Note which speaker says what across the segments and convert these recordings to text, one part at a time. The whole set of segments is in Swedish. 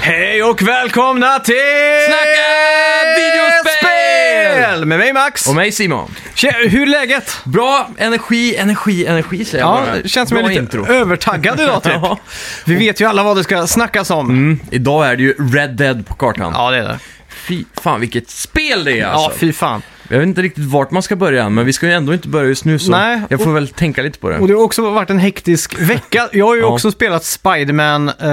Speaker 1: Hej och välkomna till
Speaker 2: Snacka Eh, videospel!
Speaker 1: Spel Med mig Max.
Speaker 2: Och mig Simon.
Speaker 1: Tje, hur är läget?
Speaker 2: Bra energi, energi, energi säger jag
Speaker 1: Ja,
Speaker 2: bara.
Speaker 1: det känns som
Speaker 2: Bra
Speaker 1: jag är lite
Speaker 2: intro.
Speaker 1: övertaggad idag typ.
Speaker 2: Ja.
Speaker 1: Vi vet ju alla vad det ska snackas om.
Speaker 2: Mm, idag är det ju Red Dead på kartan.
Speaker 1: Ja, det är det.
Speaker 2: Fy fan vilket spel det är
Speaker 1: Ja,
Speaker 2: alltså.
Speaker 1: fy fan.
Speaker 2: Jag vet inte riktigt vart man ska börja men vi ska ju ändå inte börja just nu så
Speaker 1: Nej,
Speaker 2: jag får väl tänka lite på
Speaker 1: Och
Speaker 2: det.
Speaker 1: det har också varit en hektisk vecka. Jag har ju
Speaker 2: Ja.
Speaker 1: också spelat Spiderman eh, The,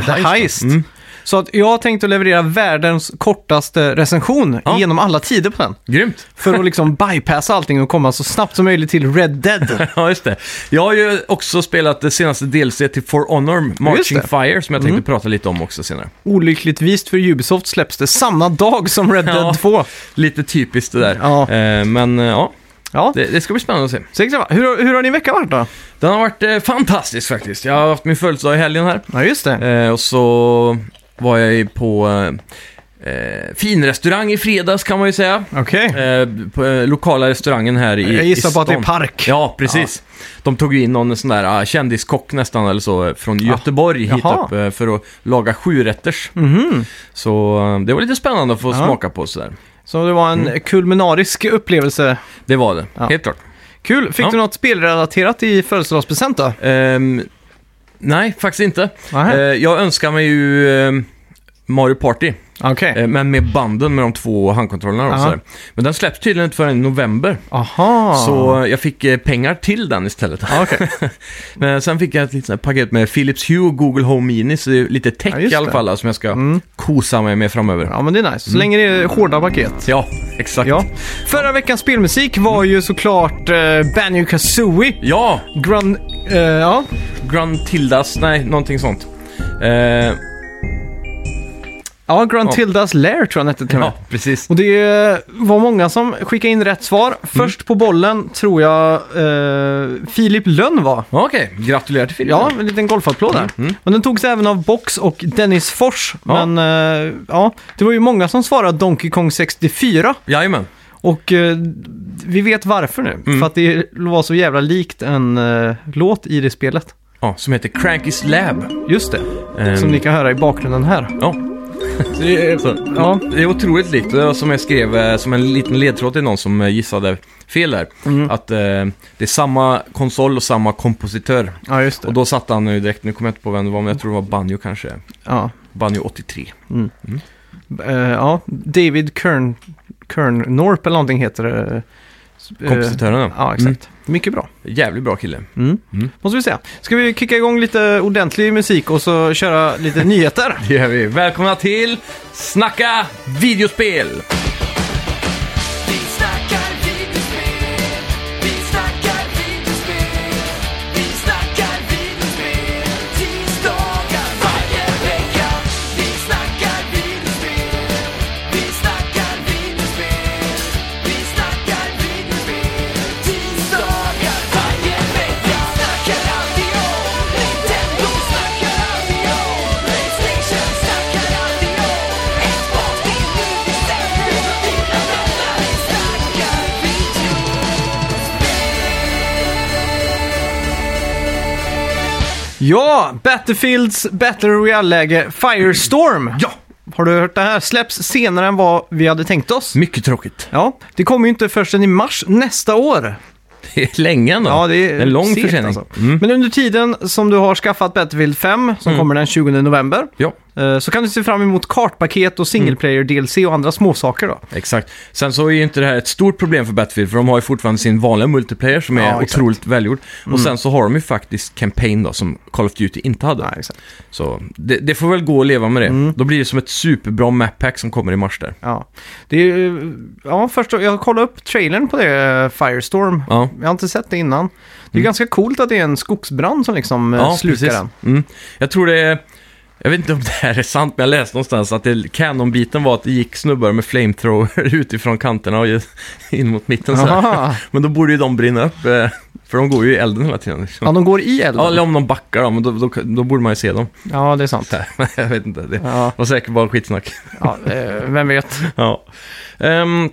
Speaker 2: Heist,
Speaker 1: Heist.
Speaker 2: ja. Mm.
Speaker 1: Så att jag tänkte leverera världens kortaste recension
Speaker 2: Ja.
Speaker 1: genom alla tider på den.
Speaker 2: Grymt!
Speaker 1: För att liksom bypassa allting och komma så snabbt som möjligt till Red Dead.
Speaker 2: Ja, just det. Jag har ju också spelat det senaste DLC till For Honor, Marching
Speaker 1: det. Mm.
Speaker 2: Fire, som jag tänkte prata lite om också senare.
Speaker 1: Olyckligtvis för Ubisoft släpps det samma dag som Red Dead
Speaker 2: Ja.
Speaker 1: 2.
Speaker 2: Lite typiskt det där.
Speaker 1: Ja.
Speaker 2: Eh, men eh, ja,
Speaker 1: Ja,
Speaker 2: det, det ska bli spännande att se.
Speaker 1: säkert samma. Hur, har- hur har din vecka varit då?
Speaker 2: Den har varit eh, fantastisk faktiskt. Jag har haft min födelsedag i helgen här.
Speaker 1: Ja, just det.
Speaker 2: Eh, och så var jag ju på eh, eh, finrestaurang i fredags kan man ju säga.
Speaker 1: Okej.
Speaker 2: Eh, på eh, lokala restaurangen här i
Speaker 1: Jag gissar
Speaker 2: i
Speaker 1: på att det är
Speaker 2: stan.
Speaker 1: park.
Speaker 2: Ja, precis. De tog ju in någon sån där ah, kändiskock nästan eller så eh, från Göteborg hit
Speaker 1: Ah. Jaha.
Speaker 2: upp eh, för att laga sjurätters.
Speaker 1: Mhm.
Speaker 2: Så eh, det var lite spännande att få
Speaker 1: Ja.
Speaker 2: smaka på sådär.
Speaker 1: Så det var en
Speaker 2: Mm.
Speaker 1: kulminarisk upplevelse.
Speaker 2: Det var det,
Speaker 1: Ja.
Speaker 2: helt klart.
Speaker 1: Kul. Fick
Speaker 2: Ja.
Speaker 1: du något spelrelaterat i födelsedagspresent då?
Speaker 2: Ehm, nej, faktiskt inte.
Speaker 1: Nej.
Speaker 2: Eh, jag önskar mig ju eh, Mario Party.
Speaker 1: Okej.
Speaker 2: Eh, Men med banden med de två handkontrollerna.
Speaker 1: Ja.
Speaker 2: Och sådär. Men den släpps tydligen inte förrän i november.
Speaker 1: Aha.
Speaker 2: Så jag fick eh, pengar till den istället.
Speaker 1: Ja, Ah. Okej.
Speaker 2: Men sen fick jag ett litet sånt här paket med Philips Hue och Google Home Mini. Så det är lite tech
Speaker 1: Ja, just
Speaker 2: i alla
Speaker 1: det.
Speaker 2: fall alltså, som jag ska
Speaker 1: Mm.
Speaker 2: kosa mig med framöver. Ja,
Speaker 1: Ja, men det är nice. Så länge det är hårda paket.
Speaker 2: exakt.
Speaker 1: Ja.
Speaker 2: Mm. Ja,
Speaker 1: Förra veckans spelmusik var ju såklart eh, Banjo Kazooie. Grand... Eh, ja.
Speaker 2: Grand Tildas, nej, någonting sånt. Eh,
Speaker 1: ja, Grand Tildas Lair tror jag den hette till och med.
Speaker 2: ja, precis.
Speaker 1: Och det eh, var många som skickade in rätt svar. Först på bollen tror jag eh, Filip Lönn var.
Speaker 2: Ja, Okej, gratulerar till Philips.
Speaker 1: Ja, en liten golfapplåd där. Men den togs även av Box och Dennis Fors.
Speaker 2: Ja.
Speaker 1: Men eh, ja, det var ju många som svarade Donkey Kong 64.
Speaker 2: Jajamän.
Speaker 1: Och eh, vi vet varför nu. För att det var så jävla likt en eh, låt i det spelet.
Speaker 2: Ja, som heter Cranky's Lab.
Speaker 1: Just det,
Speaker 2: Ehm,
Speaker 1: som ni kan höra i bakgrunden här.
Speaker 2: Ja. Så, ja, det är otroligt likt. Det var som jag skrev eh, som en liten ledtråd till någon som eh, gissade fel där. Att eh, det är samma konsol och samma kompositör.
Speaker 1: Ja, just
Speaker 2: Och
Speaker 1: det.
Speaker 2: då satte han nu direkt, nu kommer jag inte på vem det var, men jag tror det var Banjo kanske.
Speaker 1: Ja,
Speaker 2: Banjo 83.
Speaker 1: eh, ja. David Kern, Kernnorp eller någonting heter det. Eh,
Speaker 2: Kompositören då.
Speaker 1: Ja, exakt. Mycket bra. Mm.
Speaker 2: Mm. Jävligt bra kille.
Speaker 1: Måste vi säga. Ska vi kicka igång lite ordentlig musik och så köra lite nyheter?
Speaker 2: Det gör vi. Välkomna till Snacka videospel!
Speaker 3: Vi snackar videospel, vi snackar videospel, vi snackar videospel, tisdagar varje vecka. Vi snackar videospel, vi snackar videospel, vi snackar videospel, tisdagar varje vecka. Snackar alltid om Nintendo, snackar alltid om Playstation, snackar alltid om Xbox, det är nu vi sätter dina vänner. Vi snackar video.
Speaker 1: Ja, Battlefields Battle Royale-läge Firestorm.
Speaker 2: Ja!
Speaker 1: Har du hört det här? Släpps senare än vad vi hade tänkt oss.
Speaker 2: Mycket tråkigt.
Speaker 1: Ja, det kommer ju inte förrän i mars nästa år.
Speaker 2: Det är länge ändå.
Speaker 1: Ja, det är,
Speaker 2: en lång
Speaker 1: segt
Speaker 2: försening.
Speaker 1: alltså.
Speaker 2: Mm.
Speaker 1: Men under tiden som du har skaffat Battlefield 5, som kommer den 20 november,
Speaker 2: Ja,
Speaker 1: eh, så kan du se fram emot kartpaket och single player DLC och andra småsaker då.
Speaker 2: exakt. Sen så är ju inte det här ett stort problem för Battlefield, för de har ju fortfarande sin vanliga multiplayer som är
Speaker 1: Ja, exakt. Mm.
Speaker 2: otroligt välgjord. Och sen så har de ju faktiskt campaign då, som Call of Duty inte hade.
Speaker 1: Nej, Mm. exakt.
Speaker 2: Så det, det får väl gå att leva med det. Då blir det som ett superbra map pack som kommer i mars där.
Speaker 1: Ja, det är, ju- ja först, jag kollade upp trailern på det, eh, Firestorm.
Speaker 2: Ja.
Speaker 1: Jag har inte sett det innan. Det är ganska coolt att det är en skogsbrand som liksom eh, slukar den.
Speaker 2: Mm. Jag tror det är... Jag vet inte om det här är sant, men jag läste någonstans att det, Canon-biten var att det gick snubbar med flamethrower utifrån kanterna och ju- in mot mitten så här.
Speaker 1: Aha.
Speaker 2: Men då borde ju de brinna upp, eh, för de går ju i elden hela tiden. Liksom.
Speaker 1: Ja, de går i
Speaker 2: Ja, eller
Speaker 1: elden.
Speaker 2: om de backar då, men då, då, då borde man ju se dem.
Speaker 1: Ja, det är sant.
Speaker 2: jag vet inte, det
Speaker 1: Ja,
Speaker 2: var säkert bara skitsnack.
Speaker 1: ja, eh, vem vet.
Speaker 2: ja. Ehm,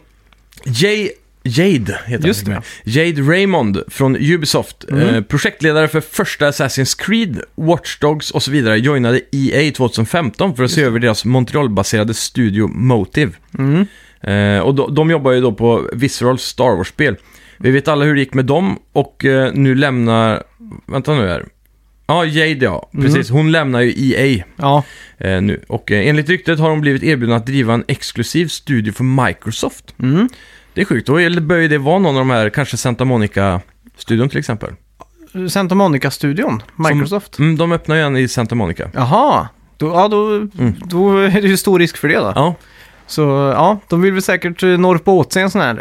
Speaker 2: Jay Jade heter
Speaker 1: Just
Speaker 2: han. Jade Raymond från Ubisoft. Eh, projektledare för första Assassin's Creed, Watch Dogs och så vidare joinade E EA 2015 för att se över deras Montreal-baserade studio Motive.
Speaker 1: Mm.
Speaker 2: Eh, och de, de jobbar ju då på Visceral Star Wars-spel. Vi vet alla hur det gick med dem och eh, nu lämnar... Vänta nu här. Ja, Jade ja. Precis, hon lämnar ju EA
Speaker 1: Ja,
Speaker 2: eh, nu. Och eh, enligt ryktet har hon blivit erbjuden att driva en exklusiv studio för Microsoft.
Speaker 1: mm.
Speaker 2: Det är sjukt. Då är- bör ju det vara någon av de här, kanske Santa Monica-studion till exempel.
Speaker 1: Santa Monica-studion, Microsoft.
Speaker 2: Mm, de öppnar ju en i Santa Monica.
Speaker 1: Jaha, då, ja, då, då är det ju stor risk för det då.
Speaker 2: Mm. Ja,
Speaker 1: Så ja, de vill väl säkert eh, norpa åt sig en sån här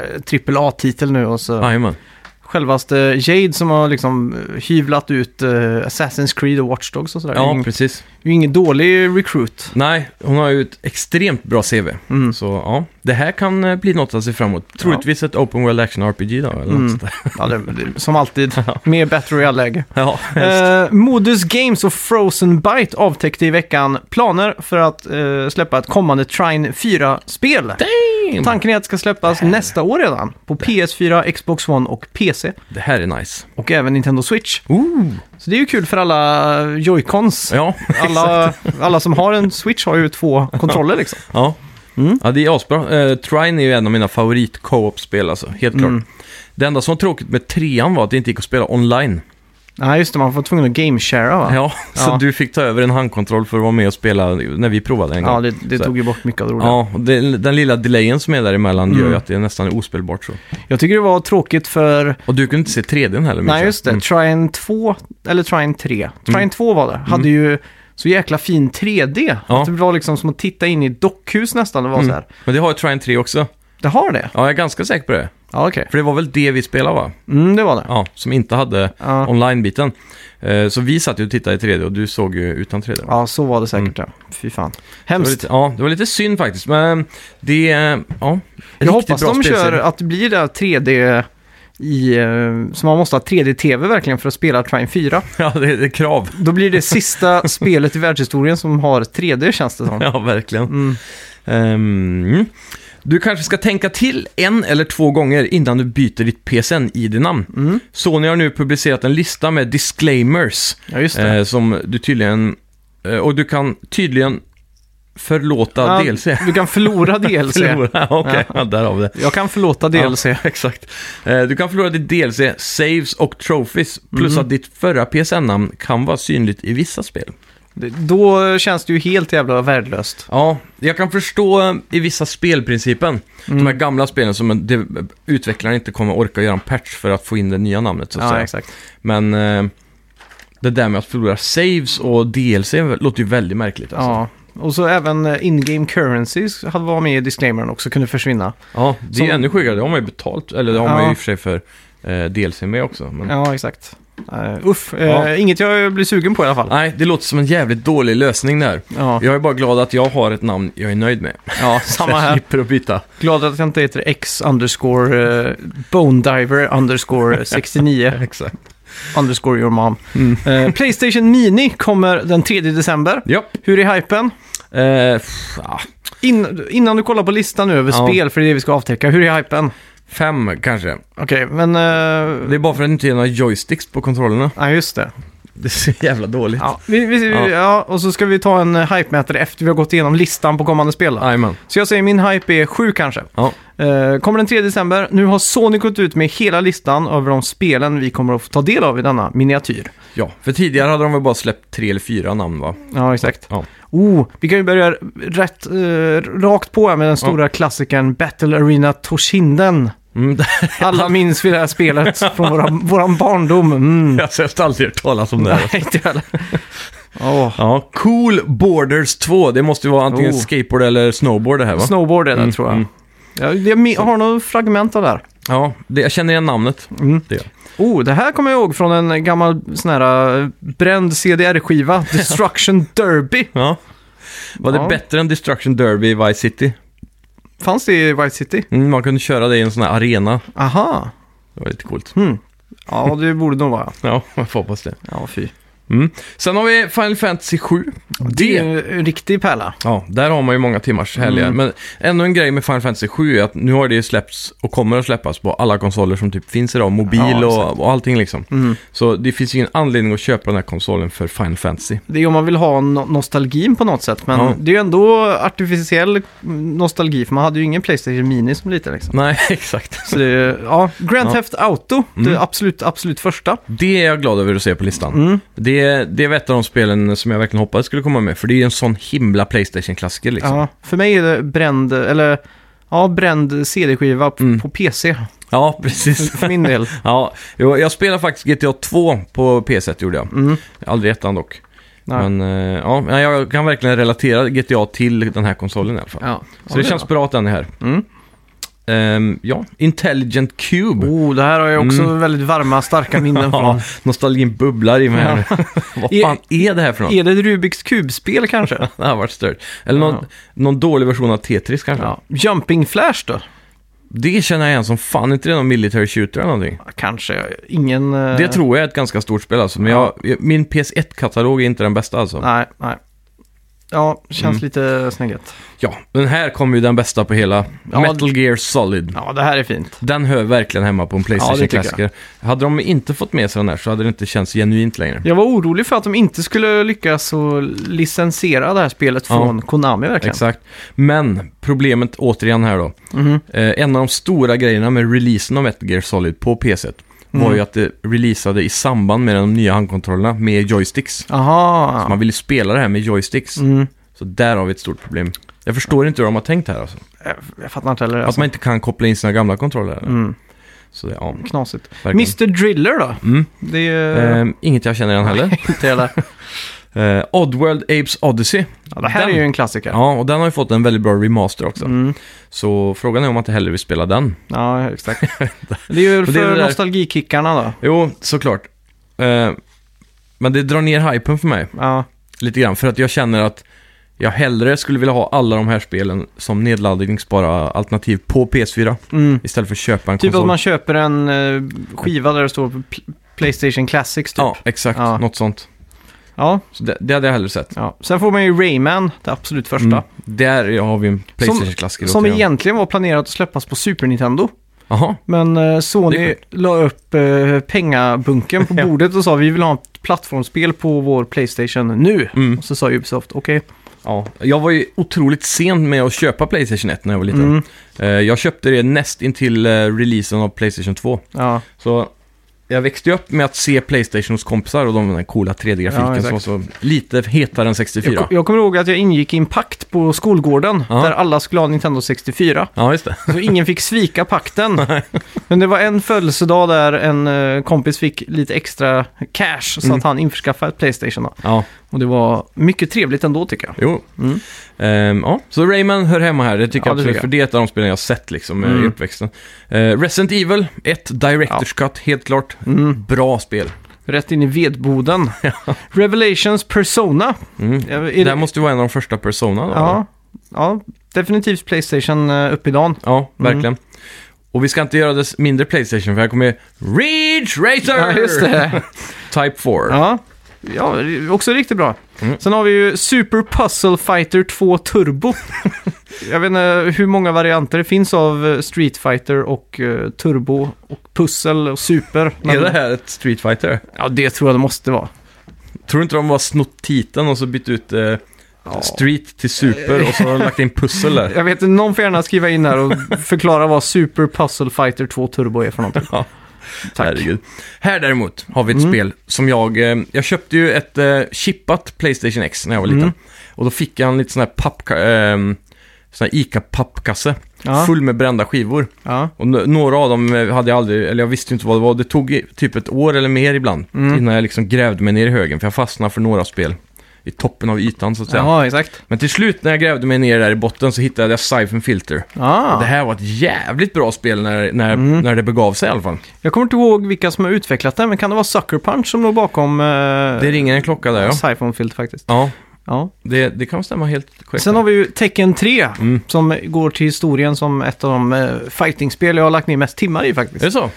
Speaker 1: AAA-titel nu och så
Speaker 2: jajamän.
Speaker 1: självaste Jade som har liksom eh, hyvlat ut eh, Assassin's Creed och Watch Dogs och sådär. Det är
Speaker 2: Ja,
Speaker 1: ingen-
Speaker 2: precis.
Speaker 1: det är ju ingen dålig recruit.
Speaker 2: Nej, hon har ju ett extremt bra CV.
Speaker 1: Mm.
Speaker 2: Så ja, det här kan eh, bli något att se fram emot. Troligtvis ett Open World Action RPG då, eller
Speaker 1: Mm.
Speaker 2: något sånt där.
Speaker 1: Ja, det, det, som alltid, med Battle Royale-läge.
Speaker 2: Ja, helst.
Speaker 1: Eh, Modus Games och Frozen Byte avtäckte i veckan planer för att eh, släppa ett kommande Trine 4-spel. Tanken är att det ska släppas nästa år redan på PS4, Xbox One och PC.
Speaker 2: det här är nice.
Speaker 1: Och även Nintendo Switch.
Speaker 2: Ooh.
Speaker 1: Så det är ju kul för alla Joy-Cons.
Speaker 2: Ja,
Speaker 1: Alla, alla som har en Switch har ju två kontroller liksom.
Speaker 2: ja. ja, det är asbra. Uh, Trine är ju en av mina favorit co-op-spel alltså, helt klart.
Speaker 1: Mm.
Speaker 2: Det enda som var tråkigt med trean var att det inte gick att spela online.
Speaker 1: Nej, just det. Man var tvungen att game-shara va?
Speaker 2: Ja, så
Speaker 1: Ja.
Speaker 2: du fick ta över en handkontroll för att vara med och spela när vi provade en gång.
Speaker 1: Ja, det, det
Speaker 2: Så-
Speaker 1: tog ju bort mycket av det roliga.
Speaker 2: Ja, och det, den lilla delayen som är däremellan gör
Speaker 1: Mm.
Speaker 2: ju att det är nästan är ospelbart så.
Speaker 1: Jag tycker det var tråkigt för
Speaker 2: Och du kunde inte se 3Dn heller. minns
Speaker 1: Nej,
Speaker 2: jag.
Speaker 1: just det.
Speaker 2: Mm.
Speaker 1: Trine 2, eller Trine 3. Trine 2 var det. Hade ju så jäkla fin 3D.
Speaker 2: Ja. Mm.
Speaker 1: Att det var liksom som att titta in i ett dockhus nästan. Det var så här.
Speaker 2: Men det har ju Trine 3 också.
Speaker 1: Det har det?
Speaker 2: Ja, jag är ganska säker på det.
Speaker 1: Ja, okej.
Speaker 2: För det var väl det vi spelade va?
Speaker 1: Mm, det var det.
Speaker 2: Ja, som inte hade
Speaker 1: Ja.
Speaker 2: online-biten. Eh, Så vi satt ju och tittade i 3D och du såg ju utan 3D. va?
Speaker 1: Ja, så var det säkert. Ja. Fy fan.
Speaker 2: Mm. det var
Speaker 1: Hemskt.
Speaker 2: lite, ja, det var lite synd faktiskt. Men det, eh, ja.
Speaker 1: Jag
Speaker 2: riktigt
Speaker 1: hoppas
Speaker 2: bra
Speaker 1: de kör
Speaker 2: spelserie.
Speaker 1: att det blir det här 3D i... eh, Så man måste ha 3D-TV verkligen för att spela Trine 4.
Speaker 2: Ja, det det är krav.
Speaker 1: Då blir det sista spelet i världshistorien som har 3D känns det som.
Speaker 2: Ja, verkligen.
Speaker 1: Mm.
Speaker 2: Ehm, du kanske ska tänka till en eller två gånger innan du byter ditt PSN-ID-namn. Sony har nu publicerat en lista med disclaimers
Speaker 1: Ja, just det.
Speaker 2: eh, som du tydligen... Eh, och du kan tydligen förlåta
Speaker 1: Ja,
Speaker 2: DLC.
Speaker 1: Du kan förlora DLC.
Speaker 2: Eh. Förlora, okej.
Speaker 1: Ja.
Speaker 2: Ja, där har vi det.
Speaker 1: Jag kan förlåta DLC.
Speaker 2: Ja, exakt. Eh, du kan förlora ditt DLC, saves och trophies, plus att ditt förra PSN-namn kan vara synligt i vissa spel.
Speaker 1: Det- Då känns det ju helt jävla värdelöst.
Speaker 2: Ja, jag kan förstå eh, i vissa spelprincipen. De här gamla spelen som en- de, utvecklaren inte kommer orka göra en patch för att få in det nya namnet så att säga.
Speaker 1: Mm. exakt.
Speaker 2: Men eh, det där med att förlora saves och DLC låter ju väldigt märkligt alltså.
Speaker 1: Ja. Och så även eh, in-game currencies hade varit med i disclaimern också, kunde försvinna.
Speaker 2: Ja, det är
Speaker 1: Som-
Speaker 2: ännu sjukare. Det har man ju betalt, eller det har man ju
Speaker 1: Ja.
Speaker 2: i och för sig för eh, DLC med också. Men...
Speaker 1: Ja, exakt. Uh, uff, eh,
Speaker 2: Mm. Ja.
Speaker 1: inget jag blir sugen på i alla fall.
Speaker 2: Nej, det låter som en jävligt dålig lösning där.
Speaker 1: Ja,
Speaker 2: Jag är bara glad att jag har ett namn jag är nöjd med.
Speaker 1: ja samma
Speaker 2: Jag
Speaker 1: här.
Speaker 2: slipper att byta.
Speaker 1: Glad att jag inte heter X underscore eh, Bone Diver underscore 69
Speaker 2: Exakt. Mm.
Speaker 1: underscore your mom. Eh, Playstation Mini kommer den 3 december.
Speaker 2: Ja.
Speaker 1: Hur är hypen?
Speaker 2: Eh, pff, ah,
Speaker 1: In, innan du kollar på listan nu över
Speaker 2: Ja.
Speaker 1: spel, för det är det vi ska avtäcka, hur är hypen?
Speaker 2: fem kanske.
Speaker 1: Okej, men... eh,
Speaker 2: Det är bara för att det inte är några joysticks på kontrollerna.
Speaker 1: Ja, just det.
Speaker 2: Det är så jävla dåligt.
Speaker 1: Ja, vi, vi,
Speaker 2: Ja.
Speaker 1: ja. och så ska vi ta en eh, hype-mätare efter vi har gått igenom listan på kommande spel. då.
Speaker 2: Jajamän.
Speaker 1: Så jag säger min hype är sju kanske.
Speaker 2: Ja.
Speaker 1: Eh, kommer den 3 december. Nu har Sony gått ut med hela listan över de spelen vi kommer att få ta del av i denna miniatyr.
Speaker 2: ja, för tidigare hade de väl bara släppt tre eller fyra namn va?
Speaker 1: Ja, exakt.
Speaker 2: Ja.
Speaker 1: Oh, vi kan ju börja rätt, eh, rakt på här med den stora klassikern Battle Arena Toshinden.
Speaker 2: Mm,
Speaker 1: Alla minns vi det här spelet från våra, våran barndom. Mm.
Speaker 2: jag har sett aldrig hört talas om det här.
Speaker 1: Nej, inte jag heller. Åh.
Speaker 2: Ja, Cool Borders 2. Det måste ju vara antingen
Speaker 1: Oh.
Speaker 2: skateboard eller snowboard det här va?
Speaker 1: Snowboard är det,
Speaker 2: Mm,
Speaker 1: tror jag.
Speaker 2: mm.
Speaker 1: Ja, jag min- har några fragment av det här.
Speaker 2: ja, det, jag känner igen namnet. Det gör jag.
Speaker 1: Oh, det här kommer jag ihåg från en gammal sån här eh, bränd CDR-skiva. Destruction Derby.
Speaker 2: Ja. Var det
Speaker 1: Ja.
Speaker 2: bättre än Destruction Derby i Vice City?
Speaker 1: Fanns det i Vice City?
Speaker 2: Mm, man kunde köra det i en sån här arena.
Speaker 1: Aha.
Speaker 2: Det var lite coolt.
Speaker 1: Ja, det borde nog vara.
Speaker 2: Mm. Ja, jag får hoppas det.
Speaker 1: Ja, fy.
Speaker 2: Mm. Sen har vi Final Fantasy 7.
Speaker 1: Det Mm. är ju en riktig pärla.
Speaker 2: Ja, där har man ju många timmars helger. Men ännu en grej med Final Fantasy 7 är att nu har det ju släppts och kommer att släppas på alla konsoler som typ finns idag. Mobil
Speaker 1: Ja, Mm.
Speaker 2: och, och allting liksom. Så det finns ju ingen anledning att köpa den här konsolen för Final Fantasy.
Speaker 1: Det är ju om man vill ha no- nostalgin på något sätt. Men
Speaker 2: Ja.
Speaker 1: det är ju ändå artificiell mm, nostalgi för man hade ju ingen Playstation Mini som liten liksom.
Speaker 2: Nej, exakt.
Speaker 1: Så det är, ja, Grand
Speaker 2: Ja. Mm.
Speaker 1: Theft Auto, det absolut, absolut första.
Speaker 2: Det är jag glad över att se på listan.
Speaker 1: Mm.
Speaker 2: Det, det var ett av de spelen som jag verkligen hoppades skulle komma med. För det är ju en sån himla Playstation-klassiker liksom.
Speaker 1: Ja, för mig är det bränd, eller ja, bränd CD-skiva p-
Speaker 2: Mm.
Speaker 1: på PC
Speaker 2: ja precis.
Speaker 1: för min del.
Speaker 2: Ja, jo, jag spelade faktiskt GTA 2 på PS1 gjorde jag. Aldrig ettan dock.
Speaker 1: Mm. Nej.
Speaker 2: Men eh, ja, men jag kan verkligen relatera GTA till den här konsolen i alla fall.
Speaker 1: Ja,
Speaker 2: Så det känns bra att den är här.
Speaker 1: Mm.
Speaker 2: Ehm, ja, Intelligent Cube.
Speaker 1: Oh, det här har jag också väldigt varma, starka minnen från.
Speaker 2: Mm. Ja, nostalgin bubblar i mig här nu. Vad fan
Speaker 1: E-
Speaker 2: är det här för något?
Speaker 1: Är det ett Rubiks kubspel kanske?
Speaker 2: Det här varit stört. Eller någon,
Speaker 1: Ja.
Speaker 2: någon dålig version av Tetris kanske.
Speaker 1: Ja. Jumping Flash då?
Speaker 2: Det känner jag igen som fan, inte det någon Military Shooter eller någonting?
Speaker 1: Kanske. Ingen... eh,
Speaker 2: Det tror jag är ett ganska stort spel alltså, men jag, min PS1-katalog är inte den bästa alltså.
Speaker 1: Nej, nej. Ja, känns
Speaker 2: Mm.
Speaker 1: lite snägget.
Speaker 2: Ja, den här kommer ju den bästa på hela.
Speaker 1: Ja,
Speaker 2: Metal Gear Solid.
Speaker 1: Ja, det här är fint.
Speaker 2: Den hör verkligen hemma på en
Speaker 1: Ja, det tycker
Speaker 2: Playstation-klassiker. hade de inte fått med sig den här så hade det inte känts genuint längre.
Speaker 1: Jag var orolig för att de inte skulle lyckas att licensiera det här spelet
Speaker 2: Ja.
Speaker 1: från Konami verkligen.
Speaker 2: Exakt. Men problemet återigen här då.
Speaker 1: Mhm.
Speaker 2: Eh, en av de stora grejerna med releasen av Metal Gear Solid på PS1 var
Speaker 1: Mm.
Speaker 2: ju att det releasade i samband med de nya handkontrollerna med joysticks.
Speaker 1: Aha.
Speaker 2: Man ville spela det här med joysticks.
Speaker 1: Mm.
Speaker 2: Så där har vi ett stort problem. Jag förstår inte hur de har tänkt här alltså.
Speaker 1: Jag, jag fattar inte heller.
Speaker 2: Att
Speaker 1: Alltså.
Speaker 2: man inte kan koppla in sina gamla kontroller.
Speaker 1: Mm.
Speaker 2: Så det, ja,
Speaker 1: Knasigt.
Speaker 2: verkligen.
Speaker 1: Mr Driller då?
Speaker 2: Mm.
Speaker 1: Det är ju...
Speaker 2: Ehm, inget jag känner igen heller.
Speaker 1: Eh, inte heller.
Speaker 2: Eh, Oddworld Apes Odyssey.
Speaker 1: Ja, det här
Speaker 2: Den-
Speaker 1: är ju en klassiker. Ja,
Speaker 2: Ja, och den har ju fått en väldigt bra remaster också.
Speaker 1: mm.
Speaker 2: Så frågan är om man inte hellre vill spela den.
Speaker 1: ja exakt. det är ju
Speaker 2: det
Speaker 1: för
Speaker 2: är det där-
Speaker 1: nostalgikickarna då.
Speaker 2: Jo, såklart. Eh, men det drar ner hypen för mig
Speaker 1: Ja.
Speaker 2: lite grann. För att jag känner att jag hellre skulle vilja ha alla de här spelen som nedladdningsbara alternativ på PS4.
Speaker 1: Mm.
Speaker 2: Istället för att köpa en
Speaker 1: Typ
Speaker 2: konsol.
Speaker 1: att man köper en eh, skiva där det står Pl- Playstation Classics typ.
Speaker 2: Ja, exakt.
Speaker 1: Ja.
Speaker 2: Något sånt.
Speaker 1: ja.
Speaker 2: Så det, det hade jag hellre sett.
Speaker 1: Ja. Sen får man ju Rayman, det absolut första.
Speaker 2: Mm. Där har vi en Playstation-klassiker.
Speaker 1: Som
Speaker 2: återigen.
Speaker 1: egentligen var planerat att släppas på Super Nintendo.
Speaker 2: Jaha.
Speaker 1: Men eh,
Speaker 2: Det är
Speaker 1: Sony la upp eh, pengabunken på bordet och sa vi vill ha ett plattformsspel på vår Playstation nu.
Speaker 2: Mm.
Speaker 1: Och så sa Ubisoft okej.
Speaker 2: Ja, jag var ju otroligt sen med att köpa Playstation 1 när jag var liten.
Speaker 1: Mm.
Speaker 2: Eh, Jag köpte det näst intill eh, releasen av Playstation 2.
Speaker 1: Ja.
Speaker 2: Så jag växte ju upp med att se Playstation hos kompisar och de den coola 3D-grafiken
Speaker 1: Ja,
Speaker 2: som var
Speaker 1: exakt.
Speaker 2: så lite hetare än
Speaker 1: Jag,
Speaker 2: 64.
Speaker 1: ko- jag kommer ihåg att jag ingick i en pakt på skolgården
Speaker 2: Ja.
Speaker 1: där alla skulle ha Nintendo 64.
Speaker 2: Ja, just det.
Speaker 1: Så ingen fick svika pakten. Men det var en födelsedag där en eh, kompis fick lite extra cash så
Speaker 2: Mm.
Speaker 1: att han införskaffade ett Playstation. Då.
Speaker 2: Ja,
Speaker 1: Och det var mycket trevligt ändå tycker jag.
Speaker 2: jo.
Speaker 1: Mm.
Speaker 2: Ehm, ja. Så Rayman hör hemma här, det tycker
Speaker 1: Ja,
Speaker 2: jag
Speaker 1: det
Speaker 2: absolut.
Speaker 1: tycker jag.
Speaker 2: För det är ett av de spelen jag har sett liksom, eh, i
Speaker 1: Mm.
Speaker 2: uppväxten. Eh, Resident Evil 1, Directors Cut, helt klart. Bra spel.
Speaker 1: Mm. Rätt in i vedboden. Revelations Persona.
Speaker 2: Mm.
Speaker 1: Ja, är
Speaker 2: Det
Speaker 1: det-
Speaker 2: här måste ju vara en av de första Persona. då,
Speaker 1: Ja, ja definitivt Playstation eh, upp i dagen.
Speaker 2: Ja, verkligen. Och vi ska inte göra det mindre Playstation, för här kommer Ridge Racer!
Speaker 1: Ja, just det.
Speaker 2: Type 4.
Speaker 1: Ja. ja, också riktigt bra.
Speaker 2: Mm.
Speaker 1: Sen har vi ju Super Puzzle Fighter 2 Turbo. jag vet inte hur många varianter det finns av eh, Street Fighter och eh, Turbo och Pussel och Super. Men-
Speaker 2: Är det här ett Street Fighter?
Speaker 1: Ja, det tror jag det måste vara.
Speaker 2: Tror du inte de bara snott titeln och så bytt ut eh, Street till Super och så har de lagt in pussel där?
Speaker 1: Jag vet inte, någon får gärna skriva in här och förklara vad Super Puzzle Fighter 2 Turbo är för någonting.
Speaker 2: Ja.
Speaker 1: Tack. Mm.
Speaker 2: Herregud. Här däremot har vi ett spel som jag... Eh, jag köpte ju ett eh, chippat Playstation X när jag var liten.
Speaker 1: Mm.
Speaker 2: Och då fick jag en liten sån här papp... Eh, sån här ICA-pappkasse.
Speaker 1: Ja.
Speaker 2: Full med brända skivor.
Speaker 1: Ja.
Speaker 2: Och n- några av dem eh, hade jag aldrig, eller jag visste ju inte vad det var. Det tog i- typ ett år eller mer ibland
Speaker 1: Mm.
Speaker 2: innan jag liksom grävde mig ner i högen. För jag fastnade för några spel i toppen av ytan så att säga.
Speaker 1: Jaha, exakt.
Speaker 2: Men till slut när jag grävde mig ner där i botten så hittade jag Siphon Filter.
Speaker 1: Ah.
Speaker 2: Det här var ett jävligt bra spel när, när,
Speaker 1: Mm.
Speaker 2: när det begav sig i alla fall.
Speaker 1: Jag kommer inte ihåg vilka som har utvecklat det, men kan det vara Sucker Punch som låg bakom eh,
Speaker 2: Det ringer en klocka där ja.
Speaker 1: Siphon Filt faktiskt?
Speaker 2: Ja,
Speaker 1: Ja.
Speaker 2: Det, det kan stämma helt korrekt.
Speaker 1: Sen har vi ju Tekken 3
Speaker 2: Mm.
Speaker 1: som går till historien som ett av de eh, fightingspel jag har lagt ner mest timmar i faktiskt.
Speaker 2: Är det så?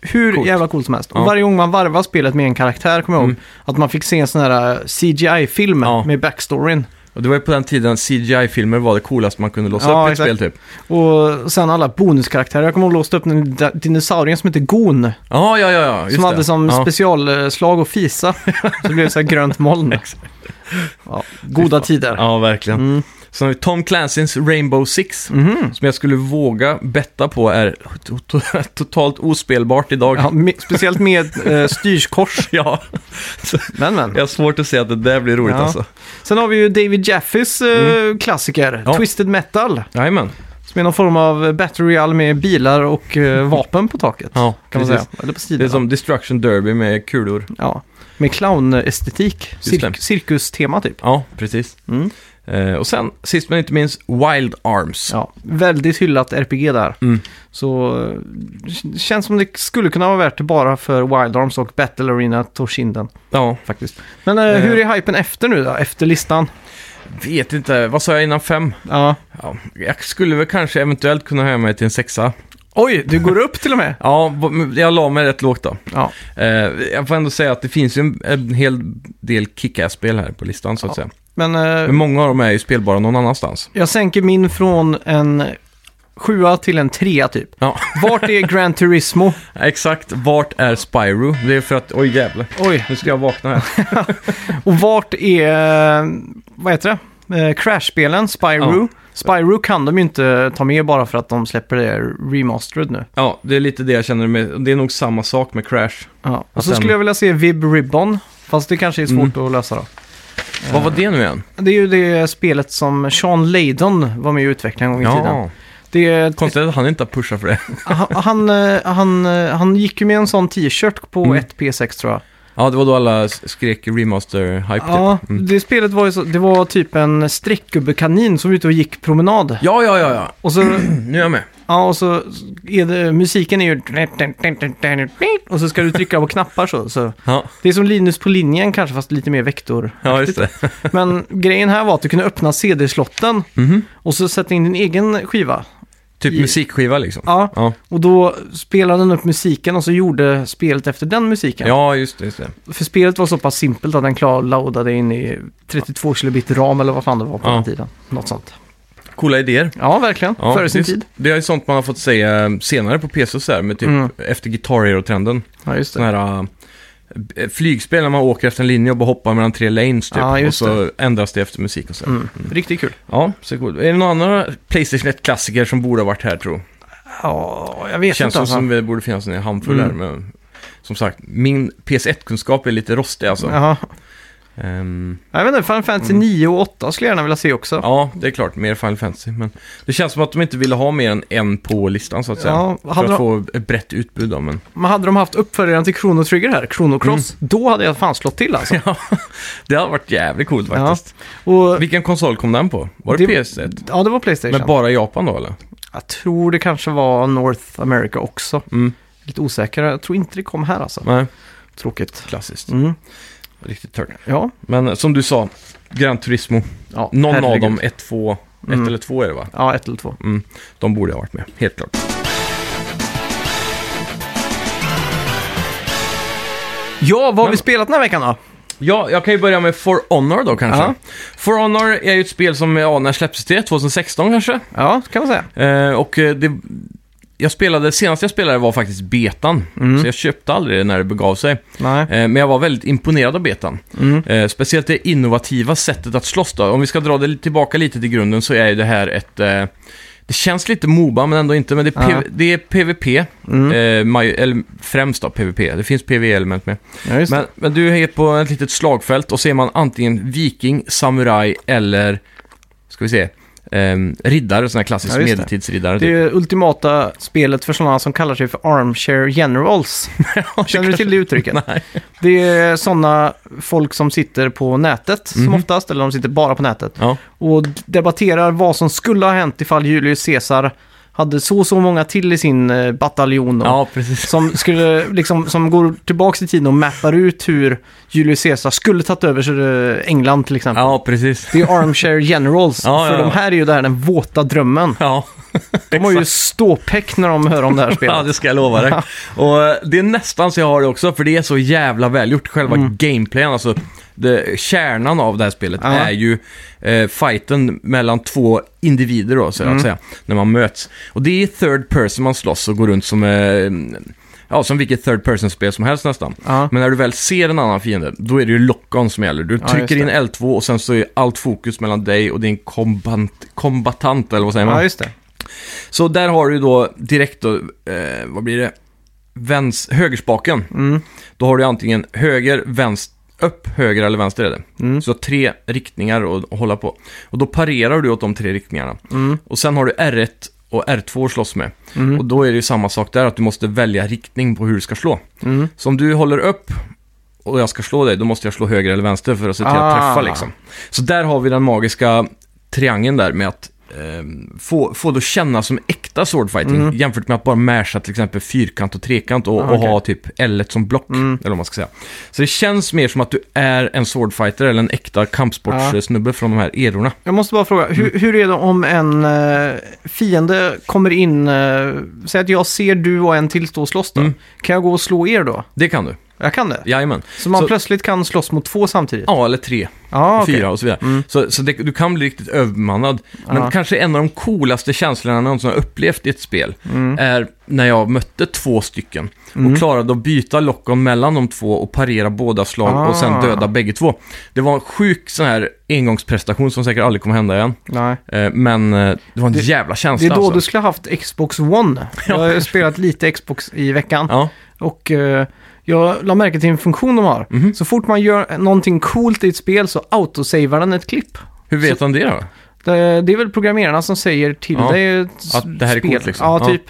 Speaker 1: Hur
Speaker 2: Coolt.
Speaker 1: jävla coolt som helst.
Speaker 2: Ja. Mm.
Speaker 1: Och varje gång man varvar spelet med en karaktär, kommer jag ihåg, att man fick se en sån här eh, CGI-film
Speaker 2: Ja.
Speaker 1: med backstoryn.
Speaker 2: Och det var ju på den tiden CGI-filmer var det coolaste man kunde låsa
Speaker 1: Ja,
Speaker 2: upp i ett
Speaker 1: exakt.
Speaker 2: spel typ.
Speaker 1: Och sen alla bonuskaraktärer. Jag kommer ihåg låst upp den da- dinosaurien som hette Gon,
Speaker 2: Ja, ja, ja, ja. Just
Speaker 1: som
Speaker 2: det.
Speaker 1: hade som
Speaker 2: ja.
Speaker 1: specialslag och fisa. så blev det så här grönt moln. Ja, goda tider.
Speaker 2: Ja, verkligen.
Speaker 1: Mm.
Speaker 2: Sen har vi Tom Clancys Rainbow Six,
Speaker 1: Mhm.
Speaker 2: som jag skulle våga betta på är to- to- totalt ospelbart idag.
Speaker 1: Ja, me- speciellt med eh, styrkors.
Speaker 2: Ja,
Speaker 1: Men, men.
Speaker 2: jag har svårt att se att det där blir roligt
Speaker 1: Ja.
Speaker 2: alltså.
Speaker 1: Sen har vi ju David Jaffes eh, klassiker,
Speaker 2: Mm. Ja.
Speaker 1: Twisted Metal.
Speaker 2: Jajamän.
Speaker 1: Som är någon form av battle royale med bilar och eh, vapen på taket.
Speaker 2: Ja,
Speaker 1: kan man säga.
Speaker 2: precis.
Speaker 1: Eller på
Speaker 2: Det är
Speaker 1: sidorna.
Speaker 2: som Destruction Derby med kulor.
Speaker 1: Ja. Med clownestetik. Cir-
Speaker 2: det.
Speaker 1: cirkustema typ.
Speaker 2: Ja, precis. Eh, och sen, sist men inte minst, Wild Arms.
Speaker 1: Ja. Väldigt hyllat RPG där.
Speaker 2: Mm.
Speaker 1: Så eh, k- känns som det skulle kunna vara värt det bara för Wild Arms och Battle Arena Toshinden.
Speaker 2: ja.
Speaker 1: Faktiskt. Men eh, hur är hypen efter nu då? Efter listan?
Speaker 2: Vet inte, vad sa jag innan fem?
Speaker 1: Ja.
Speaker 2: Ja, jag skulle väl kanske eventuellt kunna höja mig till en sexa.
Speaker 1: Oj, du går upp till och med?
Speaker 2: Ja, men jag la mig rätt lågt då.
Speaker 1: Ja.
Speaker 2: Eh, jag får ändå säga att det finns ju en, en hel del kick-ass-spel här på listan så att
Speaker 1: Ja.
Speaker 2: säga.
Speaker 1: Men eh,
Speaker 2: Men många av dem är ju spelbara någon annanstans.
Speaker 1: Jag sänker min från en sjua till en trea typ.
Speaker 2: Ja,
Speaker 1: Vart är Gran Turismo?
Speaker 2: exakt. Vart är Spyro? Det är för att, oj jävlar.
Speaker 1: Oj.
Speaker 2: Nu ska jag vakna här.
Speaker 1: Och vart är, eh, vad heter det? Eh, Crash-spelen, Spyro. Spyro kan de ju inte ta med bara för att de släpper det remastered nu.
Speaker 2: Ja, det är lite det jag känner med. Det är nog samma sak med Crash.
Speaker 1: Ja. Och
Speaker 2: Och
Speaker 1: så
Speaker 2: sen-
Speaker 1: skulle jag vilja se Vib Ribbon, fast det kanske är svårt
Speaker 2: Mm.
Speaker 1: att lösa då.
Speaker 2: Vad var det nu igen?
Speaker 1: Det är ju det spelet som Sean Layden var med i utvecklingen en gång i tiden.
Speaker 2: Ja,
Speaker 1: Det är ett
Speaker 2: konstigt att han inte har pushat för det.
Speaker 1: han, han, eh, han, eh, han gick ju med en sån t-shirt på
Speaker 2: Mm.
Speaker 1: ett P6 tror jag.
Speaker 2: Ja, det var då alla s- skrek remaster-hype
Speaker 1: Ja,
Speaker 2: typ. Mm.
Speaker 1: det spelet var ju så, det var typ en streckgubbekanin som var ute och gick promenad.
Speaker 2: Ja, ja, ja, ja.
Speaker 1: Och så,
Speaker 2: Nu är jag med.
Speaker 1: ja, och så är det, musiken är ju... Och så ska du trycka på knappar så. så.
Speaker 2: Ja,
Speaker 1: Det är som Linus på linjen kanske, fast lite mer vektor.
Speaker 2: ja just det.
Speaker 1: Men grejen här var att du kunde öppna CD-slotten
Speaker 2: Mhm.
Speaker 1: och så sätta in din egen skiva.
Speaker 2: Typ
Speaker 1: I-
Speaker 2: musikskiva liksom.
Speaker 1: Ja,
Speaker 2: Ja,
Speaker 1: och då spelade den upp musiken och så gjorde spelet efter den musiken.
Speaker 2: ja just det. Just det.
Speaker 1: För spelet var så pass simpelt att den klar laddade in i 32 kilobit ram eller vad fan det var på
Speaker 2: Ja.
Speaker 1: den tiden. Något sånt.
Speaker 2: Coola idéer.
Speaker 1: Ja, verkligen.
Speaker 2: Ja,
Speaker 1: Före sin
Speaker 2: det,
Speaker 1: tid.
Speaker 2: Det är ju sånt man har fått se eh, senare på PC och så här, med typ
Speaker 1: Mm.
Speaker 2: efter Guitar Hero-trenden.
Speaker 1: Ja, just
Speaker 2: Sådana här eh, flygspel när man åker efter en linje och bara hoppar mellan tre lanes typ.
Speaker 1: Ja,
Speaker 2: och
Speaker 1: just
Speaker 2: så ändras det efter musik och så. här.
Speaker 1: Mm. Riktigt kul.
Speaker 2: Ja, så coolt. Är det några andra Playstation 1-klassiker som borde ha varit här tror
Speaker 1: Ja, jag vet
Speaker 2: Känns
Speaker 1: inte.
Speaker 2: som,
Speaker 1: Alltså.
Speaker 2: som det borde finnas en handfull
Speaker 1: Mm.
Speaker 2: här. Men, som sagt, min PS1-kunskap är lite rostig alltså. Ja.
Speaker 1: Jaha. Jag vet inte, Final Fantasy 9 och 8 skulle jag gärna vilja se också.
Speaker 2: Mm. ja, det är klart, mer Final Fantasy. Men det känns som att de inte ville ha mer än en på listan så att säga.
Speaker 1: Ja,
Speaker 2: för
Speaker 1: hade
Speaker 2: att
Speaker 1: de-
Speaker 2: få ett brett utbud då, men...
Speaker 1: Men hade de haft uppföljaren till Chrono Trigger här, Chrono Cross, då hade jag fan slått till alltså.
Speaker 2: Mm. Ja, det har varit jävligt coolt faktiskt.
Speaker 1: Och,
Speaker 2: Vilken konsol kom den på? Var det,
Speaker 1: Det-
Speaker 2: PS1?
Speaker 1: ja, det var Playstation.
Speaker 2: Men bara i Japan då eller?
Speaker 1: Jag tror det kanske var North America också.
Speaker 2: Mm.
Speaker 1: Lite osäker, jag tror inte det kom här alltså.
Speaker 2: Nej,
Speaker 1: Tråkigt.
Speaker 2: klassiskt.
Speaker 1: Mm.
Speaker 2: Riktigt tört.
Speaker 1: Ja,
Speaker 2: Men eh, som du sa, Gran Turismo.
Speaker 1: ja
Speaker 2: Någon av
Speaker 1: herregud.
Speaker 2: dem, ett, två, ett eller två är det va?
Speaker 1: Ja, ett eller två.
Speaker 2: Mm. De borde ha varit med, helt klart.
Speaker 1: Ja, vad har vi spelat den här veckan då?
Speaker 2: Ja, jag kan ju börja med For Honor då kanske.
Speaker 1: Ja.
Speaker 2: For Honor är ju ett spel som, ja, när släpptes det? 2016 kanske?
Speaker 1: Ja, kan man säga.
Speaker 2: Eh, och eh, det... Jag spelade, senast jag spelade var faktiskt betan. Så jag köpte aldrig det när det begav sig.
Speaker 1: Nej. Mm,
Speaker 2: Eh, Men jag var väldigt imponerad av betan. Eh, Speciellt det innovativa sättet att slåss då. Om vi ska dra det tillbaka lite till grunden så är ju det här ett... eh, Det känns lite Moba men ändå inte. Men det är,
Speaker 1: Ja.
Speaker 2: PV, det är PVP.
Speaker 1: mm.
Speaker 2: eh, maj- eller främst då PVP. Det finns PVE-element med.
Speaker 1: Ja, just
Speaker 2: Men,
Speaker 1: men,
Speaker 2: men du är på ett litet slagfält och så är man antingen viking, samuraj eller... Ska vi se. ehm, riddare, sån här klassisk
Speaker 1: Ja, just det.
Speaker 2: medeltidsriddare.
Speaker 1: det är
Speaker 2: typ.
Speaker 1: ju ultimata spelet för sådana som kallar sig för armchair generals.
Speaker 2: typ.
Speaker 1: Känner du till det uttrycket?
Speaker 2: Nej.
Speaker 1: Det är sådana folk som sitter på nätet
Speaker 2: Mhm.
Speaker 1: som oftast, eller de sitter bara på nätet,
Speaker 2: Ja.
Speaker 1: och debatterar vad som skulle ha hänt ifall Julius Caesar hade så och så många till i sin eh, bataljon. då.
Speaker 2: Ja, precis.
Speaker 1: Som, skulle, liksom, som går tillbaka i tiden och mappar ut hur Julius Caesar skulle tagit över så det- England till exempel.
Speaker 2: Ja, precis.
Speaker 1: Det är armchair generals,
Speaker 2: Ja,
Speaker 1: för
Speaker 2: ja, ja.
Speaker 1: de här är ju där den våta drömmen.
Speaker 2: Ja.
Speaker 1: De har ju ståpäck när de hör om det här spelet.
Speaker 2: Ja, det ska jag lova dig. Och eh, det är nästan så jag har det också, för det är så jävla välgjort. Själva gameplayen, alltså det, kärnan av det här spelet
Speaker 1: Mm. Ja.
Speaker 2: är ju eh, fighten mellan två individer då,
Speaker 1: Mm.
Speaker 2: så att säga, när man möts. Och det är third person man slåss och går runt som, eh, ja, som vilket third person-spel som helst nästan.
Speaker 1: Ja.
Speaker 2: Men när du väl ser en annan fiende, då är det ju lock-on som gäller. Du
Speaker 1: Ja,
Speaker 2: trycker in
Speaker 1: just
Speaker 2: L2 och sen så är allt fokus mellan dig och din kombatant, kombatant eller vad säger man?
Speaker 1: Ja, just det.
Speaker 2: Så där har du då direkt då, eh, vad blir det? Väns, högerspaken. Då har du antingen höger, vänster, upp, höger eller vänster är det. Så du har tre riktningar att hålla på. Och då parerar du åt de tre riktningarna. Och sen har du R1 och R2 att slåss med.
Speaker 1: Mm.
Speaker 2: Och då är det ju samma sak där, att du måste välja riktning på hur du ska slå.
Speaker 1: Mm.
Speaker 2: Så om du håller upp och jag ska slå dig, då måste jag slå höger eller vänster för att se till att
Speaker 1: Ah.
Speaker 2: träffa liksom. Så där har vi den magiska triangeln där med att eh, få, få det att känna som äkta swordfighting jämfört med att bara masha till exempel fyrkant och trekant och,
Speaker 1: Mm. Ah,
Speaker 2: och
Speaker 1: okej. Mm.
Speaker 2: ha typ L som block, eller vad man ska säga. Så det känns mer som att du är en swordfighter eller en äkta kampsportssnubbe
Speaker 1: Ah.
Speaker 2: från de här erorna.
Speaker 1: Jag måste bara fråga, hur, hur är det om en eh, fiende kommer in, eh, säg att jag ser du och en till stå och slåss då.
Speaker 2: Mm.
Speaker 1: Kan jag gå och slå er då?
Speaker 2: Det kan du,
Speaker 1: Jag kan det.
Speaker 2: jajamän.
Speaker 1: Så man
Speaker 2: Så-
Speaker 1: plötsligt kan slåss mot två samtidigt?
Speaker 2: Ja, eller tre.
Speaker 1: ah, okej.
Speaker 2: fyra och så vidare. Så, så det, du kan bli riktigt övermannad. Men
Speaker 1: Ja.
Speaker 2: kanske en av de coolaste känslorna jag någonsin har upplevt i ett spel
Speaker 1: Mm.
Speaker 2: är när jag mötte två stycken och klarade att byta lockon mellan de två och parera båda slag och sen
Speaker 1: Ah.
Speaker 2: döda bägge två. Det var en sjuk sån här engångsprestation som säkert aldrig kommer hända igen.
Speaker 1: Nej.
Speaker 2: Eh, Men eh, det var en jävla
Speaker 1: Det
Speaker 2: känsla
Speaker 1: är då
Speaker 2: alltså.
Speaker 1: du skulle ha haft Xbox One. Jag har ju spelat lite Xbox i veckan.
Speaker 2: Ja,
Speaker 1: Och eh, jag la märke till en funktion de har.
Speaker 2: Mhm.
Speaker 1: Så fort man gör någonting coolt i ett spel så autosavar den ett klipp.
Speaker 2: hur vet han det då?
Speaker 1: Det, Eh, det är väl programmerarna som säger till
Speaker 2: Ja.
Speaker 1: dig ett
Speaker 2: Att det här är
Speaker 1: spel.
Speaker 2: coolt, liksom.
Speaker 1: Ja,
Speaker 2: Ja.
Speaker 1: typ.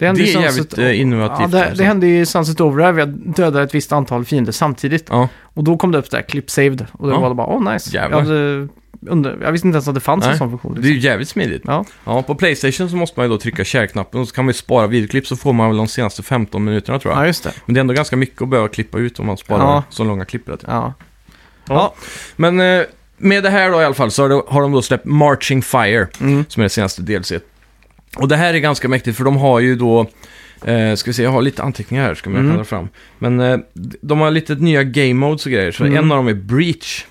Speaker 1: hände
Speaker 2: Det
Speaker 1: i
Speaker 2: är jävligt, eh, innovativt,
Speaker 1: Ja, det,
Speaker 2: alltså.
Speaker 1: det hände i Sunset Overdrive. Jag dödade ett visst antal fiender samtidigt.
Speaker 2: Ja,
Speaker 1: Och då kom det upp där, clip saved. Och då
Speaker 2: Ja.
Speaker 1: var det bara, åh oh, nice. Jag,
Speaker 2: Jävlar.
Speaker 1: hade, under, jag visste inte ens att det fanns en
Speaker 2: Nej.
Speaker 1: sån funktion.
Speaker 2: det är
Speaker 1: Liksom.
Speaker 2: ju jävligt smidigt.
Speaker 1: Ja.
Speaker 2: Ja, på Playstation så måste man ju då trycka share-knappen och så kan man ju spara videoklipp så får man väl de senaste 15 minuterna tror jag.
Speaker 1: ja, just det.
Speaker 2: Men det är ändå ganska mycket att behöva klippa ut om man sparar
Speaker 1: Ja.
Speaker 2: så långa klipp. hela tiden.
Speaker 1: Ja.
Speaker 2: Ja. Men eh, med det här då i alla fall så har de, har de då släppt Marching Fire,
Speaker 1: Mm.
Speaker 2: som är det senaste DLC. t. Och det här är ganska mäktigt för de har ju då, eh, ska vi se, jag har lite anteckningar här, ska man mm. fram. Men eh, de har lite nya game modes och grejer, så en av dem är Breach.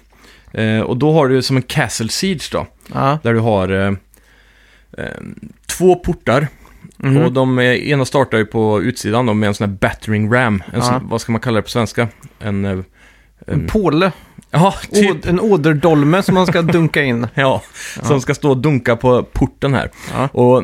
Speaker 2: Eh, och då har du som en Castle Siege då,
Speaker 1: Ja.
Speaker 2: där du har eh, eh, två portar.
Speaker 1: Mhm.
Speaker 2: Och de eh, ena startar ju på utsidan då med en sån här battering ram. En
Speaker 1: Ja.
Speaker 2: sån, vad ska man kalla det på svenska? En... eh,
Speaker 1: En påle.
Speaker 2: Ja, typ.
Speaker 1: Åd, en åderdolme som man ska dunka in.
Speaker 2: Ja, som ska stå och dunka på porten här.
Speaker 1: Ja.
Speaker 2: Och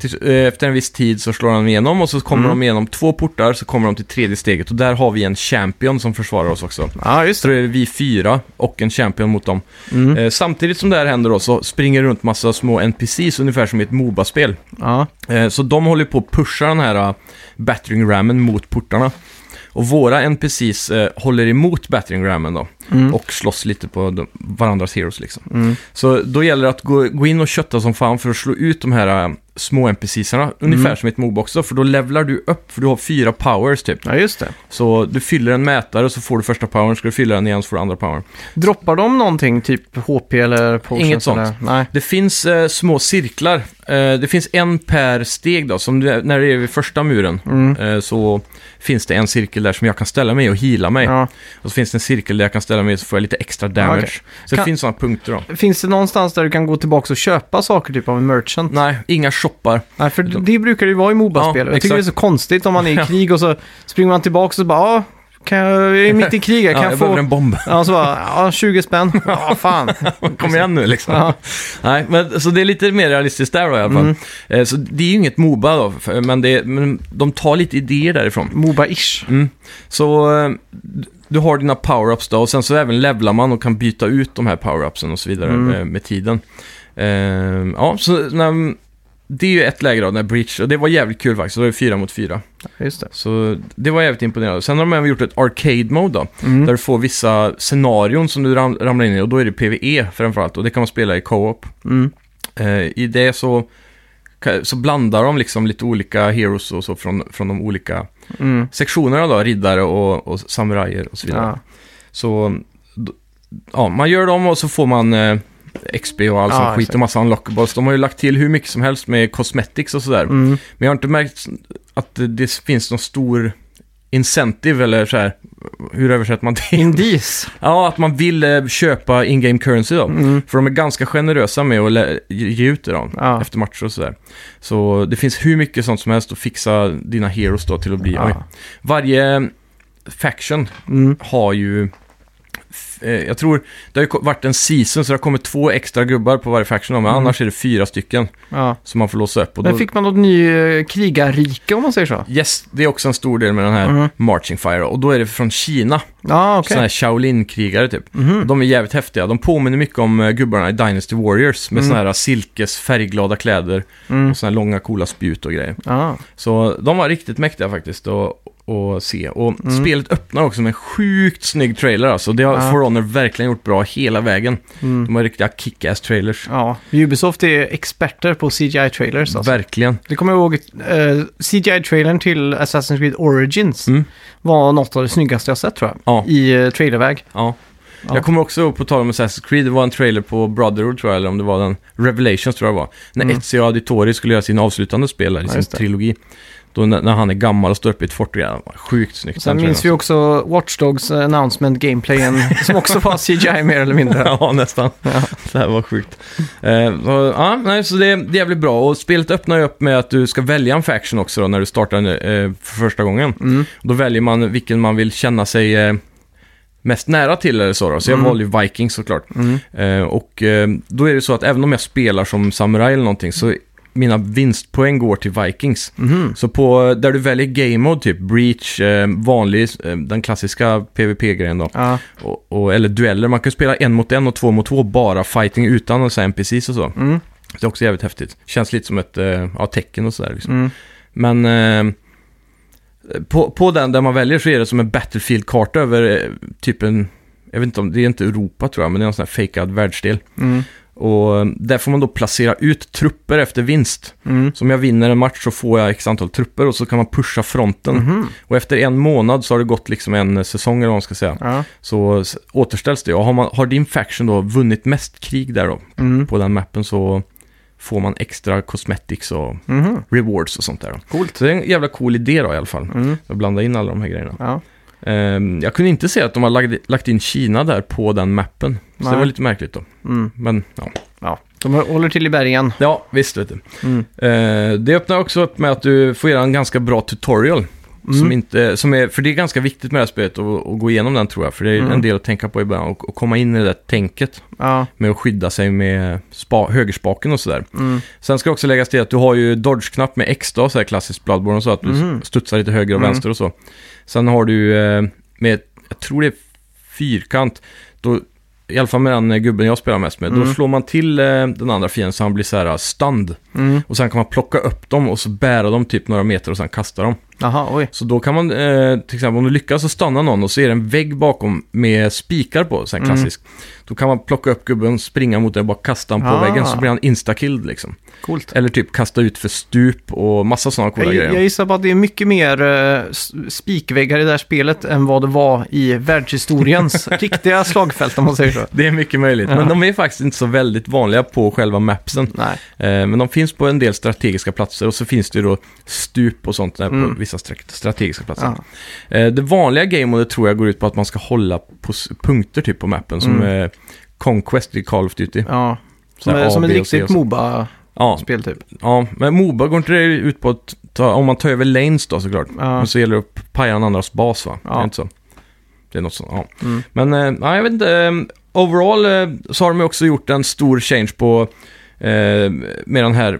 Speaker 2: till, eh, efter en viss tid så slår de igenom och så kommer
Speaker 1: Mm.
Speaker 2: de igenom två portar så kommer de till tredje steget och där har vi en champion som försvarar oss också.
Speaker 1: Ja, just
Speaker 2: Så då är det vi fyra och en champion mot dem.
Speaker 1: Mm.
Speaker 2: Eh, samtidigt som det här händer då så springer det runt massa små NPCs ungefär som i ett Moba-spel.
Speaker 1: Ja.
Speaker 2: Eh, Så de håller på att pusha den här eh, battering rammen mot portarna. Och våra NPCs eh, håller emot battering rammen då.
Speaker 1: Mm.
Speaker 2: Och slåss lite på de, varandras heroes liksom. Så då gäller det att gå, gå in och kötta som fan för att slå ut de här eh, små NPCsarna. Ungefär
Speaker 1: Mm.
Speaker 2: som i ett mob också, för då levlar du upp, för du har fyra powers typ.
Speaker 1: ja, just det.
Speaker 2: Så du fyller en mätare och så får du första powern, ska du fylla den igen så får du andra powern.
Speaker 1: Droppar de någonting, typ HP eller potions?
Speaker 2: Inget sånt.
Speaker 1: Eller? Nej.
Speaker 2: Det finns eh, små cirklar. Eh, det finns en per steg då, som du, när det är vid första muren
Speaker 1: Mm.
Speaker 2: eh, så finns det en cirkel där som jag kan ställa mig och heala mig.
Speaker 1: Ja.
Speaker 2: Och så finns det en cirkel där jag kan ställa mig så får jag lite extra damage.
Speaker 1: Okej.
Speaker 2: Så
Speaker 1: Kan-
Speaker 2: det finns sådana punkter då.
Speaker 1: Finns det någonstans där du kan gå tillbaka och köpa saker typ av en merchant?
Speaker 2: Nej, inga shoppar.
Speaker 1: Nej, för det brukar det ju vara i Moba-spel.
Speaker 2: Ja,
Speaker 1: jag tycker det är
Speaker 2: exakt.
Speaker 1: så konstigt om man är i krig och så springer man tillbaka och så bara, ja, kan jag, jag är mitt i krig, här,
Speaker 2: Ja,
Speaker 1: kan
Speaker 2: jag
Speaker 1: jag
Speaker 2: behöver
Speaker 1: få...
Speaker 2: en bomb.
Speaker 1: Ja, så bara, ja, 20 spänn. Ja, fan.
Speaker 2: Kom igen nu liksom.
Speaker 1: Ja. Mm.
Speaker 2: Nej, men, så det är lite mer realistiskt där då i alla fall. Eh, så det är ju inget Moba då, för- men, det, men de tar lite idéer därifrån.
Speaker 1: Moba-ish.
Speaker 2: Mm. Så eh, du har dina power-ups då och sen så även levlar man och kan byta ut de här power-upsen och så vidare eh,
Speaker 1: Mm.
Speaker 2: med, med tiden. Ehm, ja, så när, det är ju ett läge då, när Breach, och det var jävligt kul faktiskt, då är det fyra mot fyra.
Speaker 1: Just det.
Speaker 2: Så det var jävligt imponerande. Sen har de även gjort ett arcade-mode då,
Speaker 1: Mm.
Speaker 2: där du får vissa scenarion som du ram- ramlar in i och E då är det PVE framförallt och det kan man spela i co-op.
Speaker 1: Mm.
Speaker 2: Eh, I det så ka- så blandar de liksom lite olika heroes och så från, från de olika
Speaker 1: Mm.
Speaker 2: sektionerna då, riddare och, och samurajer och så vidare.
Speaker 1: Ja.
Speaker 2: Så, d- ja, man gör dem och så får man eh, XP och all
Speaker 1: Ja,
Speaker 2: sån skit
Speaker 1: exakt.
Speaker 2: och massa unlockables. De har ju lagt till hur mycket som helst med cosmetics och sådär.
Speaker 1: Mm.
Speaker 2: Men jag har inte märkt att det, det finns någon stor incentive eller så här. Hur översätter man det?
Speaker 1: Indis.
Speaker 2: Ja, att man vill eh, köpa in-game currency då.
Speaker 1: Mm.
Speaker 2: För de är ganska generösa med att lä- ge ge ut det då,
Speaker 1: Ja.
Speaker 2: efter matcher och sådär. Så det finns hur mycket sånt som helst att fixa dina heroes då till att bli... Oj.
Speaker 1: Ja.
Speaker 2: Varje faction
Speaker 1: Mm.
Speaker 2: har ju... f- eh, Jag tror det har ju ko- varit en season så det har kommit två extra gubbar på varje faction då, men
Speaker 1: Mm.
Speaker 2: annars är det fyra stycken
Speaker 1: Ja.
Speaker 2: som man får låsa upp. Och då,
Speaker 1: Men fick man något ny eh, krigarrike om man säger så?
Speaker 2: Yes, det är också en stor del med den här
Speaker 1: Mhm.
Speaker 2: Marching Fire och då är det från Kina.
Speaker 1: Ja, okej.
Speaker 2: Sådana här Shaolin-krigare typ.
Speaker 1: Mhm.
Speaker 2: De är jävligt häftiga. De påminner mycket om eh, gubbarna i Dynasty Warriors med såna här silkes färgglada kläder
Speaker 1: Mm.
Speaker 2: och såna här långa coola spjut och grejer.
Speaker 1: Ja.
Speaker 2: Så de var riktigt mäktiga faktiskt att, att se. Och spelet öppnar också med en sjukt snygg trailer alltså. Det har
Speaker 1: Mm. Ja.
Speaker 2: For Honor verkligen gjort bra hela vägen.
Speaker 1: Mm.
Speaker 2: De har riktiga kick-ass trailers.
Speaker 1: Ja, Ubisoft är experter på CGI-trailers. Alltså.
Speaker 2: Verkligen.
Speaker 1: Det kommer jag ihåg, eh, CGI-trailern till Assassin's Creed Origins
Speaker 2: Mm.
Speaker 1: var något av det snyggaste jag sett tror jag.
Speaker 2: Ja.
Speaker 1: I eh, trailerväg.
Speaker 2: Ja.
Speaker 1: Ja.
Speaker 2: Jag kommer också ihåg, på tal om Assassin's Creed, det var en trailer på Brotherhood tror jag, eller om det var den, Revelations tror jag det var. När
Speaker 1: Mm.
Speaker 2: Ezio Auditori skulle göra sin avslutande spel här, i
Speaker 1: Ja,
Speaker 2: sin
Speaker 1: just det.
Speaker 2: trilogi. Då när, när han är gammal och står uppe i ett fort och grejer. Sjukt snyggt.
Speaker 1: Sen
Speaker 2: den
Speaker 1: minns vi
Speaker 2: trailern.
Speaker 1: också Watch Dogs announcement gameplayen som också var CGI mer eller mindre.
Speaker 2: Ja, nästan. Det här var sjukt. Eh, så, ja, nej, så det, det är jävligt bra. Och spelet öppnar ju upp med att du ska välja en faction också då, när du startar eh, för första gången.
Speaker 1: Mm.
Speaker 2: Då väljer man vilken man vill känna sig eh, mest nära till eller så. Då. Så jag
Speaker 1: Mm.
Speaker 2: valde ju Vikings såklart.
Speaker 1: Mm.
Speaker 2: Eh, och eh, då är det så att även om jag spelar som samurai eller någonting så mina vinstpoäng går till Vikings.
Speaker 1: Mhm.
Speaker 2: Så på, eh, där du väljer game mode, typ breach, eh, vanlig, eh, den klassiska PVP-grejen då.
Speaker 1: Ja.
Speaker 2: Och, och, eller dueller, man kan ju spela en mot en och två mot två, bara fighting utan och så här NPCs och så.
Speaker 1: Mm.
Speaker 2: Det är också jävligt häftigt. Känns lite som ett eh, ja, tecken och sådär liksom.
Speaker 1: Mm.
Speaker 2: Men eh, på, på den där man väljer så är det som en Battlefield-karta över eh, typ en, jag vet inte om, det är inte Europa tror jag, men det är en sån här fejkad världsdel.
Speaker 1: Mm.
Speaker 2: Och eh, där får man då placera ut trupper efter vinst.
Speaker 1: Mm.
Speaker 2: Så om jag vinner en match så får jag x antal trupper och så kan man pusha fronten.
Speaker 1: Mhm.
Speaker 2: Och efter en månad så har det gått liksom en eh, säsong eller vad man ska säga.
Speaker 1: Ja.
Speaker 2: Så s- återställs det. Och har, man, har din faction då vunnit mest krig där då,
Speaker 1: Mm.
Speaker 2: på den mappen så får man extra cosmetics och
Speaker 1: Mhm.
Speaker 2: rewards och sånt där. Då.
Speaker 1: Coolt.
Speaker 2: Så det är en jävla cool idé då i alla fall.
Speaker 1: Mm.
Speaker 2: Att blanda in alla de här grejerna.
Speaker 1: Ja.
Speaker 2: Ehm, jag kunde inte se att de har lagt, lagt in Kina där på den mappen. Så
Speaker 1: Nej.
Speaker 2: det var lite märkligt då.
Speaker 1: Mm.
Speaker 2: Men ja,
Speaker 1: ja. De håller till i bergen.
Speaker 2: ja visst vet du.
Speaker 1: Mm.
Speaker 2: Eh, det öppnar också upp med att du får göra en ganska bra tutorial.
Speaker 1: Mm.
Speaker 2: Som inte, som är, för det är ganska viktigt med det här spelet att, att gå igenom den tror jag. För det är
Speaker 1: Mm.
Speaker 2: en del att tänka på i början och, och komma in i det där tänket
Speaker 1: Ja.
Speaker 2: med att skydda sig med spa, högerspaken och sådär.
Speaker 1: Mm.
Speaker 2: Sen ska också läggas till att du har ju dodge-knapp med X då, så här klassiskt Bloodborne och så, att du
Speaker 1: Mhm.
Speaker 2: studsar lite höger och
Speaker 1: Mm.
Speaker 2: vänster och så. Sen har du eh, med, jag tror det är fyrkant, då, i alla fall med den eh, gubben jag spelar mest med, då
Speaker 1: Mm.
Speaker 2: slår man till eh, den andra fienden så han blir så här eh, stunned.
Speaker 1: Mm.
Speaker 2: Och sen kan man plocka upp dem och så bära dem typ några meter och sen kasta dem.
Speaker 1: Jaha, oj.
Speaker 2: Så då kan man, eh, till exempel om du lyckas så stanna någon och så är det en vägg bakom med spikar på, så här
Speaker 1: Mm.
Speaker 2: klassisk. Då kan man plocka upp gubben, springa mot den och bara kasta honom på
Speaker 1: Ah.
Speaker 2: väggen så blir han instakilled liksom.
Speaker 1: Coolt.
Speaker 2: Eller typ kasta ut för stup och massa sådana coola
Speaker 1: Jag,
Speaker 2: grejer.
Speaker 1: jag gissar på att det är mycket mer eh, s- spikväggar i det här spelet än vad det var i världshistoriens riktiga slagfält om man säger så.
Speaker 2: Det är mycket möjligt, men
Speaker 1: Ja.
Speaker 2: de är faktiskt inte så väldigt vanliga på själva mapsen.
Speaker 1: Nej.
Speaker 2: Eh, men de finns på en del strategiska platser och så finns det ju då stup och sånt där
Speaker 1: Mm.
Speaker 2: på vissa stra- strategiska platser.
Speaker 1: Ja.
Speaker 2: Eh, Det vanliga gamemodet tror jag går ut på att man ska hålla pos- punkter typ på mappen, som
Speaker 1: Mm.
Speaker 2: eh, Conquest i Call of Duty.
Speaker 1: ja.
Speaker 2: Så
Speaker 1: Som,
Speaker 2: här
Speaker 1: är,
Speaker 2: A,
Speaker 1: som ett
Speaker 2: B och C och
Speaker 1: riktigt
Speaker 2: så.
Speaker 1: Moba-spel
Speaker 2: Ja,
Speaker 1: typ.
Speaker 2: ja, men Moba går inte det ut på att ta, om man tar över lanes då såklart.
Speaker 1: Ja.
Speaker 2: Men så gäller det att paja den andras bas va?
Speaker 1: Ja.
Speaker 2: Det är inte så. Det är något sånt, ja.
Speaker 1: Mm.
Speaker 2: Men eh, nej, jag vet inte. eh, Overall eh, så har de ju också gjort en stor change på, eh, med den här,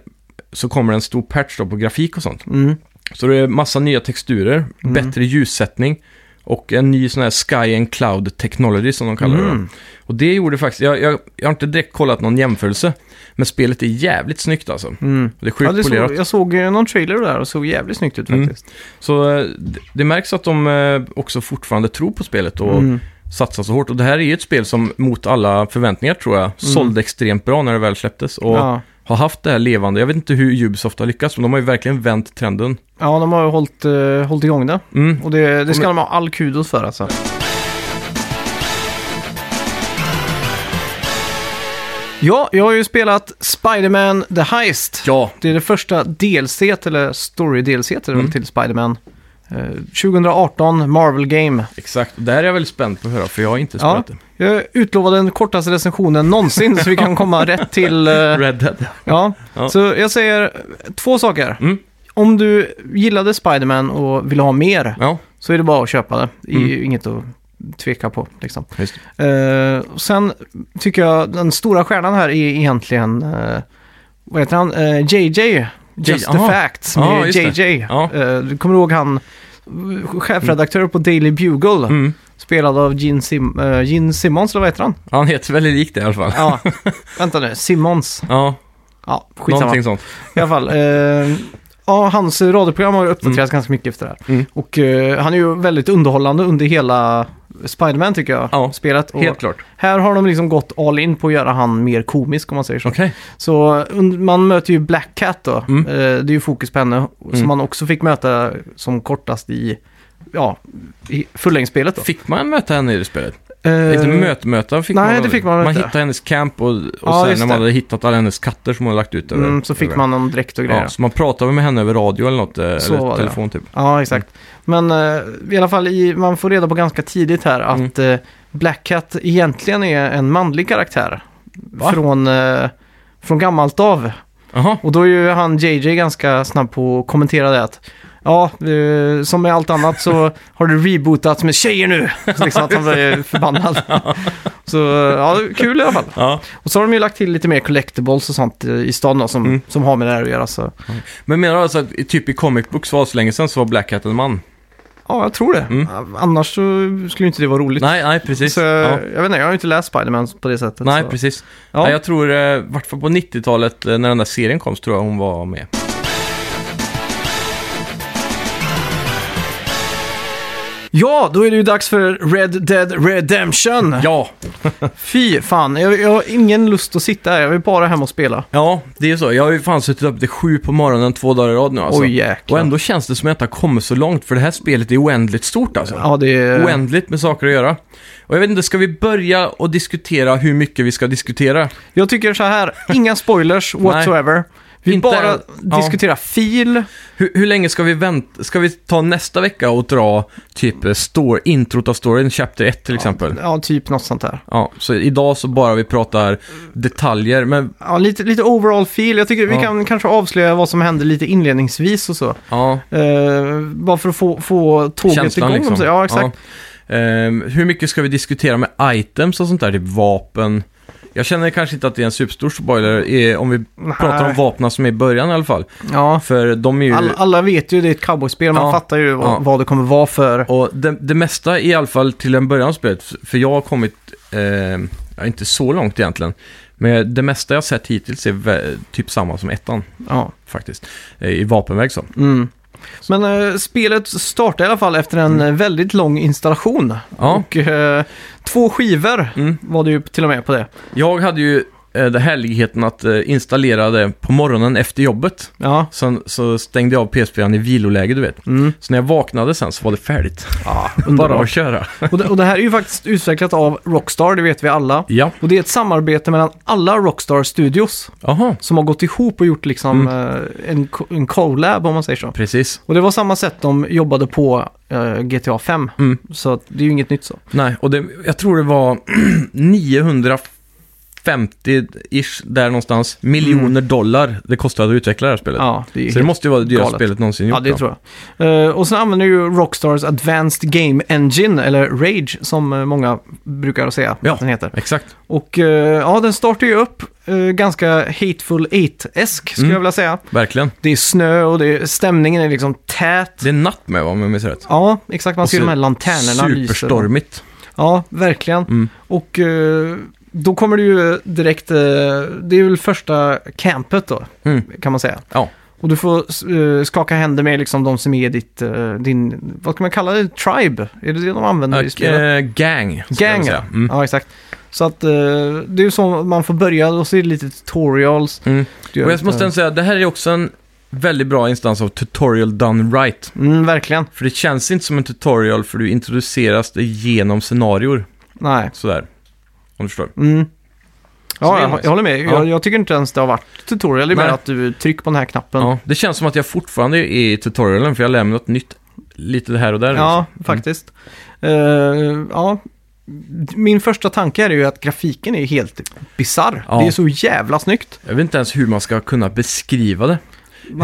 Speaker 2: så kommer det en stor patch då på grafik och sånt.
Speaker 1: Mm.
Speaker 2: Så det är massa nya texturer,
Speaker 1: Mm.
Speaker 2: bättre ljussättning och en ny sån här Sky and Cloud Technology som de kallar det. då.
Speaker 1: Mm.
Speaker 2: Och det gjorde faktiskt, jag, jag, jag har inte direkt kollat någon jämförelse, men spelet är jävligt snyggt alltså. Och
Speaker 1: Mm.
Speaker 2: Det är sjukt
Speaker 1: Ja, det
Speaker 2: polerat.
Speaker 1: såg, jag såg eh, någon trailer där och såg jävligt snyggt ut
Speaker 2: Mm.
Speaker 1: faktiskt.
Speaker 2: Så eh, det- det märks att de eh, också fortfarande tror på spelet och
Speaker 1: Mm.
Speaker 2: satsar så hårt. Mm. Och det här är ju ett spel som mot alla förväntningar tror jag sålde extremt bra när det väl släpptes och
Speaker 1: Ja.
Speaker 2: har haft det här levande. Jag vet inte hur Ubisoft har lyckats, men de har ju verkligen vänt trenden.
Speaker 1: Ja, de har ju hållit, uh, hållit igång det.
Speaker 2: Mm.
Speaker 1: Och det, det ska de ha all kudos för alltså. Ja, jag har ju spelat Spider-Man The Heist.
Speaker 2: Ja,
Speaker 1: Det är det första DLC, eller story DLC är det
Speaker 2: Mm.
Speaker 1: väl, till Spider-Man. Eh, 2018 Marvel Game.
Speaker 2: exakt. Det här är jag väldigt spänd på att höra, för jag har inte spelat det.
Speaker 1: Jag utlovade den kortaste recensionen någonsin så vi kan komma rätt till... eh,
Speaker 2: Red Dead.
Speaker 1: ja.
Speaker 2: Ja.
Speaker 1: Så jag säger två saker.
Speaker 2: Mm.
Speaker 1: Om du gillade Spider-Man och vill ha mer
Speaker 2: Ja,
Speaker 1: så är det bara att köpa det. Det är
Speaker 2: Mm.
Speaker 1: ju inget att tveka på liksom.
Speaker 2: just det.
Speaker 1: Eh, och sen tycker jag den stora stjärnan här är egentligen, eh, vad heter han, Eh, JJ, Just the
Speaker 2: aha.
Speaker 1: Facts
Speaker 2: Ja,
Speaker 1: med
Speaker 2: just det.
Speaker 1: JJ.
Speaker 2: Ja.
Speaker 1: Eh, du kommer ihåg han, eh, chefredaktör på Daily Bugle,
Speaker 2: Mm.
Speaker 1: spelad av Gene, Sim- eh, Gene Simmons, eller vad heter han?
Speaker 2: Han heter väldigt likt det i alla fall. Ja,
Speaker 1: Ja, vänta nu, Simmons. Ja, skitsamma.
Speaker 2: någonting sånt.
Speaker 1: I alla fall. Eh, ja, hans radioprogram har ju uppdaterats ganska mycket efter det här.
Speaker 2: Mm.
Speaker 1: Och eh, han är ju väldigt underhållande under hela Spiderman tycker jag.
Speaker 2: Ja,
Speaker 1: spelet. Och
Speaker 2: Helt klart.
Speaker 1: Här har de liksom gått all in på att göra han mer komisk om man säger så.
Speaker 2: Okej.
Speaker 1: Så und- man möter ju Black Cat då.
Speaker 2: Mm.
Speaker 1: Eh, det är ju fokus på henne. Som
Speaker 2: Mm.
Speaker 1: man också fick möta som kortast i, ja, i fullängdsspelet då.
Speaker 2: Fick man möta henne i det spelet?
Speaker 1: Eh,
Speaker 2: Inte möt-möta fick
Speaker 1: nej,
Speaker 2: man
Speaker 1: det
Speaker 2: aldrig.
Speaker 1: fick man
Speaker 2: Man
Speaker 1: inte.
Speaker 2: hittade hennes camp och, och
Speaker 1: Ja,
Speaker 2: sen
Speaker 1: just
Speaker 2: när
Speaker 1: det.
Speaker 2: man hade hittat alla hennes katter som hon hade lagt ut över.
Speaker 1: mm, så fick
Speaker 2: över.
Speaker 1: man någon dräkt och grejer.
Speaker 2: Ja, så man pratade med henne över radio eller något, eh,
Speaker 1: Så var
Speaker 2: eller
Speaker 1: det,
Speaker 2: telefon typ.
Speaker 1: Ja, exakt. Men eh, i alla fall, i, man får reda på ganska tidigt här
Speaker 2: Mm.
Speaker 1: att eh, Black Cat egentligen är en manlig karaktär.
Speaker 2: Va?
Speaker 1: Från, eh, från gammalt av.
Speaker 2: Jaha,
Speaker 1: Och då är ju han JJ ganska snabb på att kommentera det att Ja, eh, som med allt annat så har det rebootats med tjejer nu. Så liksom att han blir förbannad. Så ja, det är kul i alla fall.
Speaker 2: ja.
Speaker 1: Och så har de ju lagt till lite mer collectibles och sånt eh, i stan då, som,
Speaker 2: Mm.
Speaker 1: som har med det här att göra. Så.
Speaker 2: Men menar du alltså att i- typ i comic books var så länge sedan så var Black Hat en man?
Speaker 1: Ja, jag tror det.
Speaker 2: Mm.
Speaker 1: Annars så skulle inte det vara roligt.
Speaker 2: Nej, nej precis.
Speaker 1: Så,
Speaker 2: ja.
Speaker 1: Jag vet inte, jag har ju inte läst Spider-Man på det sättet.
Speaker 2: Nej,
Speaker 1: så.
Speaker 2: precis.
Speaker 1: Ja.
Speaker 2: Nej, jag tror, eh, i vart fall på 90-talet eh, när den där serien kom så tror jag hon var med.
Speaker 1: ja, då är det ju dags för Red Dead Redemption.
Speaker 2: Ja,
Speaker 1: Fy fan, jag, jag har ingen lust att sitta här. Jag vill bara hem och spela.
Speaker 2: ja det är ju så. Jag har ju fan suttit upp till sju på morgonen två dagar i rad nu alltså.
Speaker 1: Oj jäklar.
Speaker 2: och ändå känns det som att jag inte har kommit så långt för det här spelet är oändligt stort alltså.
Speaker 1: Ja, det är...
Speaker 2: Oändligt med saker att göra. Och jag vet inte, ska vi börja och diskutera hur mycket vi ska diskutera?
Speaker 1: Jag tycker så här, inga spoilers whatsoever. Vi
Speaker 2: Inte-
Speaker 1: bara
Speaker 2: ja.
Speaker 1: diskuterar fil.
Speaker 2: Hur, hur länge ska vi vänta? Ska vi ta nästa vecka och dra typ eh, stor, introt av storyn, chapter 1 till exempel? Ja.
Speaker 1: Ja, typ något sånt där.
Speaker 2: så idag så bara vi pratar detaljer, men
Speaker 1: Ja, lite, lite overall feel. Jag tycker vi
Speaker 2: Ja.
Speaker 1: kan kanske avslöja vad som hände lite inledningsvis och så.
Speaker 2: ja,
Speaker 1: Eh, bara för att få, få tåget
Speaker 2: känslan
Speaker 1: igång.
Speaker 2: liksom.
Speaker 1: Så, ja, exakt.
Speaker 2: Ja. Ehm, hur mycket ska vi diskutera med items och sånt där, typ vapen? Jag känner kanske inte att det är en superstor spoiler, eh, om vi pratar om vapnen som är i början i alla fall.
Speaker 1: Ja.
Speaker 2: För de är ju...
Speaker 1: Alla, alla vet ju, det är ett cowboyspel. Man
Speaker 2: Ja.
Speaker 1: fattar ju vad,
Speaker 2: Ja.
Speaker 1: vad det kommer vara för.
Speaker 2: Och det, det mesta i alla fall till en början av spelet, för jag har kommit, eh, ja, inte så långt egentligen, men det mesta jag sett hittills är vä- typ samma som ettan
Speaker 1: Ja.
Speaker 2: faktiskt, eh, i vapenväg så.
Speaker 1: Mm. Men eh, spelet startar i alla fall efter en eh, väldigt lång installation.
Speaker 2: Mm. Ja.
Speaker 1: Och eh, två skivor
Speaker 2: Mm.
Speaker 1: var det ju till och med på det.
Speaker 2: Jag hade ju eh, den härligheten att eh, installera det på morgonen efter jobbet.
Speaker 1: Ja.
Speaker 2: Sen så stängde jag av PS4 i viloläge, du vet.
Speaker 1: Mm.
Speaker 2: Så när jag vaknade sen så var det färdigt.
Speaker 1: ja
Speaker 2: Bara
Speaker 1: underbart.
Speaker 2: att köra.
Speaker 1: och, det, och det här är ju faktiskt utvecklat av Rockstar, det vet vi alla.
Speaker 2: Ja,
Speaker 1: Och det är ett samarbete mellan alla Rockstar Studios
Speaker 2: jaha.
Speaker 1: som har gått ihop och gjort liksom
Speaker 2: Mm.
Speaker 1: eh, en, co- en collab om man säger så.
Speaker 2: Precis.
Speaker 1: Och det var samma sätt de jobbade på eh, GTA 5.
Speaker 2: Mm.
Speaker 1: Så att det är ju inget nytt så.
Speaker 2: Nej, och det, jag tror det var 950-ish, där någonstans, miljoner dollar det kostade att utveckla det här spelet.
Speaker 1: Mm. Ja, det är ju
Speaker 2: Så det måste ju vara det dyraste
Speaker 1: galet.
Speaker 2: spelet någonsin gjort.
Speaker 1: Ja, det
Speaker 2: då.
Speaker 1: tror jag. Eh, och sen använder ju Rockstars Advanced Game Engine, eller Rage, som eh, många brukar säga
Speaker 2: Ja.
Speaker 1: att den heter.
Speaker 2: Exakt.
Speaker 1: Och eh, ja, den startar ju upp eh, ganska Hateful Eight-esk, skulle
Speaker 2: Mm.
Speaker 1: jag vilja säga.
Speaker 2: Verkligen.
Speaker 1: Det är snö och det är, stämningen är liksom tät.
Speaker 2: Det är natt med, va, om jag minns rätt.
Speaker 1: Ja, exakt. Man
Speaker 2: Och
Speaker 1: ser
Speaker 2: så
Speaker 1: de här lanternorna lyser. och-
Speaker 2: Superstormigt.
Speaker 1: Ja, verkligen.
Speaker 2: Mm.
Speaker 1: Och eh, då kommer det ju direkt, eh, det är väl första campet då,
Speaker 2: Mm.
Speaker 1: kan man säga.
Speaker 2: Ja.
Speaker 1: Och du får eh, skaka händer med liksom de som är ditt, eh, din, vad ska man kalla det, tribe? Är det det de använder i
Speaker 2: Och,
Speaker 1: spelet?
Speaker 2: eh, gang. eh, ska jag
Speaker 1: Gang,
Speaker 2: säga.
Speaker 1: ja.
Speaker 2: Mm.
Speaker 1: ja exakt. Så att eh, det är ju så man får börja och se lite tutorials.
Speaker 2: Mm.
Speaker 1: Du gör
Speaker 2: Och jag
Speaker 1: lite-
Speaker 2: måste ändå säga, det här är också en väldigt bra instans av tutorial done right.
Speaker 1: Mm, verkligen.
Speaker 2: För det känns inte som en tutorial för du introduceras det genom scenarior.
Speaker 1: Nej.
Speaker 2: Sådär. Om du förstår.
Speaker 1: Mm.
Speaker 2: Så det
Speaker 1: Ja,
Speaker 2: är
Speaker 1: jag,
Speaker 2: nice.
Speaker 1: jag håller med.
Speaker 2: Ja.
Speaker 1: Jag, jag tycker inte ens det har varit tutorial. Det är
Speaker 2: Nej.
Speaker 1: bara att du trycker på den här knappen. Ja,
Speaker 2: Ja, det känns som att jag fortfarande är i tutorialen för jag lär mig något nytt lite här och där.
Speaker 1: faktiskt. Eh, ja. Min första tanke är ju att grafiken är helt bisarr.
Speaker 2: Ja.
Speaker 1: Det är så jävla snyggt.
Speaker 2: Jag vet inte ens hur man ska kunna beskriva det.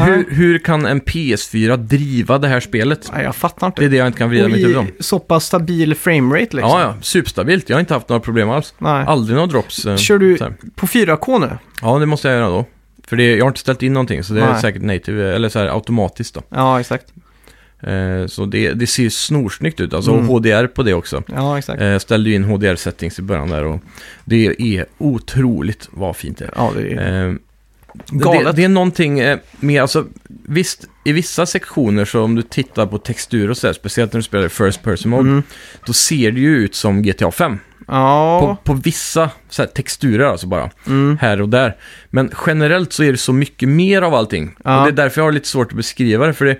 Speaker 2: Hur, hur kan en PS4 driva det här spelet?
Speaker 1: Nej, jag fattar inte.
Speaker 2: Det är det jag inte kan vrida mitt huvud
Speaker 1: och
Speaker 2: om.
Speaker 1: i så pass stabil framerate liksom.
Speaker 2: Ja, ja. Superstabilt. Jag har inte haft några problem alls.
Speaker 1: Nej.
Speaker 2: Aldrig några drops. eh,
Speaker 1: Kör du
Speaker 2: så här.
Speaker 1: på 4K nu?
Speaker 2: Ja, det måste jag göra då. För det, jag har inte ställt in någonting, så det är
Speaker 1: Nej.
Speaker 2: säkert native, eh, eller så här automatiskt då.
Speaker 1: Ja, exakt.
Speaker 2: Eh, så det, det ser ju snorsnyggt ut. Alltså
Speaker 1: Mm.
Speaker 2: HDR på det också.
Speaker 1: Ja, exakt.
Speaker 2: Eh, ställde ju in HDR-settings i början där och det är otroligt vad fint det är.
Speaker 1: Ja, det är
Speaker 2: Eh, Det,
Speaker 1: galet.
Speaker 2: det är någonting eh, med, alltså visst, i vissa sektioner så om du tittar på textur och sådär, speciellt när du spelar i First Person Mode,
Speaker 1: Mm.
Speaker 2: då ser det ju ut som GTA 5. På,
Speaker 1: Ja.
Speaker 2: på vissa så här, texturer alltså bara,
Speaker 1: Mm.
Speaker 2: här och där. Men generellt så är det så mycket mer av allting.
Speaker 1: Ja.
Speaker 2: Och det är därför jag har lite svårt att beskriva det, för det,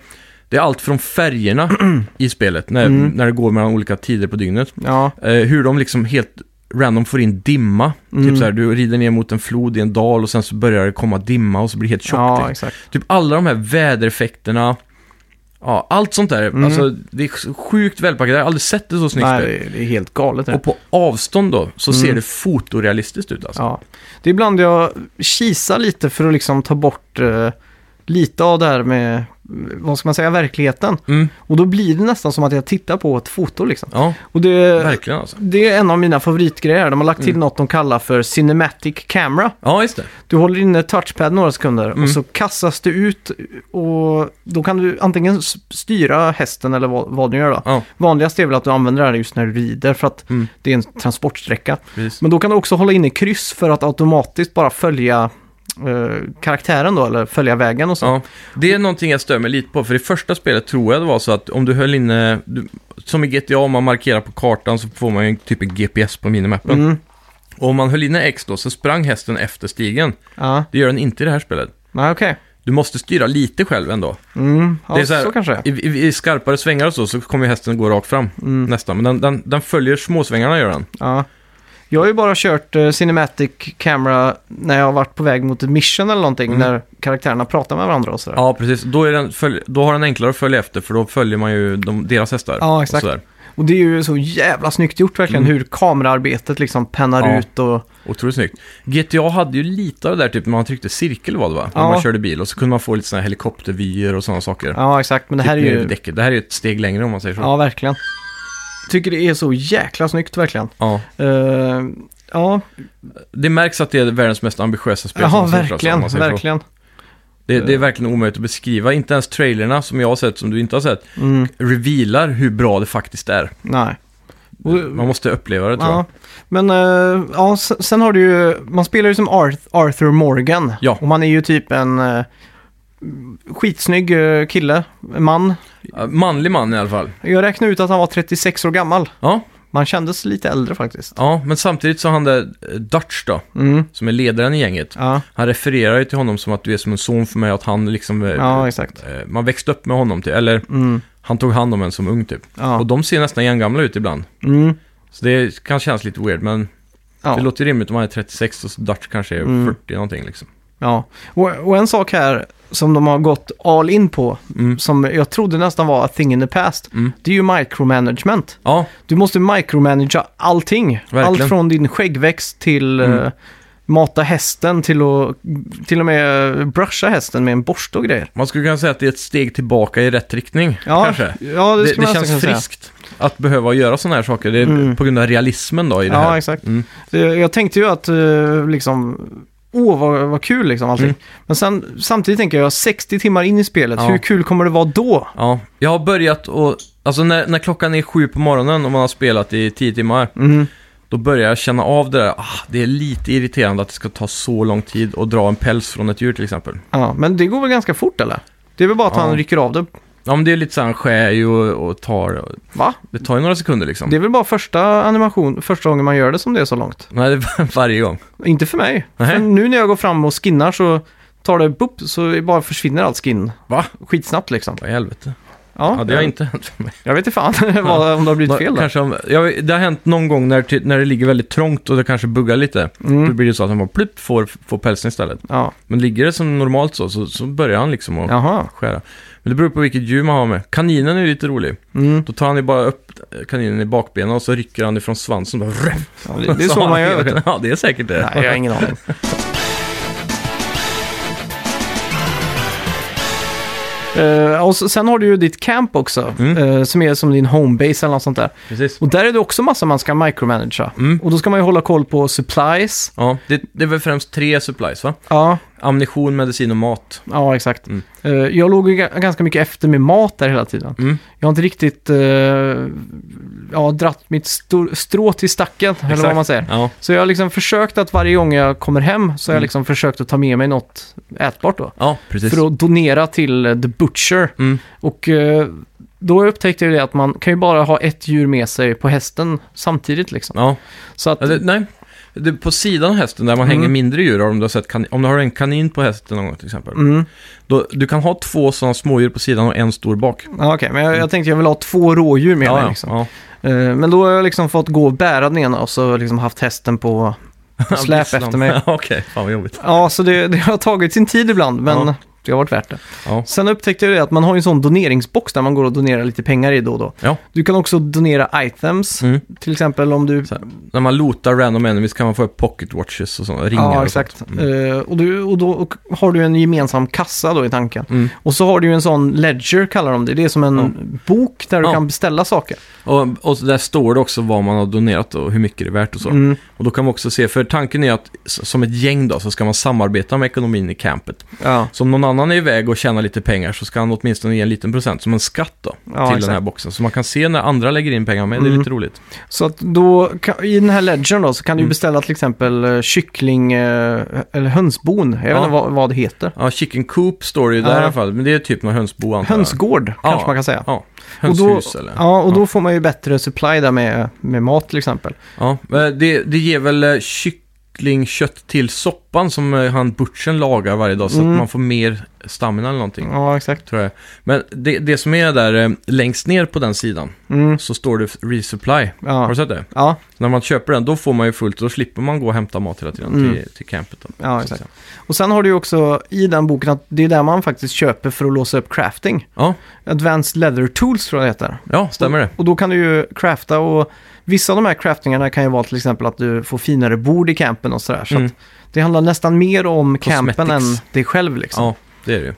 Speaker 2: det är allt från färgerna i spelet, när,
Speaker 1: Mm.
Speaker 2: när det går mellan olika tider på dygnet.
Speaker 1: Ja.
Speaker 2: Eh, hur de liksom helt random får in dimma.
Speaker 1: Mm.
Speaker 2: Typ så här, du rider ner mot en flod i en dal och sen så börjar det komma dimma och så blir det helt tjockt.
Speaker 1: Ja,
Speaker 2: liksom.
Speaker 1: exakt.
Speaker 2: Typ alla de här vädereffekterna. Ja, allt sånt där.
Speaker 1: Mm.
Speaker 2: Alltså, det är sjukt välpackat. Jag har aldrig sett det så snyggt.
Speaker 1: Nej,
Speaker 2: spel.
Speaker 1: det är, det är helt galet. Det.
Speaker 2: Och på avstånd då, så
Speaker 1: Mm.
Speaker 2: ser det fotorealistiskt ut alltså.
Speaker 1: Ja. Det är ibland jag kisar lite för att liksom ta bort eh, lite av det här med, eh, vad ska man säga, verkligheten.
Speaker 2: Mm.
Speaker 1: Och då blir det nästan som att jag tittar på ett foto liksom.
Speaker 2: ja
Speaker 1: Och det,
Speaker 2: verkligen alltså.
Speaker 1: det är en av mina favoritgrejer. De har lagt till
Speaker 2: Mm.
Speaker 1: något de kallar för Cinematic Camera.
Speaker 2: Ja, just det.
Speaker 1: Du håller inne touchpad några sekunder
Speaker 2: Mm.
Speaker 1: och så kastas det ut och då kan du antingen s- styra hästen eller vad, vad du gör då.
Speaker 2: Ja,
Speaker 1: Vanligast är väl att du använder det här just när du rider för att
Speaker 2: Mm.
Speaker 1: det är en transportsträcka.
Speaker 2: precis.
Speaker 1: Men då kan du också hålla inne kryss för att automatiskt bara följa eh, karaktären då eller följa vägen och så.
Speaker 2: Ja, det är någonting jag stör mig lite på, för i första spelet tror jag det var så att om du höll inne, du, som i GTA, om man markerar på kartan så får man ju en typ av GPS på minimappen.
Speaker 1: Mm.
Speaker 2: Och om man höll inne X då så sprang hästen efter stigen.
Speaker 1: Ja,
Speaker 2: Det gör den inte i det här spelet.
Speaker 1: nej okej.
Speaker 2: Du måste styra lite själv ändå.
Speaker 1: Mm. Ja,
Speaker 2: Det är
Speaker 1: så,
Speaker 2: så här-
Speaker 1: kanske det är.
Speaker 2: I, i, i skarpare svängar och så, så kommer ju hästen att gå rakt fram
Speaker 1: Mm.
Speaker 2: nästan. Men den, den, den följer småsvängarna gör den.
Speaker 1: Ja. Jag har ju bara kört eh, Cinematic Camera när jag har varit på väg mot ett mission eller någonting
Speaker 2: Mm.
Speaker 1: när karaktärerna pratar med varandra och sådär.
Speaker 2: Ja, precis. Då, är den följ, då har den enklare att följa efter för då följer man ju de, deras hästar.
Speaker 1: Ja,
Speaker 2: och
Speaker 1: exakt.
Speaker 2: sådär.
Speaker 1: Och det är ju så jävla snyggt gjort verkligen
Speaker 2: Mm.
Speaker 1: hur kamerarbetet liksom pennar
Speaker 2: Ja.
Speaker 1: ut och...
Speaker 2: Otroligt snyggt. GTA hade ju lite av det där typ när man tryckte cirkel var det va?
Speaker 1: Ja.
Speaker 2: När man körde bil och så kunde man få lite sådana här helikoptervyer och sådana saker.
Speaker 1: Ja, exakt. Men det här är
Speaker 2: Typ nere vid
Speaker 1: ju...
Speaker 2: däcket. Det här är ju ett steg längre om man säger så.
Speaker 1: Ja, verkligen. Tycker det är så jäkla snyggt verkligen.
Speaker 2: Ja.
Speaker 1: Eh, ja,
Speaker 2: Det märks att det är världens mest ambitiösa spel. som
Speaker 1: ja
Speaker 2: har gjorts, alltså, om
Speaker 1: verkligen,
Speaker 2: man säger så.
Speaker 1: verkligen.
Speaker 2: Det, det är verkligen omöjligt att beskriva. Inte ens trailerna som jag har sett, som du inte har sett,
Speaker 1: Mm,
Speaker 2: revealar hur bra det faktiskt är.
Speaker 1: nej. Och-
Speaker 2: Man måste uppleva det tror
Speaker 1: Ja.
Speaker 2: jag.
Speaker 1: Men eh, ja, s- sen har du ju, man spelar ju som Arth- Arthur Morgan.
Speaker 2: Ja.
Speaker 1: Och man är ju typ en eh, skitsnygg eh, kille, man.
Speaker 2: Ja. Manlig man i alla fall.
Speaker 1: Jag räknade ut att han var 36 år gammal.
Speaker 2: Ja,
Speaker 1: Man kändes lite äldre faktiskt.
Speaker 2: ja men samtidigt så han där eh, Dutch då,
Speaker 1: Mm,
Speaker 2: som är ledaren i gänget.
Speaker 1: ja,
Speaker 2: Han refererar ju till honom som att du är som en son för mig, att han liksom... eh,
Speaker 1: ja exakt.
Speaker 2: eh, Man växte upp med honom, till, eller
Speaker 1: Mm,
Speaker 2: han tog hand om en som ung typ.
Speaker 1: ja.
Speaker 2: Och de ser nästan jämngamla ut ibland.
Speaker 1: Mm,
Speaker 2: Så det kan kännas lite weird, men det
Speaker 1: ja.
Speaker 2: låter ju rimligt om han är 36 och så Dutch kanske är
Speaker 1: Mm.
Speaker 2: 40 någonting liksom.
Speaker 1: ja. Och, och en sak här som de har gått all in på,
Speaker 2: Mm.
Speaker 1: som jag trodde nästan var a thing in the past,
Speaker 2: Mm.
Speaker 1: det är ju micromanagement.
Speaker 2: Ja,
Speaker 1: Du måste micromanagera allting. Allt från din skäggväxt till
Speaker 2: Mm.
Speaker 1: eh, mata hästen till att till och med brusha hästen med en borste och grejer.
Speaker 2: Man skulle kunna säga att det är ett steg tillbaka i rätt riktning,
Speaker 1: Ja,
Speaker 2: kanske.
Speaker 1: ja det,
Speaker 2: Det,
Speaker 1: skulle
Speaker 2: det
Speaker 1: man nästan kunna
Speaker 2: känns
Speaker 1: säga.
Speaker 2: friskt att behöva göra sådana här saker. Det är
Speaker 1: Mm.
Speaker 2: på grund av realismen då i det
Speaker 1: Ja,
Speaker 2: här.
Speaker 1: exakt.
Speaker 2: Mm.
Speaker 1: Det- Jag tänkte ju att eh, liksom, åh vad, vad kul liksom allting.
Speaker 2: Mm.
Speaker 1: Men sen, samtidigt tänker jag, 60 timmar in i spelet,
Speaker 2: Ja.
Speaker 1: hur kul kommer det vara då?
Speaker 2: Ja, jag har börjat och... Alltså när, när klockan är sju på morgonen och man har spelat i tio timmar,
Speaker 1: Mm.
Speaker 2: då börjar jag känna av det där. Ah, det är lite irriterande att det ska ta så lång tid att dra en päls från ett djur till exempel.
Speaker 1: Ja, men det går väl ganska fort eller? Det är väl bara att
Speaker 2: Ja.
Speaker 1: han rycker av det.
Speaker 2: Ja, men det är lite så här, han skär ju och, och tar. Och,
Speaker 1: Va?
Speaker 2: det tar ju några sekunder liksom.
Speaker 1: Det är väl bara första animation, första gången man gör det som det är så långt.
Speaker 2: Nej, det är varje gång.
Speaker 1: Inte för mig.
Speaker 2: Nej.
Speaker 1: För nu när jag går fram och skinnar så tar det boop så bara försvinner allt skin.
Speaker 2: Va?
Speaker 1: Skitsnabbt liksom.
Speaker 2: Vad i helvete?
Speaker 1: Ja,
Speaker 2: Ja, det har inte hänt för mig.
Speaker 1: jag vet inte fan vad, om det har blivit fel där.
Speaker 2: kanske om, ja, Det har hänt någon gång när, ty- när det ligger väldigt trångt och det kanske buggar lite. Då blir det så att han bara plupp får, får pälsen istället.
Speaker 1: Ja,
Speaker 2: Men ligger det som normalt så, så, så börjar han liksom att
Speaker 1: jaha.
Speaker 2: skära. Men det beror på vilket djur man har med. Kaninen är ju lite rolig.
Speaker 1: Mm.
Speaker 2: Då tar han ju bara upp kaninen i bakbenen och så rycker han ifrån svansen. Bara,
Speaker 1: Ja, det, det är så
Speaker 2: har
Speaker 1: man
Speaker 2: han
Speaker 1: gör. vet du.
Speaker 2: hela- Ja, det är säkert det.
Speaker 1: Nej, jag har ingen aning. Eh, och så, sen har du ju ditt camp också,
Speaker 2: Mm.
Speaker 1: eh, som är som din homebase eller något sånt där.
Speaker 2: Precis.
Speaker 1: Och där är det också massa man ska micromanagera.
Speaker 2: Mm.
Speaker 1: Och då ska man ju hålla koll på supplies.
Speaker 2: Ja, det, det är väl främst tre supplies va?
Speaker 1: Ja,
Speaker 2: Ammunition, medicin och mat.
Speaker 1: ja exakt.
Speaker 2: Mm.
Speaker 1: Eh, jag låg ju ga- ganska mycket efter med mat där hela tiden.
Speaker 2: Mm.
Speaker 1: Jag har inte riktigt eh, ja, dratt mitt stor- strå till stacken, eller vad
Speaker 2: Exakt.
Speaker 1: man säger.
Speaker 2: Ja,
Speaker 1: Så jag har liksom försökt att varje gång jag kommer hem så har jag
Speaker 2: Mm.
Speaker 1: liksom försökt att ta med mig något ätbart då.
Speaker 2: ja precis.
Speaker 1: För att donera till eh, The Butcher.
Speaker 2: Mm.
Speaker 1: Och eh, då upptäckte jag det att man kan ju bara ha ett djur med sig på hästen samtidigt liksom.
Speaker 2: Ja,
Speaker 1: Så att,
Speaker 2: Ja, det, nej. Det, på sidan av hästen där man
Speaker 1: Mm.
Speaker 2: hänger mindre djur, om du, har sett kanin, om du har en kanin på hästen någon gång till exempel.
Speaker 1: mm,
Speaker 2: Då, du kan ha två sådana smådjur på sidan och en stor bak.
Speaker 1: ja, okej, men jag, jag tänkte jag vill ha två rådjur med mig
Speaker 2: ja,
Speaker 1: liksom.
Speaker 2: ja.
Speaker 1: Eh, Men då har jag liksom fått gå och bära den ena och så har jag liksom haft hästen på på släp
Speaker 2: Gisslan.
Speaker 1: efter mig.
Speaker 2: Ja, Okej, fan vad jobbigt.
Speaker 1: Ja, så det, det har tagit sin tid ibland, men
Speaker 2: Ja.
Speaker 1: det har varit värt det.
Speaker 2: Ja.
Speaker 1: Sen upptäckte jag det att man har ju en sån doneringsbox där man går och donerar lite pengar i då och då.
Speaker 2: Ja.
Speaker 1: Du kan också donera items,
Speaker 2: Mm.
Speaker 1: till exempel om du...
Speaker 2: Så här, När man lotar random enemies kan man få upp pocket watches och sådana ringar.
Speaker 1: Ja,
Speaker 2: och
Speaker 1: exakt.
Speaker 2: sånt. Mm.
Speaker 1: Eh, och, du, och då och har du en gemensam kassa då i tanken.
Speaker 2: Mm.
Speaker 1: Och så har du ju en sån ledger, kallar de det. Det är som en
Speaker 2: Ja.
Speaker 1: bok där du
Speaker 2: Ja.
Speaker 1: kan beställa saker.
Speaker 2: Och, och så där står det också vad man har donerat och hur mycket det är värt och så.
Speaker 1: Mm.
Speaker 2: Och då kan man också se, för tanken är att s- som ett gäng då så ska man samarbeta med ekonomin i campet.
Speaker 1: Ja.
Speaker 2: Så om någon annan är iväg och tjänar lite pengar så ska han åtminstone ge en liten procent som en skatt då.
Speaker 1: Ja,
Speaker 2: till
Speaker 1: exakt.
Speaker 2: den här boxen. Så man kan se när andra lägger in pengar med, det är
Speaker 1: Mm.
Speaker 2: lite roligt.
Speaker 1: Så att då, kan, i den här ledgern då, så kan du ju
Speaker 2: Mm.
Speaker 1: beställa till exempel eh, kyckling eh, eller hönsbon. Jag vet
Speaker 2: Ja.
Speaker 1: inte vad, vad det heter.
Speaker 2: Ja, chicken coop står det ju där
Speaker 1: Ja.
Speaker 2: i alla fall, men det är typ någon hönsbo antar jag.
Speaker 1: Hönsgård, kanske
Speaker 2: Ja.
Speaker 1: man kan säga.
Speaker 2: Ja,
Speaker 1: Och då,
Speaker 2: hönshus eller?
Speaker 1: ja, och då får man ju bättre supply där med, med mat till exempel.
Speaker 2: Ja, men det, det ger väl eh, kycklingkött till soppan som eh, han butchen lagar varje dag så
Speaker 1: Mm.
Speaker 2: att man får mer stamina eller någonting.
Speaker 1: Ja, exakt.
Speaker 2: Tror jag. Men det, det som är där eh, längst ner på den sidan
Speaker 1: Mm,
Speaker 2: så står det resupply. Har
Speaker 1: ja.
Speaker 2: du sett det?
Speaker 1: Ja,
Speaker 2: När man köper den då får man ju fullt och då slipper man gå och hämta mat hela tiden
Speaker 1: Mm.
Speaker 2: till, till campet. Då,
Speaker 1: ja,
Speaker 2: så att
Speaker 1: exakt.
Speaker 2: säga.
Speaker 1: Och sen har du ju också i den boken att det är där man faktiskt köper för att låsa upp crafting.
Speaker 2: Ja,
Speaker 1: Advanced Leather Tools tror jag det heter.
Speaker 2: ja, stämmer det.
Speaker 1: Och då kan du ju crafta och vissa av de här craftingarna kan ju vara till exempel att du får finare bord i campen och sådär. Så
Speaker 2: Mm.
Speaker 1: att det handlar nästan mer om campen än
Speaker 2: Cosmetics.
Speaker 1: dig själv liksom. Ja.
Speaker 2: Ja, det är det ju.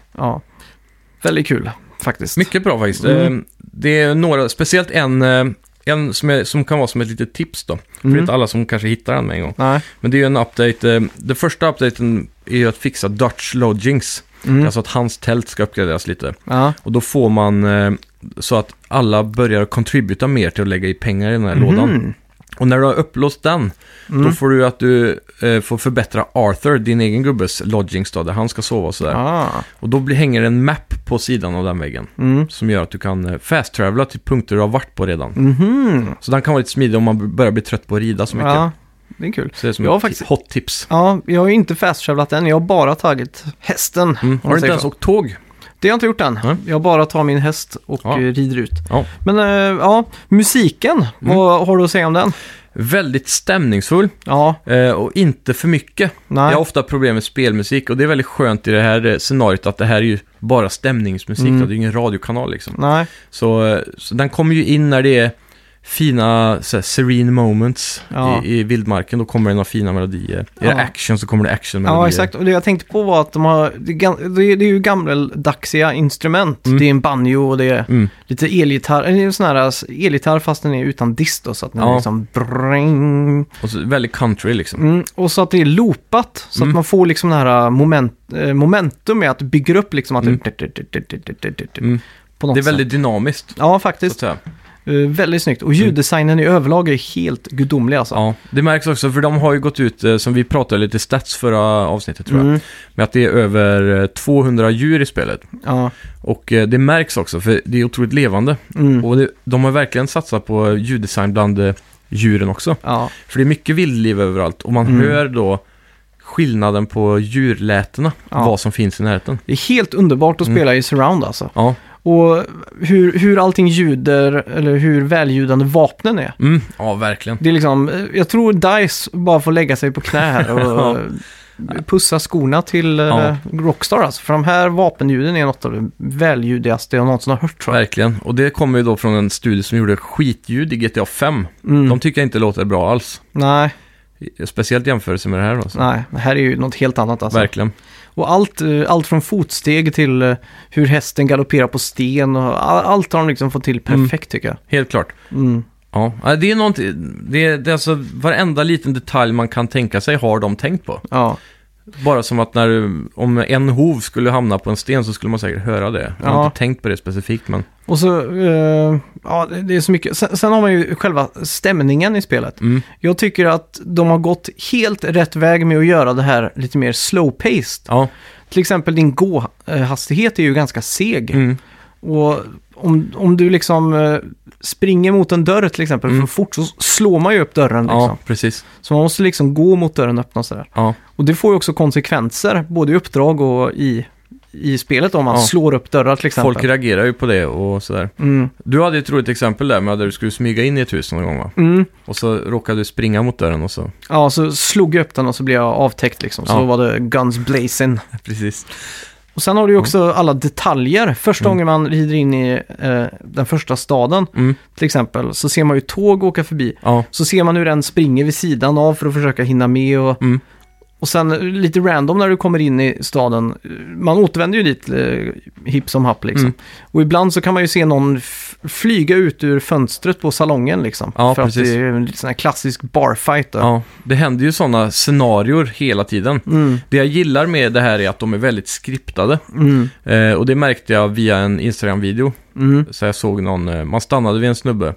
Speaker 1: Väldigt kul faktiskt.
Speaker 2: Mycket bra faktiskt.
Speaker 1: Mm.
Speaker 2: Eh, Det är några, speciellt en, eh, en som, är, som kan vara som ett litet tips då. För det är
Speaker 1: Mm.
Speaker 2: inte alla som kanske hittar den med en gång.
Speaker 1: Nej.
Speaker 2: Men det är ju en update. eh, Den första updaten är ju att fixa Dutch Lodgings.
Speaker 1: Mm.
Speaker 2: Alltså att hans tält ska uppgraderas lite.
Speaker 1: Ja.
Speaker 2: Och då får man eh, så att alla börjar contributa mer till att lägga i pengar i den här lådan.
Speaker 1: Mm.
Speaker 2: Och när du har upplåst den, då
Speaker 1: Mm.
Speaker 2: får du att du eh, får förbättra Arthur, din egen gubbes lodgings då, där han ska sova och sådär.
Speaker 1: Ah.
Speaker 2: Och då blir, hänger en map på sidan av den väggen.
Speaker 1: Mm.
Speaker 2: Som gör att du kan eh, fast-travela till punkter du har varit på redan.
Speaker 1: Mhm.
Speaker 2: Så den kan vara lite smidig om man b- börjar bli trött på att rida så mycket.
Speaker 1: Ja, det är kul.
Speaker 2: Så det är som
Speaker 1: Jag har
Speaker 2: ett
Speaker 1: faktiskt-
Speaker 2: hot tips.
Speaker 1: Ja, jag har ju inte fasttravlat än. Jag har bara tagit hästen.
Speaker 2: Mm.
Speaker 1: om
Speaker 2: Har
Speaker 1: man
Speaker 2: du inte
Speaker 1: säger
Speaker 2: ens
Speaker 1: så.
Speaker 2: åkt tåg?
Speaker 1: Det har jag inte gjort än.
Speaker 2: Nej.
Speaker 1: Jag bara tar min häst och
Speaker 2: Ja.
Speaker 1: eh, rider ut.
Speaker 2: Ja. Mm.
Speaker 1: Men eh, ja, musiken. Vad har du att säga om den?
Speaker 2: Väldigt stämningsfull
Speaker 1: Ja,
Speaker 2: eh, och inte för mycket.
Speaker 1: nej.
Speaker 2: Jag har ofta problem med spelmusik och det är väldigt skönt i det här eh, scenariot att det här är ju bara stämningsmusik.
Speaker 1: Mm.
Speaker 2: Då. Det är ju ingen radiokanal liksom.
Speaker 1: Nej,
Speaker 2: Så, eh, så den kommer ju in när det är fina så här, serene moments
Speaker 1: Ja.
Speaker 2: i, i vildmarken. Då kommer det några fina melodier. Är
Speaker 1: Ja.
Speaker 2: det action så kommer det actionmelodier.
Speaker 1: ja exakt. Och det jag tänkte på var att de har, det är gan- det är, det är ju gammeldagsiga instrument.
Speaker 2: Mm.
Speaker 1: Det är en banjo och det är
Speaker 2: Mm.
Speaker 1: lite elgitarr, eller en sån här alltså, elgitarr fast den är utan dist då, så att den är
Speaker 2: Ja.
Speaker 1: liksom bring.
Speaker 2: Och så, väldigt country liksom.
Speaker 1: Mm. Och så att det är loopat, så att
Speaker 2: Mm.
Speaker 1: man får liksom det här moment, eh, momentum med att bygga upp liksom att
Speaker 2: Mm.
Speaker 1: det...
Speaker 2: Mm.
Speaker 1: På något
Speaker 2: Det är
Speaker 1: sätt.
Speaker 2: väldigt dynamiskt.
Speaker 1: Ja,
Speaker 2: Så att
Speaker 1: faktiskt.
Speaker 2: säga.
Speaker 1: Eh, väldigt snyggt. Och ljuddesignen i överlag är helt gudomlig alltså.
Speaker 2: Mm. Ja, det märks också för de har ju gått ut, eh, som vi pratade lite stats förra avsnittet tror jag,
Speaker 1: Mm,
Speaker 2: med att det är över eh, 200 djur i spelet.
Speaker 1: ja.
Speaker 2: Och eh, det märks också för det är otroligt levande.
Speaker 1: Mm,
Speaker 2: Och det, de har verkligen satsat på ljuddesign bland eh, djuren också.
Speaker 1: ja.
Speaker 2: För det är mycket vildliv överallt och man
Speaker 1: Mm.
Speaker 2: hör då skillnaden på djurlätena,
Speaker 1: Ja.
Speaker 2: vad som finns i närheten.
Speaker 1: Det är helt underbart att
Speaker 2: Mm.
Speaker 1: spela i surround alltså.
Speaker 2: Ja,
Speaker 1: Och hur, hur allting ljuder, eller hur väljudande vapnen är.
Speaker 2: mm. ja verkligen.
Speaker 1: Det är liksom, eh, jag tror Dice bara får lägga sig på knä här och
Speaker 2: Ja.
Speaker 1: eh, pussa skorna till eh,
Speaker 2: Ja.
Speaker 1: Rockstar alltså. För de här vapenljuden är något av det väljudigaste jag någonsin har hört tror jag.
Speaker 2: Verkligen. Och det kommer ju då från en studio som gjorde skitljud i GTA 5.
Speaker 1: Mm.
Speaker 2: De tycker jag inte låter bra alls.
Speaker 1: Nej,
Speaker 2: Speciellt i jämförelse med det här då. så.
Speaker 1: nej, det här är ju något helt annat alltså.
Speaker 2: Verkligen.
Speaker 1: Och allt, eh, allt från fotsteg till eh, hur hästen galopperar på sten och all, allt har de liksom fått till
Speaker 2: Mm.
Speaker 1: perfekt tycker jag.
Speaker 2: Helt klart.
Speaker 1: Mm.
Speaker 2: Ja, Ja, det är någonting, det är, det är alltså varenda liten detalj man kan tänka sig har de tänkt på.
Speaker 1: Ja.
Speaker 2: Bara som att när, om en hov skulle hamna på en sten så skulle man säkert höra det. Jag har
Speaker 1: Ja.
Speaker 2: inte tänkt på det specifikt men.
Speaker 1: Och så, eh, ja det det är så mycket. Sen, sen har man ju själva stämningen i spelet.
Speaker 2: Mm.
Speaker 1: Jag tycker att de har gått helt rätt väg med att göra det här lite mer slow-paced.
Speaker 2: Ja,
Speaker 1: Till exempel din gåhastighet är ju ganska seg.
Speaker 2: mm.
Speaker 1: Och om, om du liksom eh, springer mot en dörr till exempel
Speaker 2: Mm.
Speaker 1: för fort så slår man ju upp dörren. Liksom.
Speaker 2: ja precis.
Speaker 1: Så man måste liksom gå mot dörren öppen och sådär.
Speaker 2: Ja.
Speaker 1: Och det får ju också konsekvenser, både i uppdrag och i, i spelet om man
Speaker 2: Ja.
Speaker 1: slår upp dörrar till exempel.
Speaker 2: Folk reagerar ju på det och sådär.
Speaker 1: mm.
Speaker 2: Du hade ju ett roligt exempel där med där du skulle smyga in i ett hus någon gång va?
Speaker 1: Mm.
Speaker 2: Och så råkade du springa mot dörren och så.
Speaker 1: Ja, så slog jag upp den och så blev jag avtäckt liksom. Så
Speaker 2: Ja.
Speaker 1: var det guns blazing.
Speaker 2: Precis.
Speaker 1: Och sen har du ju också alla detaljer. Första gången man rider in i eh, den första staden
Speaker 2: Mm.
Speaker 1: till exempel så ser man ju tåg åka förbi.
Speaker 2: Ja,
Speaker 1: Så ser man hur den springer vid sidan av för att försöka hinna med. Och,
Speaker 2: Mm.
Speaker 1: och sen eh, lite random när du kommer in i staden. eh, Man återvänder ju dit eh, hipp som happ liksom.
Speaker 2: Mm.
Speaker 1: Och ibland så kan man ju se någon f- flyga ut ur fönstret på salongen liksom.
Speaker 2: Ja,
Speaker 1: för
Speaker 2: precis.
Speaker 1: att det är en sån här klassisk barfight. Då.
Speaker 2: ja. Det händer ju sådana scenarior hela tiden.
Speaker 1: Mm,
Speaker 2: Det jag gillar med det här är att de är väldigt skriptade.
Speaker 1: mm,
Speaker 2: Eh, och det märkte jag via en Instagram-video.
Speaker 1: mm.
Speaker 2: Så jag såg någon, eh, man stannade vid en snubbe.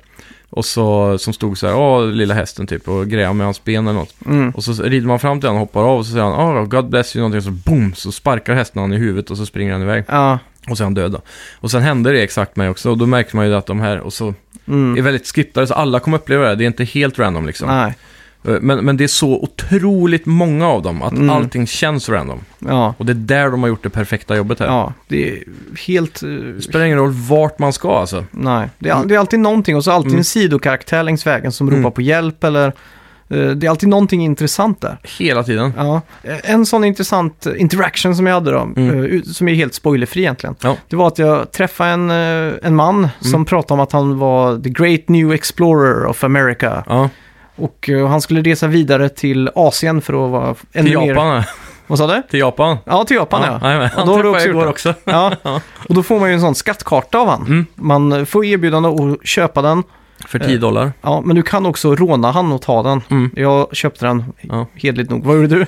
Speaker 2: Och så, som stod så här, ja, lilla hästen typ, och grejade med hans ben eller något.
Speaker 1: Mm.
Speaker 2: Och så rider man fram till honom och hoppar av och så säger han, ja, God bless you, någonting. Och så boom, så sparkar hästen han i huvudet och så springer han iväg.
Speaker 1: Ja,
Speaker 2: Och så är han död då. Och sen hände det exakt mig också. Och då märker man ju att de här, och så
Speaker 1: mm.
Speaker 2: är väldigt skriptade, så alla kommer uppleva det. Det är inte helt random liksom.
Speaker 1: nej.
Speaker 2: Eh, Men, men det är så otroligt många av dem, att
Speaker 1: Mm.
Speaker 2: allting känns random.
Speaker 1: Ja,
Speaker 2: Och det är där de har gjort det perfekta jobbet här.
Speaker 1: ja, det är helt... eh,
Speaker 2: Det spelar ingen roll vart man ska alltså.
Speaker 1: nej, det är, all- det är alltid någonting och så alltid
Speaker 2: Mm.
Speaker 1: en sidokaraktär längs vägen som
Speaker 2: Mm.
Speaker 1: ropar på hjälp eller... eh, det är alltid någonting intressant där.
Speaker 2: Hela tiden.
Speaker 1: Ja. Eh, En sån intressant interaction som jag hade då,
Speaker 2: Mm.
Speaker 1: eh, som är helt spoilerfri egentligen.
Speaker 2: Ja. Mm.
Speaker 1: Det var att jag träffade en, eh, en man som pratade om att han var the great new explorer of America.
Speaker 2: Ja,
Speaker 1: Och eh, han skulle resa vidare till Asien för att vara ännu
Speaker 2: till
Speaker 1: mer...
Speaker 2: Japan.
Speaker 1: Vad sa du?
Speaker 2: Till Japan.
Speaker 1: Ja, till Japan ja.
Speaker 2: jajamän.
Speaker 1: Ja, då har du också gjort
Speaker 2: igår
Speaker 1: det.
Speaker 2: också.
Speaker 1: Ja, och då får man ju en sån skattkarta av han.
Speaker 2: Mm.
Speaker 1: Man får erbjudande att köpa den,
Speaker 2: För 10 dollar.
Speaker 1: ja, men du kan också råna han och ta den.
Speaker 2: Mm.
Speaker 1: Jag köpte den,
Speaker 2: Ja.
Speaker 1: hedligt nog. Vad gjorde du?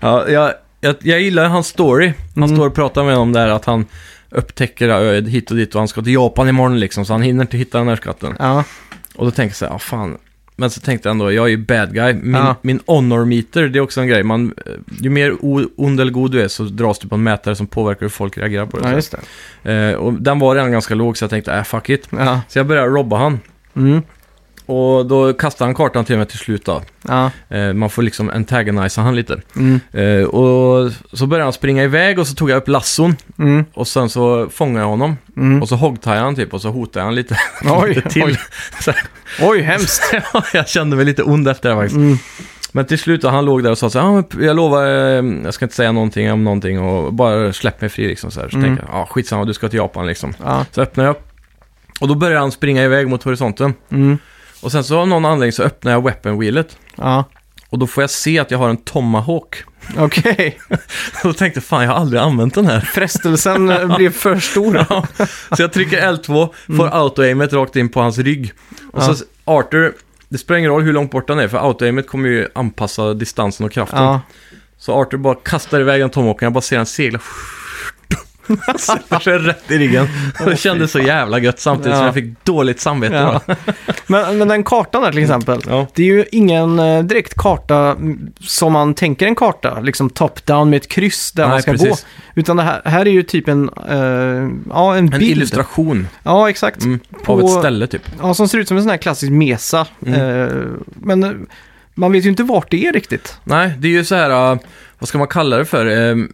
Speaker 2: Ja, jag, jag, jag gillar hans story. Han
Speaker 1: Mm.
Speaker 2: står och pratar med om det här att han upptäcker ö, hit och dit och han ska till Japan imorgon liksom. Så han hinner inte hitta den här skatten.
Speaker 1: Ja,
Speaker 2: Och då tänker jag så här, ah, fan. Men så tänkte jag ändå, jag är ju bad guy. Min,
Speaker 1: Ja.
Speaker 2: min honor meter, det är också en grej. Man, eh, ju mer o- ond eller god du är så dras du på en mätare som påverkar hur folk reagerar på det.
Speaker 1: ja just det.
Speaker 2: eh, och den var redan ganska låg så jag tänkte, äh, fuck it.
Speaker 1: Ja.
Speaker 2: Så jag började robba han.
Speaker 1: Mm.
Speaker 2: Och då kastade han kartan till mig till slut då.
Speaker 1: Ja.
Speaker 2: Eh, man får liksom antagonisa han lite.
Speaker 1: Mm.
Speaker 2: Eh, och så började han springa iväg och så tog jag upp lasson
Speaker 1: Mm.
Speaker 2: och sen så fångade jag honom.
Speaker 1: Mm.
Speaker 2: Och så hoggtajade han typ och så hotade han lite.
Speaker 1: Oj,
Speaker 2: till.
Speaker 1: oj.
Speaker 2: Så,
Speaker 1: Oj, hemskt.
Speaker 2: jag kände mig lite ond efter det här faktiskt.
Speaker 1: Mm.
Speaker 2: Men till slut då, han låg där och sa så här, ah, men jag lovar, eh, jag ska inte säga någonting om någonting och bara släpp mig fri liksom så här. Så
Speaker 1: Mm.
Speaker 2: tänkte jag, ja ah, skitsamma, du ska till Japan liksom.
Speaker 1: Ja.
Speaker 2: Så öppnade jag. Och då började han springa iväg mot horisonten.
Speaker 1: Mm.
Speaker 2: Och sen så av någon anledning så öppnar jag weapon wheelet.
Speaker 1: Ja.
Speaker 2: Och då får jag se att jag har en tomahawk.
Speaker 1: Okej,
Speaker 2: Och då tänkte jag, fan jag har aldrig använt den här.
Speaker 1: frestelsen eh, blev för stor.
Speaker 2: Ja, så jag trycker L2,
Speaker 1: Mm.
Speaker 2: får auto-aimet rakt in på hans rygg. Och så Arthur, det spelar ingen roll hur långt bort han är, för auto-aimet kommer ju anpassa distansen och kraften.
Speaker 1: Ja.
Speaker 2: Så Arthur bara kastar iväg en tomahawk och jag bara ser han segla. Sätter sig rätt i ryggen. Det kändes så jävla gött samtidigt som
Speaker 1: Ja.
Speaker 2: jag fick dåligt samvete.
Speaker 1: Ja.
Speaker 2: då.
Speaker 1: Men, men den kartan där till exempel.
Speaker 2: Ja.
Speaker 1: Det är ju ingen eh, direkt karta mm, som man tänker en karta. Liksom top-down med ett kryss där
Speaker 2: Nej,
Speaker 1: man ska
Speaker 2: precis.
Speaker 1: gå. Utan det här, här är ju typ en, eh, ja, en
Speaker 2: En
Speaker 1: bild.
Speaker 2: illustration
Speaker 1: Ja, exakt.
Speaker 2: mm, av
Speaker 1: På-
Speaker 2: ett ställe typ.
Speaker 1: Ja, som ser ut som en sån här klassisk mesa.
Speaker 2: Mm.
Speaker 1: Eh, men eh, man vet ju inte vart det är riktigt.
Speaker 2: Nej, det är ju så här, äh, vad ska man kalla det för? Ehm,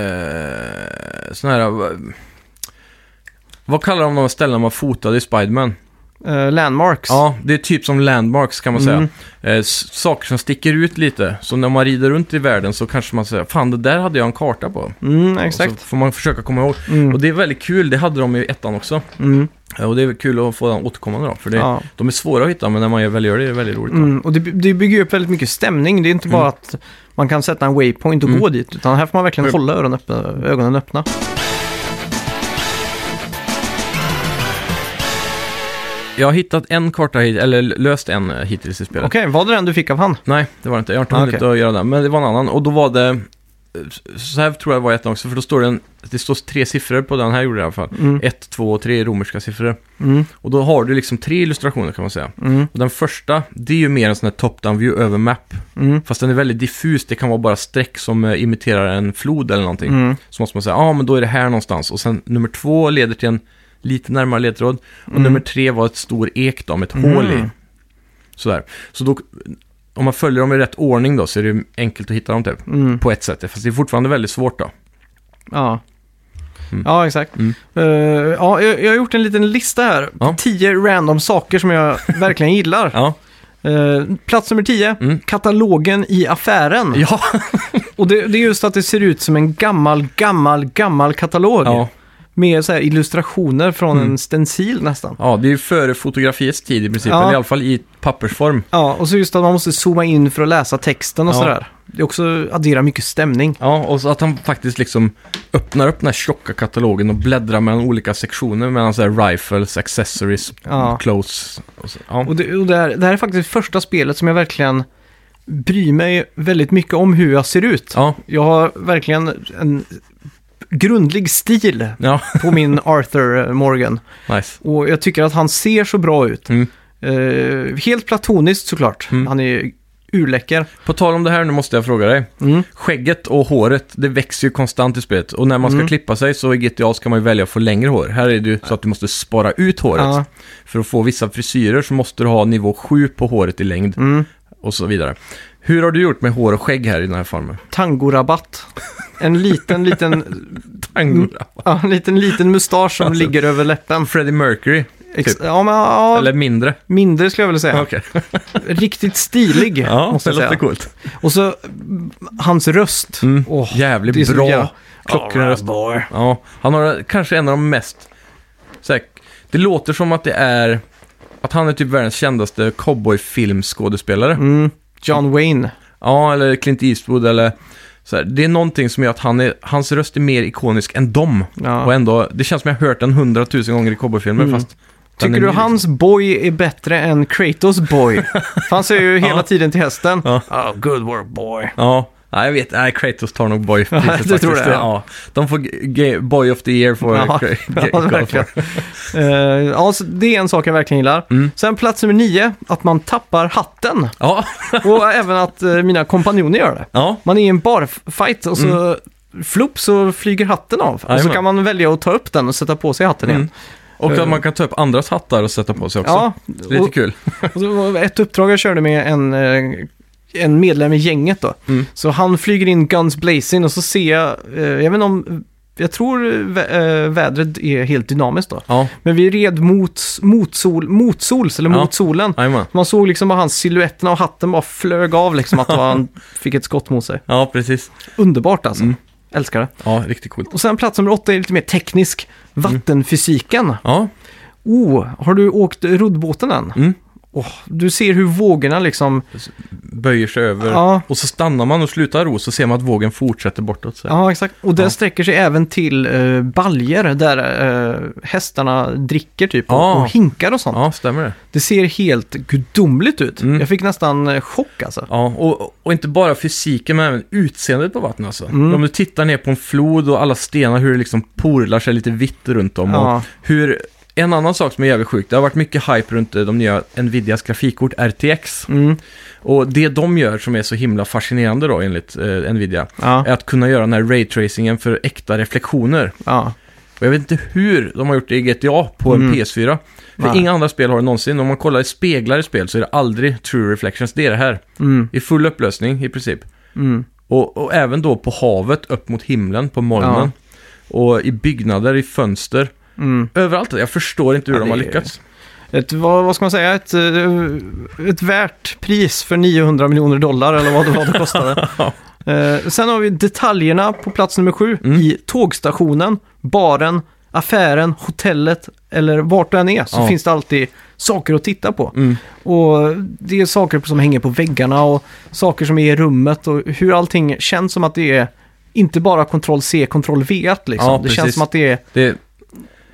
Speaker 2: eh, sån här, äh, vad kallar de de ställena man fotade i Spiderman?
Speaker 1: Eh, landmarks.
Speaker 2: Ja, det är typ som landmarks kan man säga.
Speaker 1: Mm.
Speaker 2: Eh, s- saker som sticker ut lite. Så när man rider runt i världen så kanske man säger, fan det där hade jag en karta på.
Speaker 1: Mm,
Speaker 2: Och
Speaker 1: exakt.
Speaker 2: så får man försöka komma ihåg.
Speaker 1: Mm,
Speaker 2: Och det är väldigt kul, det hade de i ettan också.
Speaker 1: mm,
Speaker 2: Eh, Och det är kul att få den återkommande då, för det,
Speaker 1: ja.
Speaker 2: de är svåra att hitta, men när man väl gör det är det väldigt roligt. då.
Speaker 1: Mm, och det, by- det bygger ju upp väldigt mycket stämning. Det är inte bara att man kan sätta en waypoint och
Speaker 2: Mm.
Speaker 1: gå dit, utan här får man verkligen
Speaker 2: Mm.
Speaker 1: hålla öronen öppna, ögonen öppna.
Speaker 2: Jag har hittat en karta, hit- eller löst en eh, hittills i spelet.
Speaker 1: Okej, var det den du fick av han?
Speaker 2: Nej, det var det inte. Jag har inte
Speaker 1: Ah,
Speaker 2: hunnit
Speaker 1: okej.
Speaker 2: att göra det. Men det var en annan. Och då var det... Så här tror jag det var i ettan också, för då står det en... Det står tre siffror på den här gjorde jag i alla fall.
Speaker 1: Mm.
Speaker 2: Ett, två och tre är romerska siffror.
Speaker 1: Mm.
Speaker 2: Och då har du liksom tre illustrationer kan man säga.
Speaker 1: Mm.
Speaker 2: Och den första, det är ju mer en sån här top-down view över map.
Speaker 1: Mm.
Speaker 2: Fast den är väldigt diffus, det kan vara bara streck som eh, imiterar en flod eller någonting.
Speaker 1: Mm.
Speaker 2: Så måste man säga, ja ah, men då är det här någonstans. Och sen nummer två leder till en lite närmare ledtråd. Och
Speaker 1: Mm.
Speaker 2: nummer tre var ett stor ek då, med ett
Speaker 1: Mm.
Speaker 2: hål i. Sådär. Så då, om man följer dem i rätt ordning då, så är det enkelt att hitta dem typ.
Speaker 1: Mm.
Speaker 2: På ett sätt, fast det är fortfarande väldigt svårt då.
Speaker 1: Ja.
Speaker 2: Mm.
Speaker 1: Ja, exakt.
Speaker 2: Mm.
Speaker 1: Eh, ja, jag, jag har gjort en liten lista här. på
Speaker 2: Ja.
Speaker 1: Tio random saker som jag verkligen gillar.
Speaker 2: Ja,
Speaker 1: Eh, plats nummer tio,
Speaker 2: Mm.
Speaker 1: katalogen i affären.
Speaker 2: ja.
Speaker 1: Och det, det är just att det ser ut som en gammal, gammal, gammal katalog.
Speaker 2: ja.
Speaker 1: Med så här illustrationer från
Speaker 2: Mm.
Speaker 1: en stencil nästan.
Speaker 2: ja det är ju före fotografiets tid i princip,
Speaker 1: Ja.
Speaker 2: eller i alla fall i pappersform.
Speaker 1: Ja, och så just att man måste zooma in för att läsa texten och
Speaker 2: Ja.
Speaker 1: sådär. Det är också adderar mycket stämning.
Speaker 2: Ja, och så att han faktiskt liksom öppnar upp den här tjocka katalogen och bläddrar mellan olika sektioner, mellan så här rifles, accessories,
Speaker 1: Ja.
Speaker 2: clothes. Och så. Ja.
Speaker 1: Och det, och det, här, det här är faktiskt första spelet som jag verkligen bryr mig väldigt mycket om hur jag ser ut.
Speaker 2: ja,
Speaker 1: Jag har verkligen en grundlig stil
Speaker 2: ja,
Speaker 1: på min Arthur eh, Morgan.
Speaker 2: nice.
Speaker 1: Och jag tycker att han ser så bra ut.
Speaker 2: Mm.
Speaker 1: Eh, helt platoniskt såklart.
Speaker 2: Mm.
Speaker 1: Han är ju urläcker.
Speaker 2: På tal om det här, nu måste jag fråga dig.
Speaker 1: Mm.
Speaker 2: Skägget och håret, det växer ju konstant i spelet. Och när man ska
Speaker 1: Mm.
Speaker 2: klippa sig så i GTA ska man ju välja att få längre hår. Här är det ju så att du måste spara ut håret.
Speaker 1: Ja.
Speaker 2: För att få vissa frisyrer så måste du ha nivå 7 på håret i längd
Speaker 1: Mm.
Speaker 2: och så vidare. Hur har du gjort med hår och skägg här i den här formen?
Speaker 1: Tangorabatt. En liten, liten,
Speaker 2: Angora.
Speaker 1: ja, en liten, liten mustasch som
Speaker 2: Alltså.
Speaker 1: ligger över läppen.
Speaker 2: Freddie Mercury,
Speaker 1: Ex-
Speaker 2: Typ.
Speaker 1: ja, men, ja,
Speaker 2: eller mindre.
Speaker 1: mindre skulle jag vilja säga.
Speaker 2: Okej.
Speaker 1: Riktigt stilig,
Speaker 2: Ja,
Speaker 1: måste
Speaker 2: det
Speaker 1: jag
Speaker 2: låter
Speaker 1: säga.
Speaker 2: coolt.
Speaker 1: Och så mm, hans röst.
Speaker 2: Mm.
Speaker 1: Åh, det är
Speaker 2: Jävligt
Speaker 1: så jävla-
Speaker 2: bra. Klockren röst. Ja, han har kanske en av de mest... Så här, det låter som att det är... Att han är typ världens kändaste cowboyfilmskådespelare.
Speaker 1: Mm. John Wayne.
Speaker 2: Ja, eller Clint Eastwood eller så här. Det är någonting som gör att han är, hans röst är mer ikonisk än dem.
Speaker 1: Ja.
Speaker 2: Och ändå, det känns som jag har hört den hundratusen gånger i cowboyfilmer
Speaker 1: Mm.
Speaker 2: fast... den
Speaker 1: Tycker
Speaker 2: är
Speaker 1: du
Speaker 2: ny, liksom.
Speaker 1: hans boy är bättre än Kratos boy? För han säger ju hela
Speaker 2: Ja.
Speaker 1: tiden till hästen.
Speaker 2: Ja.
Speaker 1: Oh, good work boy.
Speaker 2: Ja. Nej, jag vet. Nej, Kratos tar nog Boy of the
Speaker 1: Ja,
Speaker 2: Year.
Speaker 1: du tror det, ja.
Speaker 2: Ja. De får ge- Boy of the Year för
Speaker 1: Ja,
Speaker 2: Kra-
Speaker 1: ja,
Speaker 2: Kra-
Speaker 1: verkligen. Eh, ja, så det är en sak jag verkligen gillar.
Speaker 2: Mm.
Speaker 1: Sen plats nummer nio, att man tappar hatten.
Speaker 2: Ja,
Speaker 1: Och även att eh, mina kompanjoner gör det.
Speaker 2: ja.
Speaker 1: Man är i en barfight och så flopp så flyger hatten av. Och så
Speaker 2: Mm. Jajamän.
Speaker 1: kan man välja att ta upp den och sätta på sig hatten igen.
Speaker 2: Mm. Och
Speaker 1: Eh.
Speaker 2: att man kan ta upp andras hattar och sätta på sig också.
Speaker 1: Ja,
Speaker 2: Lite
Speaker 1: och-
Speaker 2: kul.
Speaker 1: Och så var det ett uppdrag jag körde med en, eh, en medlem i gänget då.
Speaker 2: Mm.
Speaker 1: Så han flyger in guns blazing och så ser jag, eh, jag vet inte om, jag tror vä- eh, vädret är helt dynamiskt då.
Speaker 2: Ja,
Speaker 1: Men vi red mot, mot, sol, mot sols, eller
Speaker 2: Ja.
Speaker 1: mot solen.
Speaker 2: jajamän.
Speaker 1: Man såg liksom bara hans silhuetterna och hatten bara flög av liksom att han fick ett skott mot sig.
Speaker 2: Ja, precis.
Speaker 1: Underbart alltså.
Speaker 2: Mm.
Speaker 1: Älskar det.
Speaker 2: Ja, riktigt coolt.
Speaker 1: Och sen plats nummer åtta är lite mer
Speaker 2: Mm.
Speaker 1: teknisk. Vattenfysiken.
Speaker 2: Ja,
Speaker 1: Oh, har du åkt roddbåten än?
Speaker 2: Mm.
Speaker 1: åh, du ser hur vågorna liksom...
Speaker 2: Böjer sig över.
Speaker 1: Ja.
Speaker 2: Och så stannar man och slutar ro så ser man att vågen fortsätter bortåt. Så här.
Speaker 1: Ja, exakt. Och den
Speaker 2: Ja.
Speaker 1: sträcker sig även till uh, baljer där eh, hästarna dricker typ och,
Speaker 2: Ja.
Speaker 1: och hinkar och sånt.
Speaker 2: Ja, stämmer det.
Speaker 1: Det ser helt gudomligt ut.
Speaker 2: Mm.
Speaker 1: Jag fick nästan eh, chock alltså.
Speaker 2: Ja, och, och inte bara fysiken men även utseendet på vattnet alltså.
Speaker 1: Mm.
Speaker 2: Om du tittar ner på en flod och alla stenar, hur det liksom porlar sig lite vitt runt om. Och
Speaker 1: Ja.
Speaker 2: hur, en annan sak som är jävligt sjuk, det har varit mycket hype runt eh, de nya Nvidias grafikkort RTX.
Speaker 1: Mm.
Speaker 2: Och det de gör som är så himla fascinerande då enligt eh, Nvidia,
Speaker 1: Ja.
Speaker 2: är att kunna göra den här raytracingen för äkta reflektioner.
Speaker 1: Ja.
Speaker 2: Och jag vet inte hur de har gjort det i GTA på en
Speaker 1: Mm.
Speaker 2: PS4. För
Speaker 1: Nej.
Speaker 2: inga andra spel har det någonsin. Om man kollar i speglar i spel så är det aldrig true reflections. Det är det här.
Speaker 1: Mm.
Speaker 2: I full upplösning i princip.
Speaker 1: Mm.
Speaker 2: Och, och även då på havet, upp mot himlen, på molnen. Och i byggnader, i fönster.
Speaker 1: Mm.
Speaker 2: Överallt. Jag förstår inte hur
Speaker 1: Ja,
Speaker 2: de har
Speaker 1: det är-
Speaker 2: lyckats.
Speaker 1: Ett, vad, vad ska man säga? Ett, eh, ett värt pris för 900 miljoner dollar eller vad det var det kostade. Eh, sen har vi detaljerna på plats nummer sju.
Speaker 2: Mm.
Speaker 1: I tågstationen, baren, affären, hotellet eller vart du än är så
Speaker 2: Ja.
Speaker 1: finns det alltid saker att titta på.
Speaker 2: Mm.
Speaker 1: Och det är saker som hänger på väggarna och saker som är i rummet och hur allting känns som att det är inte bara kontroll C, kontroll V liksom.
Speaker 2: Ja,
Speaker 1: det
Speaker 2: precis.
Speaker 1: känns som att det är
Speaker 2: Det,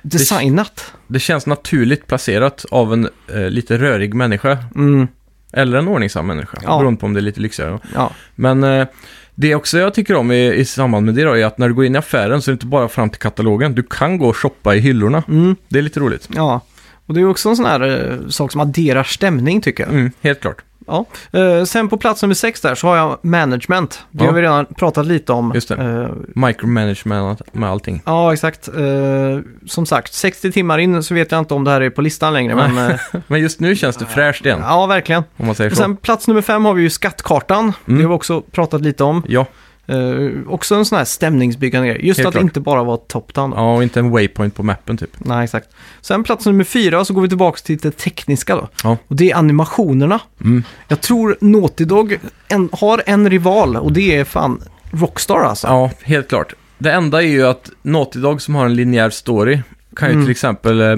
Speaker 1: designat.
Speaker 2: det känns naturligt placerat av en eh, lite rörig människa.
Speaker 1: Mm,
Speaker 2: Eller en ordningsam människa.
Speaker 1: Ja.
Speaker 2: Beroende på om det är lite lyxigare.
Speaker 1: ja.
Speaker 2: Men eh, det också jag tycker om i, i samband med det då, är att när du går in i affären så är det inte bara fram till katalogen. Du kan gå och shoppa i hyllorna.
Speaker 1: Mm.
Speaker 2: Det är lite roligt.
Speaker 1: Ja, och det är också en sån här eh, sak som adderar stämning tycker jag.
Speaker 2: Mm, helt klart.
Speaker 1: Ja. Eh, sen på plats nummer sex där så har jag management. Det
Speaker 2: Ja.
Speaker 1: har vi redan pratat lite om.
Speaker 2: Just det.
Speaker 1: Eh,
Speaker 2: Micromanagement med allting.
Speaker 1: ja, exakt. Eh, som sagt, 60 timmar in så vet jag inte om det här är på listan längre. Men, eh,
Speaker 2: Men just nu känns det fräscht igen,
Speaker 1: ja, verkligen.
Speaker 2: om man säger
Speaker 1: Och
Speaker 2: så. Mm.
Speaker 1: sen plats nummer fem har vi ju skattkartan. Det har vi också pratat lite om.
Speaker 2: Ja,
Speaker 1: Eh, också en sån här stämningsbyggande grej. Just
Speaker 2: Helt
Speaker 1: att
Speaker 2: klart.
Speaker 1: inte bara vara top-down.
Speaker 2: ja, och inte en waypoint på mappen typ.
Speaker 1: Nej, exakt. Sen plats nummer fyra så går vi tillbaka till det tekniska då.
Speaker 2: Ja.
Speaker 1: Och det är animationerna.
Speaker 2: Mm.
Speaker 1: Jag tror Naughty Dog en, har en rival och det är fan Rockstar alltså.
Speaker 2: Ja, helt klart. Det enda är ju att Naughty Dog som har en linjär story kan ju
Speaker 1: Mm.
Speaker 2: till exempel, eh,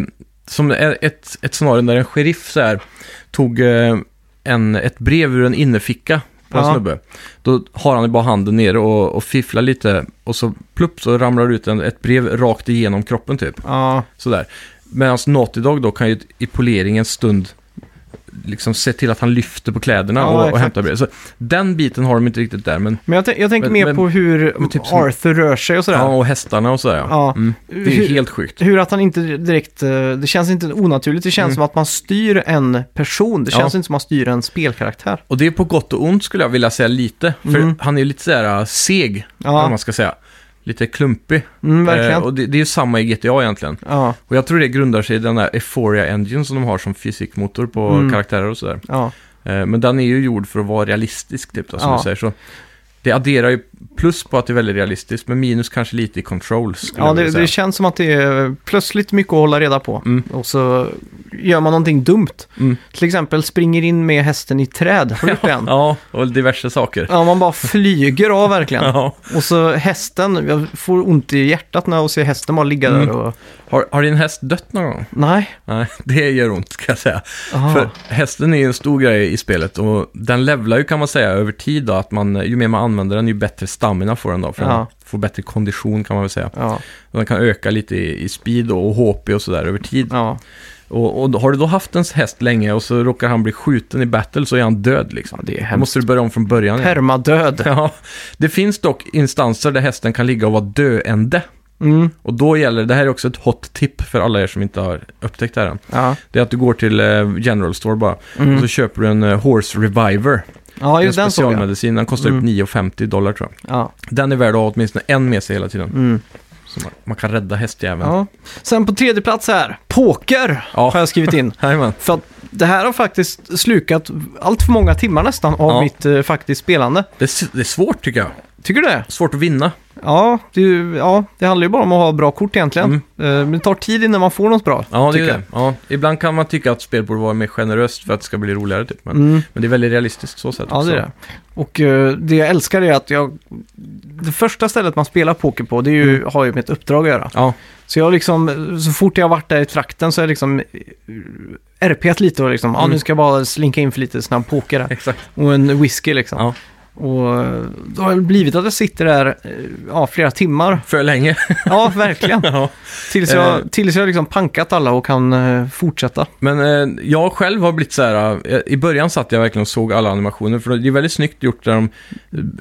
Speaker 2: som e- ett, ett scenario där en sheriff så här, tog eh, en, ett brev ur en innerficka på en
Speaker 1: Ja.
Speaker 2: snubbe. Då har han ju bara handen nere och, och fifflar lite och så plupp så ramlar det ut en, ett brev rakt igenom kroppen typ.
Speaker 1: Ja,
Speaker 2: Sådär. Medan Naughty Dog då kan ju i poleringen stund liksom se till att han lyfter på kläderna
Speaker 1: Ja,
Speaker 2: och, och
Speaker 1: exakt.
Speaker 2: hämtar brev. Så den biten har de inte riktigt där, men
Speaker 1: men jag, tän- jag tänker
Speaker 2: Men-
Speaker 1: mer
Speaker 2: men-
Speaker 1: på hur
Speaker 2: men typ som-
Speaker 1: Arthur rör sig och sådär.
Speaker 2: ja, och hästarna och sådär ja.
Speaker 1: Ja.
Speaker 2: Mm. Det är ju
Speaker 1: Hur-
Speaker 2: helt sjukt.
Speaker 1: Hur att han inte direkt, eh, det känns inte onaturligt, det känns som att man styr en person. Det
Speaker 2: Mm. Ja.
Speaker 1: känns inte som att man styr en spelkaraktär.
Speaker 2: Och det är på gott och ont skulle jag vilja säga lite. För
Speaker 1: Mm.
Speaker 2: han är ju lite sådär äh, seg,
Speaker 1: Ja.
Speaker 2: om man ska säga. Lite klumpig.
Speaker 1: Mm, verkligen.
Speaker 2: Eh, och det, det är ju samma i GTA egentligen.
Speaker 1: Ja,
Speaker 2: Och jag tror det grundar sig i den där Euphoria Engine som de har som fysikmotor på
Speaker 1: Mm.
Speaker 2: karaktärer och sådär.
Speaker 1: ja.
Speaker 2: Eh, Men den är ju gjord för att vara realistisk, typ, då, som
Speaker 1: Ja.
Speaker 2: du säger. Så det adderar ju plus på att det är väldigt realistiskt, men minus kanske lite i controls. skulle
Speaker 1: Ja,
Speaker 2: jag
Speaker 1: det,
Speaker 2: vilja
Speaker 1: det
Speaker 2: säga.
Speaker 1: känns som att det är plötsligt mycket att hålla reda på.
Speaker 2: Mm.
Speaker 1: Och så gör man någonting dumt.
Speaker 2: Mm.
Speaker 1: Till exempel springer in med hästen i träd. Har du gjort det än?
Speaker 2: Ja, och diverse saker.
Speaker 1: Ja, man bara flyger av verkligen.
Speaker 2: Ja.
Speaker 1: Och så hästen, jag får ont i hjärtat när jag ser hästen bara ligga
Speaker 2: Mm.
Speaker 1: där och...
Speaker 2: Har, har din häst dött någon gång?
Speaker 1: Nej.
Speaker 2: Nej, det gör ont kan jag säga.
Speaker 1: Aha.
Speaker 2: För hästen är ju en stor grej i spelet och den levlar ju kan man säga över tid då, att man, ju mer man använder den ju bättre stamina får den då. För
Speaker 1: Ja.
Speaker 2: den får bättre kondition kan man väl säga.
Speaker 1: Ja,
Speaker 2: Och den kan öka lite i, i speed och HP och sådär över tid.
Speaker 1: ja.
Speaker 2: Och, och då- har du då haft en häst länge och så råkar han bli skjuten i battle så är han död liksom.
Speaker 1: Ja, det är
Speaker 2: Då
Speaker 1: hemskt.
Speaker 2: måste du börja om från början igen.
Speaker 1: Permadöd.
Speaker 2: Ja, det finns dock instanser där hästen kan ligga och vara döende.
Speaker 1: Mm.
Speaker 2: Och då gäller, det här är också ett hot tip för alla er som inte har upptäckt det här än.
Speaker 1: Ja.
Speaker 2: Det är att du går till eh, General Store bara och så köper du en eh, Horse Reviver.
Speaker 1: Mm. ja,
Speaker 2: Det är en
Speaker 1: just den såg jag.
Speaker 2: specialmedicin, den kostar typ
Speaker 1: Mm.
Speaker 2: upp 9,50 dollar tror jag.
Speaker 1: Ja.
Speaker 2: Den är värd att ha åtminstone en med sig hela tiden.
Speaker 1: Mm.
Speaker 2: Så man, man kan rädda hästjäveln.
Speaker 1: ja. Sen på tredje plats här, poker
Speaker 2: Ja.
Speaker 1: har jag skrivit in.
Speaker 2: Jajamän.
Speaker 1: För att det här har faktiskt slukat allt för många timmar nästan av
Speaker 2: Ja.
Speaker 1: mitt eh, faktiskt spelande.
Speaker 2: Det, är s- det är svårt tycker jag.
Speaker 1: Tycker du det?
Speaker 2: Svårt att vinna.
Speaker 1: Ja det, är ju- ja, det handlar ju bara om att ha bra kort egentligen. Eh, Men det tar tid innan man får något bra.
Speaker 2: Mm. Ja, det är
Speaker 1: tycker
Speaker 2: det. Ja. Ibland kan man tycka att spel borde vara mer generöst för att det ska bli roligare, typ. Men,
Speaker 1: jag. Mm.
Speaker 2: men det är väldigt realistiskt så sätt
Speaker 1: Ja,
Speaker 2: också.
Speaker 1: det är det. Och eh, det jag älskar är att jag... Det första stället man spelar poker på, det är ju, har ju med ett uppdrag att göra.
Speaker 2: Mm. Ja,
Speaker 1: Så jag liksom, så fort jag har varit där i trakten så har jag liksom eh, RP't lite och liksom, ja
Speaker 2: Mm.
Speaker 1: nu ska jag bara slinka in för lite snabb poker här.
Speaker 2: exakt.
Speaker 1: Och en whisky liksom.
Speaker 2: Ja.
Speaker 1: Och eh, det har blivit att jag sitter där eh, ja, flera timmar.
Speaker 2: För länge.
Speaker 1: Ja, verkligen.
Speaker 2: ja.
Speaker 1: Tills
Speaker 2: Eh.
Speaker 1: jag, tills jag liksom pankat alla och kan eh, fortsätta.
Speaker 2: Men eh, jag själv har blivit så här, eh, i början satt jag verkligen och såg alla animationer, för det är väldigt snyggt gjort där de eh,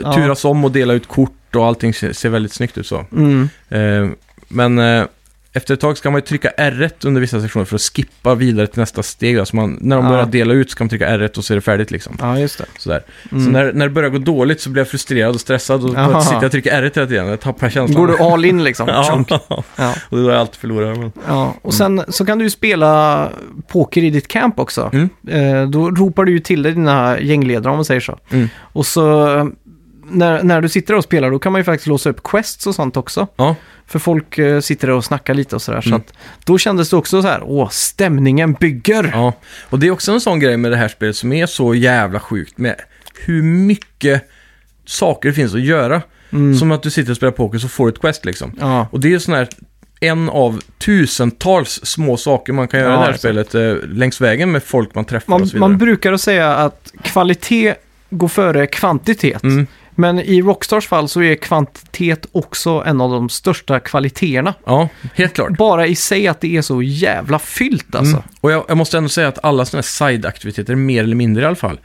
Speaker 1: Ja.
Speaker 2: turas om och delar ut kort och allting ser ser väldigt snyggt ut så.
Speaker 1: Mm.
Speaker 2: Eh, men eh, efter ett tag ska man ju trycka R1 under vissa sektioner för att skippa vidare till nästa steg. Alltså man, när de
Speaker 1: Ja.
Speaker 2: börjar dela ut ska man trycka R1 och så är det färdigt liksom.
Speaker 1: Ja, just det.
Speaker 2: Sådär.
Speaker 1: Mm.
Speaker 2: Så när, när det börjar gå dåligt så blir jag frustrerad och stressad och
Speaker 1: Aha.
Speaker 2: bara sitter jag och trycker R1 hela tiden. Jag tappar
Speaker 1: Går
Speaker 2: känslan.
Speaker 1: du all in liksom?
Speaker 2: Ja,
Speaker 1: Chunk. Ja.
Speaker 2: och det är då jag alltid förlorar. Men...
Speaker 1: Ja, och
Speaker 2: Mm.
Speaker 1: sen så kan du ju spela poker i ditt camp också.
Speaker 2: Mm.
Speaker 1: Eh, då ropar du ju till dig dina gängledare om man säger så.
Speaker 2: Mm.
Speaker 1: Och så eh, när, när du sitter och spelar då kan man ju faktiskt låsa upp quests och sånt också.
Speaker 2: Ja,
Speaker 1: För folk eh, sitter och snackar lite och sådär. Så
Speaker 2: Mm.
Speaker 1: att då kändes det också så här, åh, stämningen bygger.
Speaker 2: ja. Och det är också en sån grej med det här spelet som är så jävla sjukt med hur mycket saker det finns att göra.
Speaker 1: Mm.
Speaker 2: Som att du sitter och spelar poker så får du ett quest liksom.
Speaker 1: Ja.
Speaker 2: Och det är ju sån här en av tusentals små saker man kan göra
Speaker 1: Ja,
Speaker 2: i det här
Speaker 1: exakt.
Speaker 2: spelet eh, längs vägen med folk man träffar
Speaker 1: Man,
Speaker 2: och så vidare.
Speaker 1: man brukar att säga att kvalitet går före kvantitet.
Speaker 2: Mm.
Speaker 1: Men i Rockstars fall så är kvantitet också en av de största kvaliteterna.
Speaker 2: Ja, helt klart.
Speaker 1: Bara i sig att det är så jävla fyllt alltså.
Speaker 2: Mm. Och jag, jag måste ändå säga att alla sådana här side-aktiviteter, mer eller mindre i alla fall,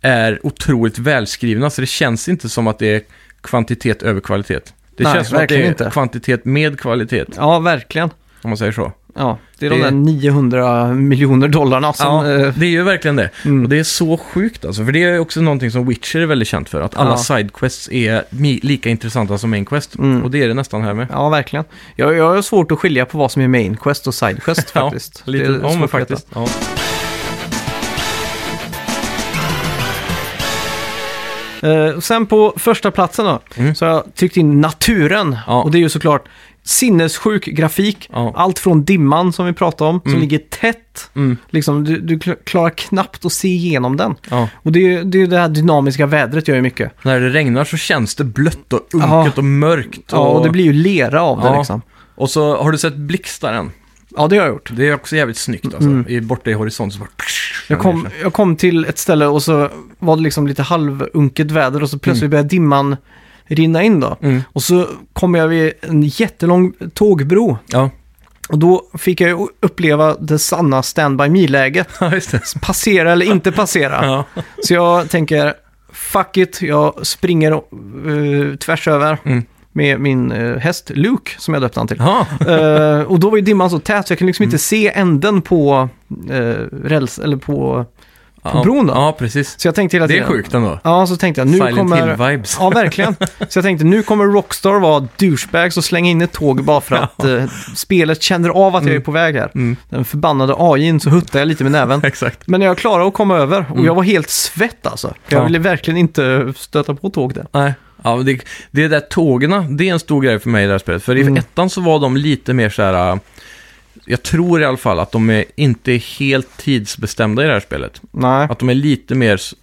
Speaker 2: är otroligt välskrivna. Så det känns inte som att det är kvantitet över kvalitet. Det
Speaker 1: Nej,
Speaker 2: känns som att det är
Speaker 1: verkligen inte.
Speaker 2: kvantitet med kvalitet,
Speaker 1: Ja, verkligen.
Speaker 2: om man säger så.
Speaker 1: Ja, det är de
Speaker 2: Det-
Speaker 1: där 900 miljoner dollarna som...
Speaker 2: ja,
Speaker 1: eh,
Speaker 2: det är ju verkligen det.
Speaker 1: Mm.
Speaker 2: Och det är så sjukt alltså. För det är också någonting som Witcher är väldigt känt för. Att alla
Speaker 1: Ja.
Speaker 2: sidequests är mi- lika intressanta som main quest.
Speaker 1: Mm.
Speaker 2: Och det är det nästan här med.
Speaker 1: ja, verkligen. Jag, jag har svårt att skilja på vad som är main quest och side quest faktiskt.
Speaker 2: Ja, lite,
Speaker 1: Det är
Speaker 2: ja,
Speaker 1: svårt
Speaker 2: men
Speaker 1: att
Speaker 2: faktiskt.
Speaker 1: veta.
Speaker 2: Ja.
Speaker 1: Eh, och sen på första platsen då,
Speaker 2: Mm.
Speaker 1: så har jag tryckt in naturen.
Speaker 2: Ja.
Speaker 1: Och det är ju såklart sinnessjuk grafik.
Speaker 2: Ja.
Speaker 1: Allt från dimman som vi pratade om, som
Speaker 2: Mm.
Speaker 1: ligger tätt.
Speaker 2: Mm.
Speaker 1: Liksom, du, du kl- klarar knappt att se igenom den.
Speaker 2: Ja.
Speaker 1: Och det är ju det, är ju det här dynamiska vädret gör ju mycket.
Speaker 2: När det regnar så känns det blött och unket
Speaker 1: Ja.
Speaker 2: och mörkt.
Speaker 1: Ja,
Speaker 2: Och,
Speaker 1: och det blir ju lera av det
Speaker 2: Ja.
Speaker 1: liksom.
Speaker 2: och så har du sett blixtaren.
Speaker 1: Ja, det har jag gjort.
Speaker 2: Det är också jävligt snyggt alltså. I, borta i horisont så bara...
Speaker 1: Mm. Jag kom, jag kom till ett ställe och så var det liksom lite halvunket väder och så plötsligt började dimman rinna in då.
Speaker 2: Mm.
Speaker 1: Och så kom jag vid en jättelång tågbro
Speaker 2: Ja.
Speaker 1: och då fick jag ju uppleva det sanna standby me-läget.
Speaker 2: ja, just det.
Speaker 1: Passera eller inte passera.
Speaker 2: Ja.
Speaker 1: Så jag tänker, fuck it, jag springer eh, tvärs över
Speaker 2: Mm.
Speaker 1: med min eh, häst Luke som jag döpte han till.
Speaker 2: Ja.
Speaker 1: Eh, och då var ju dimman så tät så jag kunde liksom
Speaker 2: Mm.
Speaker 1: inte se änden på eh, räls, eller på...
Speaker 2: ja.
Speaker 1: bron då?
Speaker 2: Ja, precis.
Speaker 1: Så jag tänkte hela
Speaker 2: Det
Speaker 1: tiden...
Speaker 2: är sjukt ändå.
Speaker 1: Ja, så tänkte jag nu
Speaker 2: Silent
Speaker 1: kommer...
Speaker 2: Hill-vibes.
Speaker 1: Ja, verkligen. Så jag tänkte nu kommer Rockstar vara douchebags och slänga in ett tåg bara för att eh, spelet känner av att jag är på väg här.
Speaker 2: Mm.
Speaker 1: Den förbannade AIn så huttade jag lite med näven.
Speaker 2: Exakt.
Speaker 1: Men jag klarade att komma över och jag var helt svett alltså. Jag
Speaker 2: Mm. Ja.
Speaker 1: ville verkligen inte stöta på tåg där.
Speaker 2: Nej. Ja, men det, det där tågena, det är en stor grej för mig i det här spelet. För i
Speaker 1: Mm.
Speaker 2: ettan så var de lite mer så här... äh, Jag tror i alla fall att de är inte är helt tidsbestämda i det här spelet.
Speaker 1: Nej.
Speaker 2: Att de är lite mer s-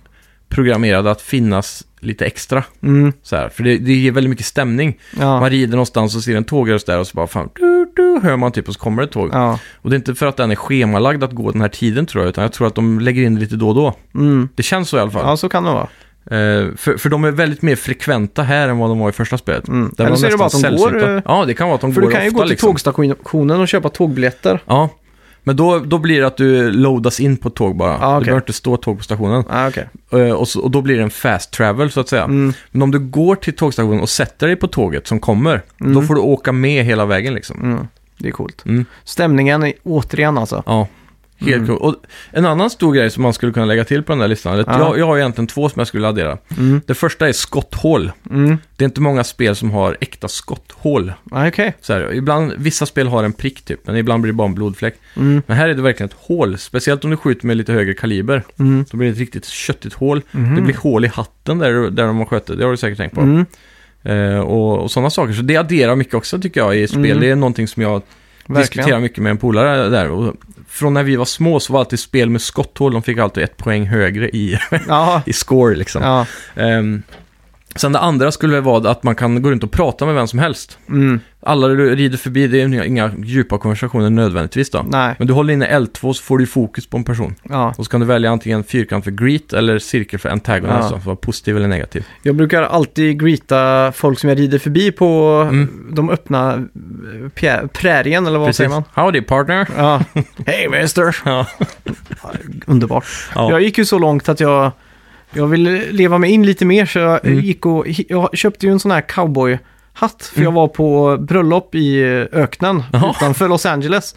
Speaker 2: programmerade att finnas lite extra.
Speaker 1: Mm.
Speaker 2: Så här. För det, det ger väldigt mycket stämning.
Speaker 1: Ja.
Speaker 2: Man rider någonstans och ser en tågrörelse där och så bara fan, du, du, hör man typ och så kommer det ett tåg.
Speaker 1: Ja.
Speaker 2: Och det är inte för att den är schemalagd att gå den här tiden tror jag, utan jag tror att de lägger in det lite då och då.
Speaker 1: Mm.
Speaker 2: Det känns så i alla fall.
Speaker 1: ja, så kan det vara.
Speaker 2: Eh, för, för de är väldigt mer frekventa här än vad de var i första spelet.
Speaker 1: Mm.
Speaker 2: Där var
Speaker 1: Eller så är det bara
Speaker 2: nästan
Speaker 1: att de går,
Speaker 2: sällsynta.
Speaker 1: eh,
Speaker 2: Ja, det kan vara att de
Speaker 1: För
Speaker 2: går
Speaker 1: du kan ju
Speaker 2: ofta,
Speaker 1: gå till
Speaker 2: liksom.
Speaker 1: tågstationen och köpa tågbiljetter.
Speaker 2: Ja, men då, då blir det att du loadas in på ett tåg bara.
Speaker 1: Ja, Ah, okej.
Speaker 2: Du behöver inte stå tåg på stationen.
Speaker 1: Ah, okej.
Speaker 2: Eh, och, så, och då blir det en fast travel så att säga.
Speaker 1: Mm.
Speaker 2: Men om du går till tågstationen och sätter dig på tåget som kommer,
Speaker 1: Mm.
Speaker 2: då får du åka med hela vägen liksom.
Speaker 1: Mm. Det är coolt.
Speaker 2: Mm.
Speaker 1: Stämningen är återigen alltså.
Speaker 2: Ja, helt
Speaker 1: Mm.
Speaker 2: cool. Och en annan stor grej som man skulle kunna lägga till på den där listan, eller
Speaker 1: Ja.
Speaker 2: jag, jag har egentligen två som jag skulle addera.
Speaker 1: Mm.
Speaker 2: Det första är skotthål.
Speaker 1: Mm.
Speaker 2: Det är inte många spel som har äkta skotthål.
Speaker 1: Ah, okej.
Speaker 2: Så här, ibland, vissa spel har en prick typ, men ibland blir det bara en blodfläck.
Speaker 1: Mm.
Speaker 2: Men här är det verkligen ett hål, speciellt om du skjuter med lite högre kaliber.
Speaker 1: Mm.
Speaker 2: Då blir det ett riktigt köttigt hål.
Speaker 1: Mhm.
Speaker 2: Det blir hål i hatten där, där de har skjutit, det har du säkert tänkt på.
Speaker 1: Mm.
Speaker 2: Eh, och, och sådana saker. Så det adderar mycket också tycker jag i spel.
Speaker 1: Mm.
Speaker 2: Det är någonting som jag diskuterar mycket med en polare där. Och från när vi var små så var alltid spel med skotthål, de fick alltid ett poäng högre i,
Speaker 1: Ja,
Speaker 2: i score liksom.
Speaker 1: ja.
Speaker 2: Ehm, sen det andra skulle väl vara att man kan gå runt och prata med vem som helst.
Speaker 1: Mm.
Speaker 2: Alla du rider förbi, det är ju inga djupa konversationer nödvändigtvis då.
Speaker 1: Nej,
Speaker 2: Men du håller inne L2 så får du fokus på en person.
Speaker 1: ja.
Speaker 2: Och så kan du välja antingen fyrkant för greet eller cirkel för antagonist,
Speaker 1: Ja.
Speaker 2: alltså, för att vara positiv eller negativ.
Speaker 1: Jag brukar alltid greeta folk som jag rider förbi på
Speaker 2: Mm.
Speaker 1: de öppna eh, pjä- prärien, eller vad säger man?
Speaker 2: Howdy partner!
Speaker 1: Ja. Hej mister!
Speaker 2: Ja.
Speaker 1: Underbart.
Speaker 2: Ja.
Speaker 1: Jag gick ju så långt att jag, jag ville leva mig in lite mer så jag eh,
Speaker 2: Mm.
Speaker 1: gick och jag köpte ju en sån här cowboyhatt för jag
Speaker 2: Mm.
Speaker 1: var på bröllop i eh, öknen
Speaker 2: Jaha.
Speaker 1: utanför Los Angeles.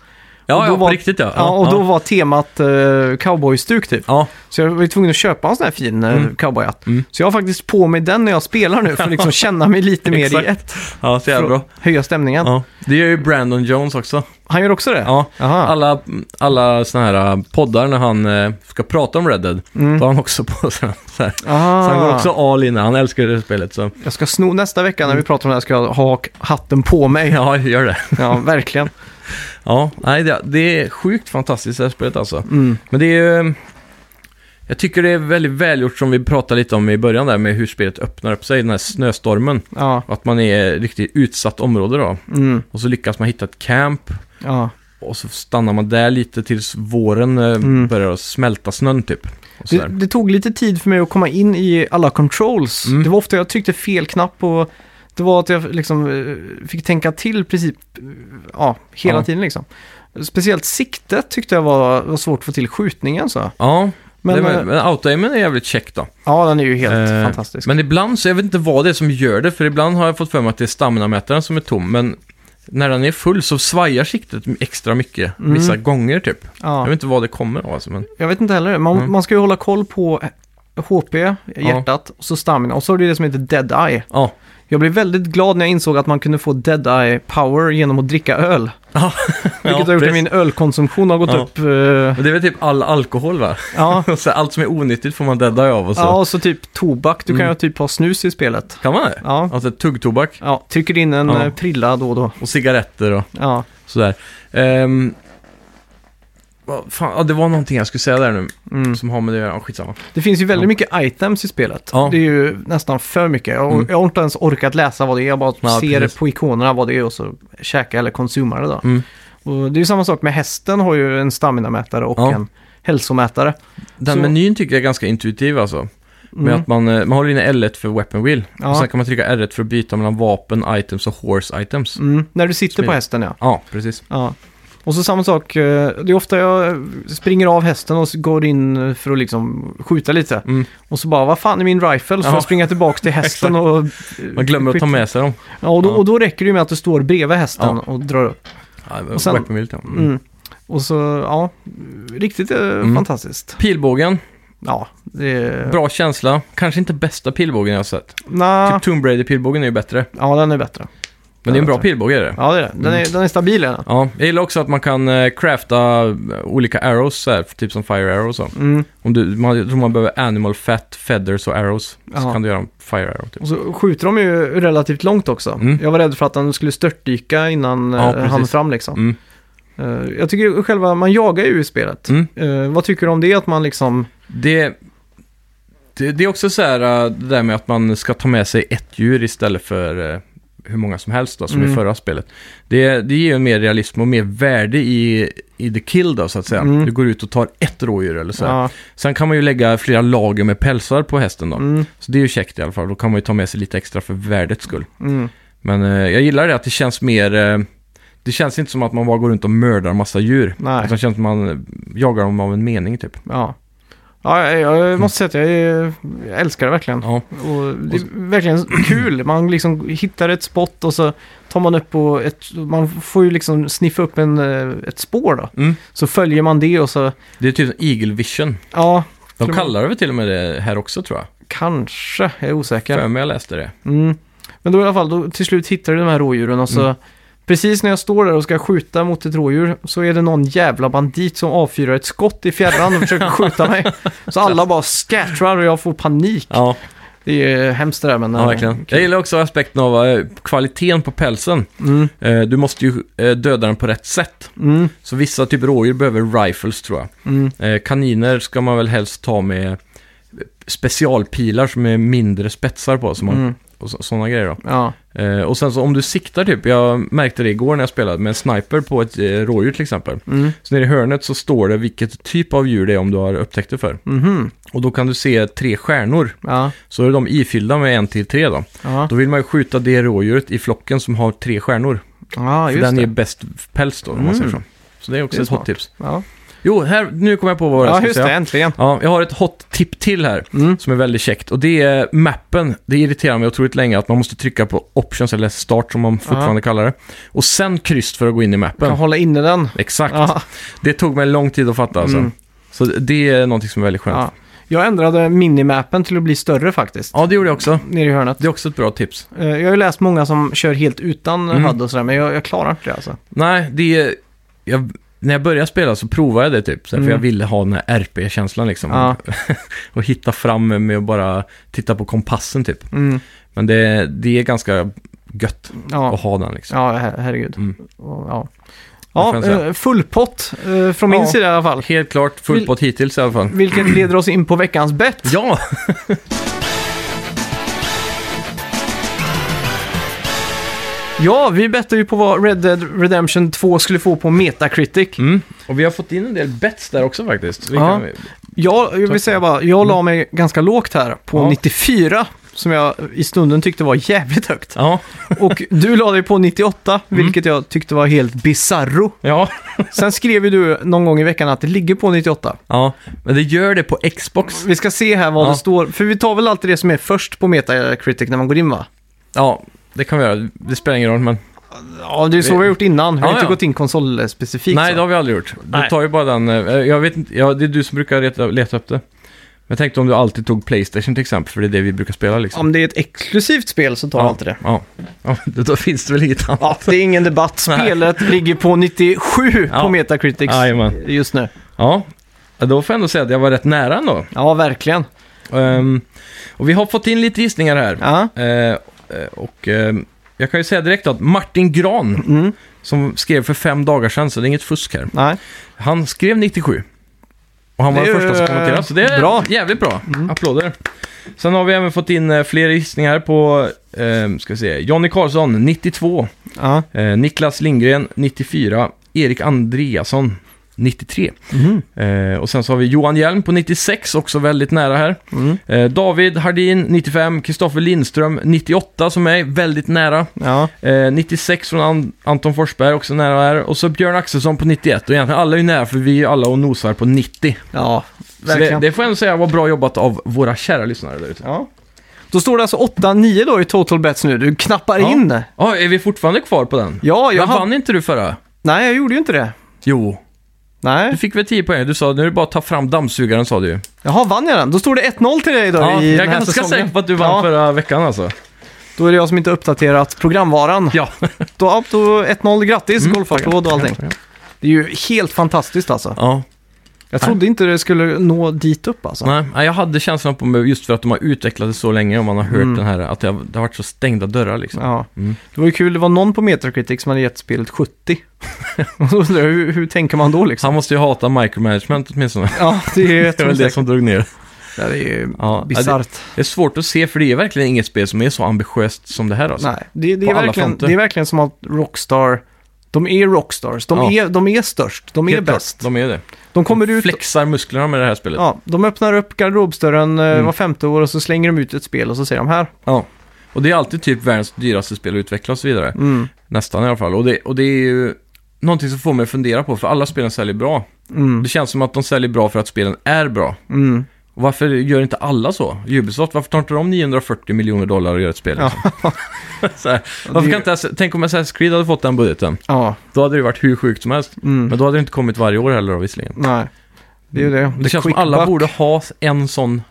Speaker 2: Ja,
Speaker 1: Och då
Speaker 2: ja, på
Speaker 1: var-
Speaker 2: riktigt ja.
Speaker 1: Ja, och då var temat eh, cowboystuk typ.
Speaker 2: ja.
Speaker 1: Så jag var ju tvungen att köpa en sån här fin eh,
Speaker 2: Mm.
Speaker 1: cowboyhatt.
Speaker 2: Mm.
Speaker 1: Så jag har faktiskt på mig den när jag spelar nu för att liksom känna mig lite mer i
Speaker 2: Exakt.
Speaker 1: ett.
Speaker 2: ja, så
Speaker 1: För
Speaker 2: jävla
Speaker 1: att
Speaker 2: bra.
Speaker 1: höja stämningen.
Speaker 2: Ja. Det gör ju Brandon Jones också.
Speaker 1: Han gör också det?
Speaker 2: Ja.
Speaker 1: Aha.
Speaker 2: Alla, alla såna här eh, poddar när han eh, ska prata om Red Dead,
Speaker 1: Mm.
Speaker 2: då har han också på sig så här.
Speaker 1: Aha.
Speaker 2: Så han går också all in, han älskar det spelet så.
Speaker 1: Jag ska sno nästa vecka när vi pratar om det här ska jag ha hatten på mig.
Speaker 2: Ja, gör det.
Speaker 1: Ja, verkligen.
Speaker 2: Ja, nej, det, det är sjukt fantastiskt det här spelet alltså.
Speaker 1: Mm.
Speaker 2: Men det är ju... Jag tycker det är väldigt välgjort som vi pratade lite om i början där med hur spelet öppnar upp sig, den här snöstormen.
Speaker 1: Ja.
Speaker 2: Att man är i riktigt utsatt område då.
Speaker 1: Mm.
Speaker 2: Och så lyckas man hitta ett camp
Speaker 1: ja.
Speaker 2: och så stannar man där lite tills våren eh,
Speaker 1: Mm.
Speaker 2: börjar smälta snön typ. Och
Speaker 1: Det,
Speaker 2: sådär.
Speaker 1: det tog lite tid för mig att komma in i alla controls.
Speaker 2: Mm.
Speaker 1: Det var ofta jag tryckte fel knapp och det var att jag liksom eh, fick tänka till princip eh, ja, hela
Speaker 2: Ja.
Speaker 1: tiden liksom. Speciellt siktet tyckte jag var, var svårt att få till skjutningen så.
Speaker 2: Ja,
Speaker 1: Men,
Speaker 2: det, var-
Speaker 1: eh,
Speaker 2: men autoaimen är jävligt käck då.
Speaker 1: Ja, den är ju helt
Speaker 2: Eh,
Speaker 1: fantastisk.
Speaker 2: Men ibland så, jag vet inte vad det är som gör det, för ibland har jag fått för mig att det är stamina-mätaren som är tom, men när den är full så svajar siktet extra mycket
Speaker 1: Mm.
Speaker 2: vissa gånger typ. Jag
Speaker 1: ja.
Speaker 2: vet inte vad det kommer av alltså, men...
Speaker 1: Jag vet inte heller. Man,
Speaker 2: Mm.
Speaker 1: man ska ju hålla koll på HP, hjärtat, och så stamina. Och så har du det som heter Dead Eye.
Speaker 2: Ja.
Speaker 1: Jag blev väldigt glad när jag insåg att man kunde få Dead Eye Power genom att dricka öl.
Speaker 2: Ja.
Speaker 1: Vilket har gjort att min ölkonsumtion har gått
Speaker 2: Ja.
Speaker 1: upp. eh,
Speaker 2: Men det är väl typ all alkohol va?
Speaker 1: ja.
Speaker 2: Så Allt som är onyttigt får man deada av och så.
Speaker 1: ja, och så typ tobak. Du kan
Speaker 2: Mm.
Speaker 1: ju typ ha snus i spelet.
Speaker 2: Kan man det?
Speaker 1: Ja.
Speaker 2: Alltså tuggtobak
Speaker 1: Ja, trycker in en
Speaker 2: Ja.
Speaker 1: eh, prilla då och då.
Speaker 2: och cigaretter och
Speaker 1: Ja,
Speaker 2: sådär. Ehm, vad fan, ja, det var någonting jag skulle säga där nu
Speaker 1: mm.
Speaker 2: som har med det att göra. Ja, Skitsamma.
Speaker 1: Det finns ju väldigt
Speaker 2: Ja.
Speaker 1: mycket items i spelet.
Speaker 2: Ja.
Speaker 1: Det är ju nästan för mycket. Jag,
Speaker 2: Mm.
Speaker 1: jag har inte ens orkat läsa vad det är. Jag bara
Speaker 2: Ja,
Speaker 1: ser
Speaker 2: precis.
Speaker 1: på ikonerna vad det är och så käka eller konsumera det då.
Speaker 2: Mm.
Speaker 1: Och det är ju samma sak med hästen har ju en staminamätare och
Speaker 2: Ja.
Speaker 1: en hälsomätare.
Speaker 2: Den
Speaker 1: Så-
Speaker 2: menyn tycker jag är ganska intuitiv alltså. Med
Speaker 1: Mm.
Speaker 2: att man, eh, man håller inne L1 för weapon wheel.
Speaker 1: Ja.
Speaker 2: Och sen kan man trycka R1 för att byta mellan vapen, items och horse items.
Speaker 1: Mm. När du sitter på
Speaker 2: Smidigt.
Speaker 1: hästen ja.
Speaker 2: Ja, precis.
Speaker 1: Ja. Och så samma sak, eh, det är ofta jag springer av hästen och går in för att liksom skjuta lite.
Speaker 2: Mm.
Speaker 1: Och så bara, vad fan är min rifle? Så får
Speaker 2: Ja.
Speaker 1: jag springa tillbaka till hästen och...
Speaker 2: Man glömmer att ta med sig dem.
Speaker 1: Ja, och då,
Speaker 2: Ja.
Speaker 1: och då räcker det ju med att du står bredvid hästen
Speaker 2: Ja.
Speaker 1: och drar upp.
Speaker 2: Ja,
Speaker 1: Och sen-
Speaker 2: weapon wheel, ja. mm.
Speaker 1: Mm. Och så, ja, riktigt eh, fantastiskt.
Speaker 2: Pilbågen,
Speaker 1: Ja, det är...
Speaker 2: bra känsla. Kanske inte bästa pilbågen jag har sett.
Speaker 1: Nå,
Speaker 2: Typ Tomb Raider-pilbågen är ju bättre.
Speaker 1: Ja, den är bättre.
Speaker 2: Men det är en bra
Speaker 1: bättre.
Speaker 2: pilbåge är det.
Speaker 1: Ja, det är det. Den
Speaker 2: Mm.
Speaker 1: är, den är stabil den.
Speaker 2: Ja, jag gillar också att man kan eh, crafta eh, olika arrows, så här, typ som fire arrows. Så.
Speaker 1: Mm.
Speaker 2: Om du, man, jag tror man behöver animal fat, feathers och arrows. Så
Speaker 1: Ja.
Speaker 2: kan du göra en fire arrow. Typ.
Speaker 1: Och så skjuter de ju relativt långt också.
Speaker 2: Mm.
Speaker 1: Jag var rädd för att han skulle störtdyka innan
Speaker 2: Ja,
Speaker 1: eh, han
Speaker 2: precis.
Speaker 1: fram liksom.
Speaker 2: Mm.
Speaker 1: Eh, jag tycker själva, man jagar ju i spelet.
Speaker 2: Mm.
Speaker 1: Eh, vad tycker du om det att man liksom,
Speaker 2: Det, det, det är också så här eh, det där med att man ska ta med sig ett djur istället för eh, hur många som helst då, som i
Speaker 1: Mm.
Speaker 2: förra spelet. Det, det ger ju mer realism och mer värde i, i the kill då, så att säga.
Speaker 1: Mm.
Speaker 2: Du går ut och tar ett rådjur eller så. här.
Speaker 1: ja,
Speaker 2: Sen kan man ju lägga flera lager med pälsar på hästen då.
Speaker 1: mm,
Speaker 2: Så det är ju käckt i alla fall. Då kan man ju ta med sig lite extra för värdets skull.
Speaker 1: mm,
Speaker 2: Men eh, jag gillar det att det känns mer... Eh, det känns inte som att man bara går runt och mördar massa djur.
Speaker 1: nej,
Speaker 2: Utan det känns som att man eh, jagar dem av en mening typ.
Speaker 1: ja. Ja, jag, jag måste säga att jag, är- jag älskar det verkligen.
Speaker 2: Ja,
Speaker 1: Och det är verkligen kul. Man liksom hittar ett spot och så tar man upp och ett, man får ju liksom sniffa upp en, eh, ett spår då.
Speaker 2: Mm.
Speaker 1: Så följer man det och så,
Speaker 2: det är typ som Eagle Vision.
Speaker 1: ja,
Speaker 2: De
Speaker 1: Tror
Speaker 2: kallar det väl till och med det här också tror jag.
Speaker 1: kanske, jag är osäker.
Speaker 2: För mig jag läste det.
Speaker 1: Mm. Men då i alla fall, då, till slut hittar du de här rådjuren och så
Speaker 2: Mm.
Speaker 1: precis när jag står där och ska skjuta mot ett rådjur så är det någon jävla bandit som avfyrar ett skott i fjärran och försöker skjuta mig. Så alla bara scattrar och jag får panik.
Speaker 2: Ja,
Speaker 1: Det är ju hemskt det där, men... eh,
Speaker 2: Ja, verkligen. Jag gillar också aspekten av eh, kvaliteten på pälsen.
Speaker 1: Mm,
Speaker 2: Eh, Du måste ju eh, döda den på rätt sätt.
Speaker 1: mm,
Speaker 2: Så vissa typer rådjur behöver rifles tror jag.
Speaker 1: mm.
Speaker 2: Eh, Kaniner ska man väl helst ta med eh, specialpilar som är mindre spetsar på. Som man,
Speaker 1: Mm.
Speaker 2: Och sådana grejer då.
Speaker 1: Ja,
Speaker 2: Eh, Och sen så om du siktar typ, jag märkte det igår när jag spelade med en sniper på ett eh, rådjur till exempel.
Speaker 1: mm,
Speaker 2: Så nere i hörnet så står det vilket typ av djur det är om du har upptäckt det för.
Speaker 1: mhm,
Speaker 2: Och då kan du se tre stjärnor.
Speaker 1: ja,
Speaker 2: Så är de ifyllda med en till tre då.
Speaker 1: ja,
Speaker 2: Då vill man ju skjuta det rådjuret i flocken som har tre stjärnor.
Speaker 1: ja,
Speaker 2: för
Speaker 1: just
Speaker 2: den
Speaker 1: det.
Speaker 2: är bäst päls då, om man säger så.
Speaker 1: Mm.
Speaker 2: Så det är också
Speaker 1: Det är
Speaker 2: ett
Speaker 1: smart.
Speaker 2: hot tips.
Speaker 1: Ja,
Speaker 2: Jo, här, nu kommer jag på vad jag
Speaker 1: ja
Speaker 2: ska
Speaker 1: just
Speaker 2: säga.
Speaker 1: det, äntligen.
Speaker 2: Ja, jag har ett hot tip till här
Speaker 1: Mm.
Speaker 2: som är väldigt käckt. Och det är mappen. Det irriterar mig otroligt länge att man måste trycka på options eller start som man fortfarande kallar det. Och sen kryss för att gå in i mappen.
Speaker 1: Kan hålla inne den.
Speaker 2: Exakt.
Speaker 1: Ja,
Speaker 2: Det tog mig lång tid att fatta alltså.
Speaker 1: Mm.
Speaker 2: Så det är någonting som är väldigt skönt. Ja,
Speaker 1: ja. Jag ändrade minimappen till att bli större faktiskt.
Speaker 2: det gjorde jag också.
Speaker 1: Nere i hörnet.
Speaker 2: Det är också ett bra tips.
Speaker 1: Eh, Jag har ju läst många som kör helt utan
Speaker 2: Mm.
Speaker 1: HUD och sådär, men jag, jag klarar inte det alltså.
Speaker 2: Nej, det är... Jag, när jag började spela så provade jag det typ. Så här,
Speaker 1: Mm.
Speaker 2: För jag ville ha den här RP-känslan liksom.
Speaker 1: Ja.
Speaker 2: och hitta fram med att bara titta på kompassen typ.
Speaker 1: Mm.
Speaker 2: Men det, det är ganska gött
Speaker 1: Ja.
Speaker 2: att ha den liksom.
Speaker 1: ja, her- herregud.
Speaker 2: Mm.
Speaker 1: Och, ja,
Speaker 2: Vad
Speaker 1: ja
Speaker 2: kan jag säga?
Speaker 1: eh, full pott eh, från
Speaker 2: Ja.
Speaker 1: min sida i alla fall.
Speaker 2: Helt klart full
Speaker 1: Vill-
Speaker 2: pott hittills i alla fall.
Speaker 1: Vilket leder oss in på veckans bett.
Speaker 2: Ja!
Speaker 1: Ja, vi bettade ju på vad Red Dead Redemption 2 skulle få på Metacritic.
Speaker 2: Mm. Och vi har fått in en del bets där också faktiskt. Vi
Speaker 1: Ja.
Speaker 2: kan-
Speaker 1: Jag, jag vill
Speaker 2: Tack.
Speaker 1: säga bara, jag la mig ganska lågt här på
Speaker 2: Ja.
Speaker 1: 94. Som jag i stunden tyckte var jävligt högt.
Speaker 2: ja.
Speaker 1: Och du la dig på 98, vilket jag tyckte var helt bizarro.
Speaker 2: ja.
Speaker 1: Sen skrev ju du någon gång i veckan att det ligger på 98.
Speaker 2: Ja. Men det gör det på Xbox.
Speaker 1: Vi ska se här vad
Speaker 2: Ja.
Speaker 1: det står. För vi tar väl alltid det som är först på Metacritic när man går in va?
Speaker 2: Ja, det kan vi göra. Det spelar ingen roll, men...
Speaker 1: Ja, det är så vi,
Speaker 2: Vi-
Speaker 1: har gjort innan. Vi har
Speaker 2: Ja,
Speaker 1: inte
Speaker 2: ja.
Speaker 1: gått in konsolspecifikt.
Speaker 2: Nej,
Speaker 1: så.
Speaker 2: det har vi aldrig gjort. Du
Speaker 1: Nej.
Speaker 2: tar ju bara den... eh, Jag vet inte, ja, det är du som brukar leta, leta upp det. Men jag tänkte om du alltid tog Playstation till exempel, för det är det vi brukar spela liksom.
Speaker 1: Om det är ett exklusivt spel så tar jag alltid det.
Speaker 2: Ja, ja. då då finns det väl inget annat.
Speaker 1: Ja, det är ingen debatt.
Speaker 2: Nej.
Speaker 1: Spelet ligger på 97
Speaker 2: Ja.
Speaker 1: på Metacritics
Speaker 2: Jajamän.
Speaker 1: just nu.
Speaker 2: Ja. ja, då får jag ändå säga att jag var rätt nära ändå.
Speaker 1: Ja, verkligen.
Speaker 2: Ehm, och vi har fått in lite gissningar här.
Speaker 1: Ja.
Speaker 2: Eh, eh, och ehm, jag kan ju säga direkt att Martin Gran,
Speaker 1: Mm.
Speaker 2: som skrev för fem dagar sedan, så det är inget fusk här.
Speaker 1: Nej.
Speaker 2: Han skrev 97. Och han var
Speaker 1: Det är
Speaker 2: den första som
Speaker 1: ju, eh,
Speaker 2: kommenterade, så det är
Speaker 1: bra. Mm.
Speaker 2: jävligt bra. Applåder. Sen har vi även fått in eh, fler gissningar på, ehm, ska vi se, Jonny Karlsson 92,
Speaker 1: Ja.
Speaker 2: eh, Niklas Lindgren 94, Erik Andreasson 93.
Speaker 1: Mhm.
Speaker 2: Eh, och sen så har vi Johan Hjelm på 96, också väldigt nära här.
Speaker 1: Mm.
Speaker 2: Eh, David Hardin 95, Kristoffer Lindström 98 som är väldigt nära.
Speaker 1: Ja.
Speaker 2: Eh, 96 från An- Anton Forsberg också nära här. Och så Björn Axelsson på 91. Och egentligen alla är ju nära för vi är alla och nosar på 90.
Speaker 1: ja,
Speaker 2: Så det,
Speaker 1: verkligen.
Speaker 2: det får jag ändå säga var bra jobbat av våra kära lyssnare där ute.
Speaker 1: Ja. Då står det alltså 8-9 då i total bets nu. Du knappar
Speaker 2: Ja.
Speaker 1: in.
Speaker 2: Ja, är vi fortfarande kvar på den?
Speaker 1: Ja, jag
Speaker 2: Men
Speaker 1: hade-
Speaker 2: vann inte du förra?
Speaker 1: Nej, jag gjorde ju inte det.
Speaker 2: Jo. Du
Speaker 1: Nej.
Speaker 2: fick väl 10 poäng? Du sa nu är det bara att ta fram dammsugaren sa du ju.
Speaker 1: Jaha, vann jag den? Då står det 1-0 till dig då
Speaker 2: Ja,
Speaker 1: i
Speaker 2: jag
Speaker 1: den
Speaker 2: är
Speaker 1: här
Speaker 2: ganska
Speaker 1: säsongen.
Speaker 2: säker på att du vann
Speaker 1: ja.
Speaker 2: förra veckan alltså.
Speaker 1: Då är det jag som inte har uppdaterat programvaran.
Speaker 2: Ja.
Speaker 1: Då, ja, då 1-0, grattis,
Speaker 2: Mm,
Speaker 1: golfapplåd och allting. Det är ju helt fantastiskt alltså.
Speaker 2: Ja.
Speaker 1: Jag trodde inte det skulle nå dit upp alltså.
Speaker 2: Nej, nej, jag hade känslan på mig just för att de har utvecklat det så länge och man har hört
Speaker 1: Mm.
Speaker 2: den här, att det har, det har varit så stängda dörrar liksom.
Speaker 1: Ja.
Speaker 2: Mm.
Speaker 1: Det var ju kul, det var någon på Metacritic som hade gett spelet 70. Och så undrar jag, hur, hur tänker man då liksom?
Speaker 2: Han måste ju hata micromanagement åtminstone.
Speaker 1: Ja, det är, jag
Speaker 2: Det är
Speaker 1: tror
Speaker 2: väl det
Speaker 1: säkert.
Speaker 2: som drog ner.
Speaker 1: Ja, det är ju
Speaker 2: Ja, det,
Speaker 1: bisarrt.
Speaker 2: det är svårt att se för det är verkligen inget spel som är så ambitiöst som det här alltså.
Speaker 1: Nej, det, det,
Speaker 2: På
Speaker 1: är
Speaker 2: alla
Speaker 1: verkligen,
Speaker 2: fronter.
Speaker 1: det är verkligen som att Rockstar, de är Rockstars, de,
Speaker 2: Ja.
Speaker 1: är, de är störst, de är
Speaker 2: Helt klart,
Speaker 1: bäst.
Speaker 2: De är det.
Speaker 1: De kommer ut,
Speaker 2: Flexar musklerna med det här spelet.
Speaker 1: ja, de öppnar upp garderobsdörren eh,
Speaker 2: Mm.
Speaker 1: var femte år och så slänger de ut ett spel och så säger de här.
Speaker 2: Ja. Och det är alltid typ världens dyraste spel att utveckla och så vidare.
Speaker 1: Mm,
Speaker 2: Nästan i alla fall. Och det, och det är ju någonting som får mig att fundera på, för alla spelen säljer bra.
Speaker 1: mm,
Speaker 2: Det känns som att de säljer bra för att spelen är bra.
Speaker 1: mm.
Speaker 2: Och Varför gör inte alla så? Ubisoft, varför tar inte de 940 miljoner dollar och gör ett spel?
Speaker 1: Ja.
Speaker 2: liksom? så här, varför kan inte, Ass- tänk om Assassin's Creed hade fått den budgeten.
Speaker 1: Ja,
Speaker 2: Då hade det varit hur sjukt som helst.
Speaker 1: mm,
Speaker 2: Men då hade det inte kommit varje år heller då, visserligen.
Speaker 1: nej. Det är ju det.
Speaker 2: Det, känns som
Speaker 1: Quick
Speaker 2: alla
Speaker 1: buck.
Speaker 2: borde ha en sån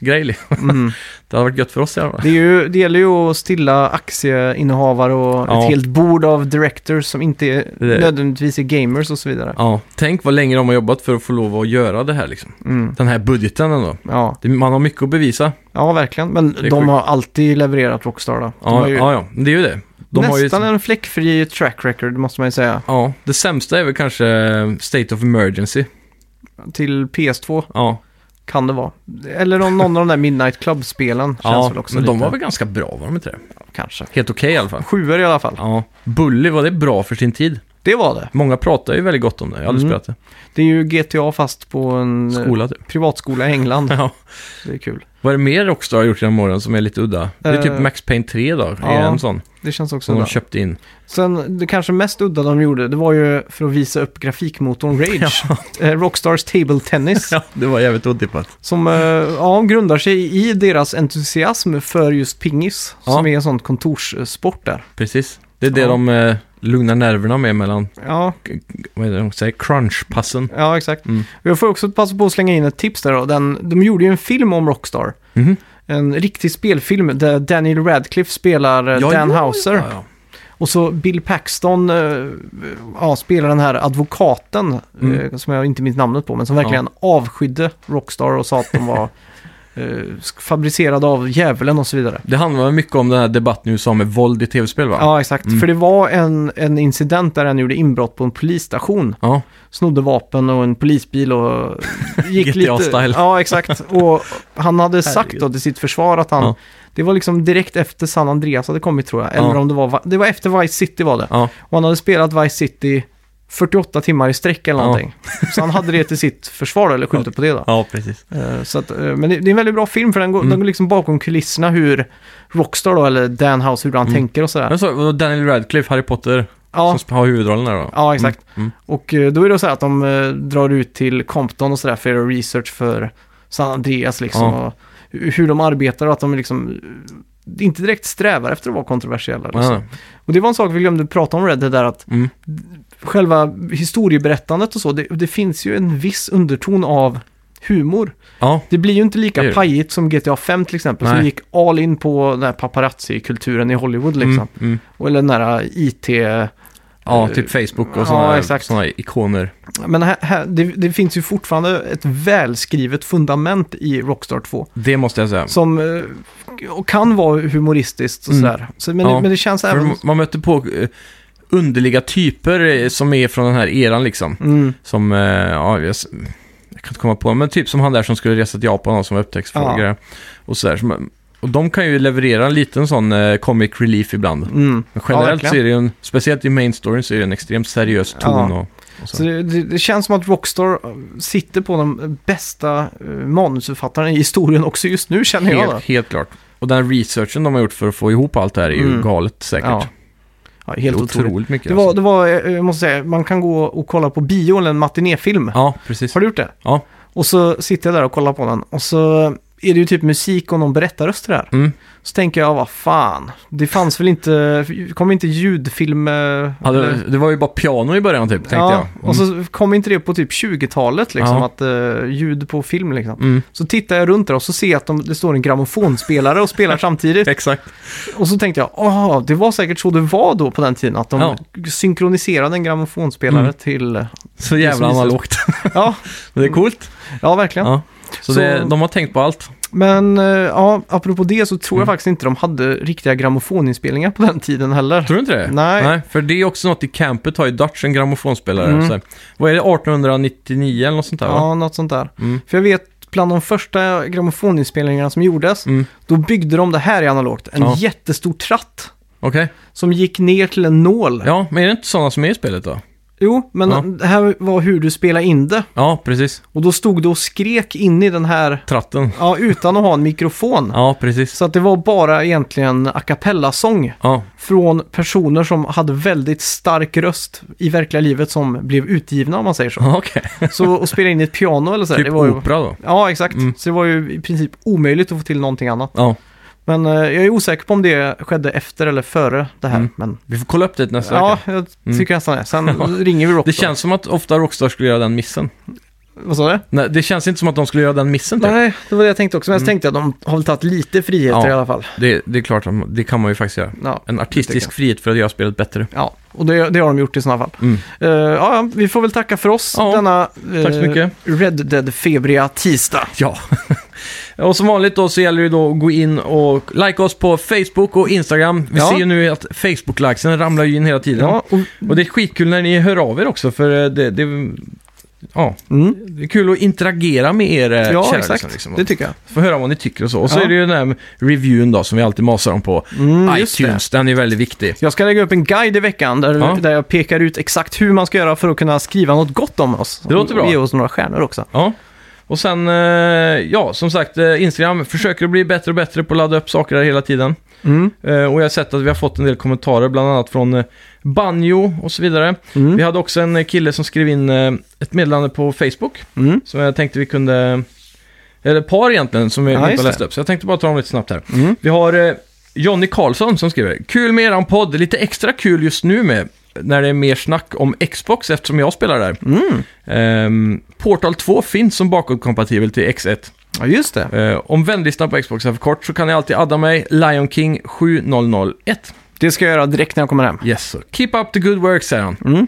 Speaker 2: grej. liksom.
Speaker 1: Mm.
Speaker 2: Det hade varit gött för oss i alla fall.
Speaker 1: Det, är ju, det gäller ju att stilla aktieinnehavare och
Speaker 2: Ja.
Speaker 1: ett helt bord av directors som inte är,
Speaker 2: Det-
Speaker 1: nödvändigtvis är gamers och så vidare.
Speaker 2: Ja, tänk vad länge de har jobbat för att få lov att göra det här liksom.
Speaker 1: Mm.
Speaker 2: Den här budgeten ändå.
Speaker 1: Ja,
Speaker 2: Det- Man har mycket att bevisa.
Speaker 1: Ja, verkligen. Men
Speaker 2: är
Speaker 1: de har alltid levererat Rockstar då. De har
Speaker 2: Ja,
Speaker 1: ju
Speaker 2: ja, ja. Men det är ju det. De har ju liksom-
Speaker 1: nästan en fläckfri track record, måste man ju säga.
Speaker 2: Ja, det sämsta är väl kanske eh, State of Emergency.
Speaker 1: Till PS2
Speaker 2: Ja,
Speaker 1: kan det vara. Eller om någon av de där Midnight Club-spelen känns
Speaker 2: ja
Speaker 1: väl också
Speaker 2: men
Speaker 1: lite.
Speaker 2: de var väl ganska bra, var de inte det?
Speaker 1: Kanske.
Speaker 2: Helt okej i alla fall.
Speaker 1: Sjuor i alla fall.
Speaker 2: Ja. Bully, var det bra för sin tid?
Speaker 1: Det var det.
Speaker 2: Många pratar ju väldigt gott om det. Jag har aldrig
Speaker 1: Mm.
Speaker 2: spelat det.
Speaker 1: Det är ju GTA fast på en eh,
Speaker 2: Skola typ.
Speaker 1: privatskola i England.
Speaker 2: Ja.
Speaker 1: Det är kul.
Speaker 2: Vad är det mer Rockstar har gjort genom åren som är lite udda? Det är typ
Speaker 1: Eh,
Speaker 2: Max Payne 3 då, är
Speaker 1: ja,
Speaker 2: en sån.
Speaker 1: Det känns också
Speaker 2: Som de
Speaker 1: bra.
Speaker 2: köpte in.
Speaker 1: Sen det kanske mest udda de gjorde, det var ju för att visa upp grafikmotorn Rage. Eh, Rockstars Table Tennis.
Speaker 2: Ja, det var jävligt otippat.
Speaker 1: Som eh, ja, grundar sig i deras entusiasm för just pingis.
Speaker 2: Ja.
Speaker 1: Som är en sån kontorssport där.
Speaker 2: Precis. Det är det
Speaker 1: Ja.
Speaker 2: de eh, lugnar nerverna med mellan,
Speaker 1: Ja,
Speaker 2: vad är det de säger, crunchpassen.
Speaker 1: ja exakt.
Speaker 2: Mm.
Speaker 1: Jag får också passa på att slänga in ett tips där då. Den, de gjorde ju en film om Rockstar.
Speaker 2: Mhm.
Speaker 1: En riktig spelfilm där Daniel Radcliffe spelar eh, Dan Houser.
Speaker 2: Ja, ja.
Speaker 1: Och så Bill Paxton eh, ja, spelar den här advokaten, eh,
Speaker 2: Mm.
Speaker 1: som jag inte minns namnet på, men som verkligen avskydde Rockstar och sa att de var eh, sk- fabricerade av djävulen och så vidare.
Speaker 2: Det handlar väl mycket om den här debatten i USA med våld i tv-spel va?
Speaker 1: Ja, exakt.
Speaker 2: Mm.
Speaker 1: För det var en, en incident där han gjorde inbrott på en polisstation.
Speaker 2: ja.
Speaker 1: Snodde vapen och en polisbil och gick lite...
Speaker 2: GTA-style.
Speaker 1: Ja, exakt. Och han hade sagt då till sitt försvar att han...
Speaker 2: Ja.
Speaker 1: Det var liksom direkt efter San Andreas hade kommit tror jag. Eller
Speaker 2: Ja.
Speaker 1: om det var... Va- Det var efter Vice City var det.
Speaker 2: Ja.
Speaker 1: Och han hade spelat Vice City 48 timmar i sträck eller
Speaker 2: Ja.
Speaker 1: någonting. Så han hade det till sitt försvar, eller skyllde på det då.
Speaker 2: ja, Mm. precis.
Speaker 1: Eh, Så att, eh, men det det är en väldigt bra film för den går, den går liksom bakom kulisserna hur Rockstar då, eller Dan House, hur han
Speaker 2: Mm.
Speaker 1: tänker och sådär.
Speaker 2: Men så, och Daniel Radcliffe, Harry Potter,
Speaker 1: Ja,
Speaker 2: som har huvudrollen där då?
Speaker 1: ja exakt.
Speaker 2: Mm,
Speaker 1: Och eh, då är det så här att de eh, drar ut till Compton och sådär för att göra research för San Andreas liksom.
Speaker 2: Ja.
Speaker 1: Och hu- hur de arbetar och att de liksom eh, inte direkt strävar efter att vara kontroversiella.
Speaker 2: mm.
Speaker 1: Liksom.
Speaker 2: Ja,
Speaker 1: Och det var en sak vi glömde prata om Red, det där att
Speaker 2: mm.
Speaker 1: själva historieberättandet och så, det, det finns ju en viss underton av humor.
Speaker 2: ja,
Speaker 1: Det blir ju inte lika
Speaker 2: Det är det.
Speaker 1: pajigt som GTA 5 till exempel, som
Speaker 2: Nej.
Speaker 1: gick all in på den här paparazzi-kulturen i Hollywood liksom.
Speaker 2: mm, mm.
Speaker 1: Och- Eller den här eh, IT...
Speaker 2: ja,
Speaker 1: Eh,
Speaker 2: typ Facebook
Speaker 1: ja,
Speaker 2: och sådana
Speaker 1: exakt.
Speaker 2: såna ikoner.
Speaker 1: Men här, här, det, det finns ju fortfarande ett välskrivet fundament i Rockstar 2.
Speaker 2: Det måste jag säga.
Speaker 1: Som eh, och kan vara humoristiskt och
Speaker 2: Mm.
Speaker 1: sådär. Så, men,
Speaker 2: Ja,
Speaker 1: men det känns
Speaker 2: För
Speaker 1: även...
Speaker 2: m- man möter på eh, underliga typer eh, som är från den här eran liksom.
Speaker 1: Mm,
Speaker 2: Som, eh, ja, jag, s- jag kan inte komma på, men typ som han där som skulle resa till Japan och som var upptäcktsfrågare. Och sådär. Som- Och de kan ju leverera en liten sån eh, comic relief ibland.
Speaker 1: mm.
Speaker 2: Men generellt
Speaker 1: verkligen.
Speaker 2: så är det ju en, speciellt i main storyn så är det en extremt seriös ton
Speaker 1: Ja.
Speaker 2: och, och så.
Speaker 1: Så det, det, det känns som att Rockstar eh, sitter på de bästa eh, manusförfattarna i historien också just nu känner jag. Då.
Speaker 2: Helt, helt klart. Och den researchen de har gjort för att få ihop allt det här är ju
Speaker 1: Mm.
Speaker 2: galet säkert.
Speaker 1: Ja. Ja,
Speaker 2: Det är
Speaker 1: helt
Speaker 2: otroligt,
Speaker 1: otroligt.
Speaker 2: mycket.
Speaker 1: Det var,
Speaker 2: alltså.
Speaker 1: det var, eh, jag måste säga, man kan gå och kolla på bio eller en matinéfilm.
Speaker 2: Ja, precis.
Speaker 1: Har du gjort det?
Speaker 2: Ja.
Speaker 1: Och så sitter jag där och kollar på den och så är det ju typ musik och någon berättarröst där.
Speaker 2: Mm.
Speaker 1: Så tänker jag, vad fan, det fanns väl inte, kom inte ljudfilm... eh,
Speaker 2: Ja,
Speaker 1: eller-
Speaker 2: det, det var ju bara piano i början typ, tänkte jag. Mm.
Speaker 1: och så kom inte det på typ 20-talet liksom,
Speaker 2: Ja.
Speaker 1: att eh, ljud på film liksom.
Speaker 2: Mm.
Speaker 1: Så tittar jag runt där och så ser jag att de, det står en grammofonspelare och spelar samtidigt.
Speaker 2: Exakt.
Speaker 1: Och så tänkte jag, åh, det var säkert så det var då på den tiden, att de
Speaker 2: Ja.
Speaker 1: synkroniserade en grammofonspelare
Speaker 2: Mm.
Speaker 1: till...
Speaker 2: Så
Speaker 1: Det är som
Speaker 2: jävla
Speaker 1: det ser ut.
Speaker 2: analogt.
Speaker 1: Ja,
Speaker 2: Men det är coolt.
Speaker 1: ja verkligen.
Speaker 2: Ja. Så,
Speaker 1: Så-
Speaker 2: Det, de har tänkt på allt.
Speaker 1: Men eh, ja, apropå det så tror jag
Speaker 2: Mm.
Speaker 1: faktiskt inte de hade riktiga grammofoninspelningar på den tiden heller.
Speaker 2: Tror du inte det?
Speaker 1: Nej.
Speaker 2: för det är också något i campet har ju Dutch en grammofonspelare.
Speaker 1: Mm.
Speaker 2: Så här, vad är det, 1899 eller något sånt där va?
Speaker 1: Ja, något sånt där.
Speaker 2: Mm.
Speaker 1: För jag vet, bland de första grammofoninspelningarna som gjordes,
Speaker 2: Mm.
Speaker 1: då byggde de det här i analogt, en
Speaker 2: Ja.
Speaker 1: jättestor tratt
Speaker 2: Okej.
Speaker 1: som gick ner till en nål.
Speaker 2: Ja, men är det inte sådana som är i spelet då?
Speaker 1: Jo, men
Speaker 2: Ja.
Speaker 1: det här var hur du spelade in det.
Speaker 2: Ja, precis.
Speaker 1: Och då stod du och skrek in i den här,
Speaker 2: Tratten.
Speaker 1: ja, utan att ha en mikrofon.
Speaker 2: Ja, precis.
Speaker 1: Så att det var bara egentligen a cappella-sång
Speaker 2: Ja,
Speaker 1: från personer som hade väldigt stark röst i verkliga livet som blev utgivna om man säger så.
Speaker 2: Ja, okej.
Speaker 1: Så att spela in i ett piano eller så,
Speaker 2: Typ Mm.
Speaker 1: det var ju...
Speaker 2: opera då.
Speaker 1: Ja, exakt. Så det var ju i princip omöjligt att få till någonting annat.
Speaker 2: Ja,
Speaker 1: Men eh, jag är osäker på om det skedde efter eller före det här.
Speaker 2: Mm.
Speaker 1: Men
Speaker 2: vi får kolla upp det nästa
Speaker 1: ja,
Speaker 2: vecka.
Speaker 1: jag tycker nästan det. Sen ringer vi Rockstar.
Speaker 2: Det känns som att ofta Rockstar skulle göra den missen.
Speaker 1: Vad sa du?
Speaker 2: Nej, det känns inte som att de skulle göra den missen. Typ.
Speaker 1: Nej, det var det jag tänkte också. Men jag tänkte att de har väl tagit lite friheter
Speaker 2: Mm. Ja. Mm.
Speaker 1: i alla fall.
Speaker 2: Det, det är klart, att man- det kan man ju faktiskt göra.
Speaker 1: Ja,
Speaker 2: En
Speaker 1: det tycker
Speaker 2: artistisk
Speaker 1: jag.
Speaker 2: frihet för att göra spelet bättre.
Speaker 1: Ja, och det, det har de gjort i sådana fall.
Speaker 2: Mm.
Speaker 1: Eh, ja, ja, vi får väl tacka för oss
Speaker 2: Ja,
Speaker 1: denna
Speaker 2: tack så
Speaker 1: eh,
Speaker 2: mycket.
Speaker 1: Red Dead-febriga tisdag.
Speaker 2: Ja. Och som vanligt då så gäller det ju då att gå in och like oss på Facebook och Instagram. Vi
Speaker 1: Ja.
Speaker 2: ser ju nu att Facebook-likesen ramlar ju in hela tiden.
Speaker 1: Ja, och,
Speaker 2: Och det är skitkul när ni hör av er också för eh, det, det, ja,
Speaker 1: mm.
Speaker 2: det är kul att interagera med er eh,
Speaker 1: ja
Speaker 2: kära
Speaker 1: exakt.
Speaker 2: lyssnare, liksom.
Speaker 1: Det tycker jag.
Speaker 2: Få höra vad ni tycker och så. Och så
Speaker 1: Ja.
Speaker 2: är det ju den här reviewen då som vi alltid masar om på
Speaker 1: Mm, just det.
Speaker 2: iTunes. Den är väldigt viktig.
Speaker 1: Jag ska lägga upp en guide i veckan där,
Speaker 2: Ja.
Speaker 1: där jag pekar ut exakt hur man ska göra för att kunna skriva något gott om oss.
Speaker 2: Det låter bra.
Speaker 1: Och ge oss några stjärnor också.
Speaker 2: Ja. Och sen, eh, ja, som sagt, eh, Instagram försöker att bli bättre och bättre på att ladda upp saker där hela tiden.
Speaker 1: Mm.
Speaker 2: Eh, Och jag har sett att vi har fått en del kommentarer, bland annat från eh, Banjo och så vidare.
Speaker 1: Mm.
Speaker 2: Vi hade också en eh, kille som skrev in eh, ett meddelande på Facebook,
Speaker 1: Mm.
Speaker 2: som jag tänkte vi kunde... eh, Eller ett par egentligen, som vi
Speaker 1: Ja,
Speaker 2: inte
Speaker 1: just
Speaker 2: har läst
Speaker 1: det.
Speaker 2: upp. Så jag tänkte bara ta dem lite snabbt här.
Speaker 1: Mm.
Speaker 2: Vi har eh, Jonny Karlsson som skriver Kul med eran podd, lite extra kul just nu med när det är mer snack om Xbox eftersom jag spelar där.
Speaker 1: mm.
Speaker 2: Ehm, Portal 2 finns som bakåtkompatibel till X1.
Speaker 1: Ja, just det.
Speaker 2: Eh, om vänlistan på Xbox är för kort så kan ni alltid adda mig, Lion King 7001.
Speaker 1: Det ska jag göra direkt när jag kommer hem.
Speaker 2: Yes sir. Keep up the good work, säger han.
Speaker 1: Mm.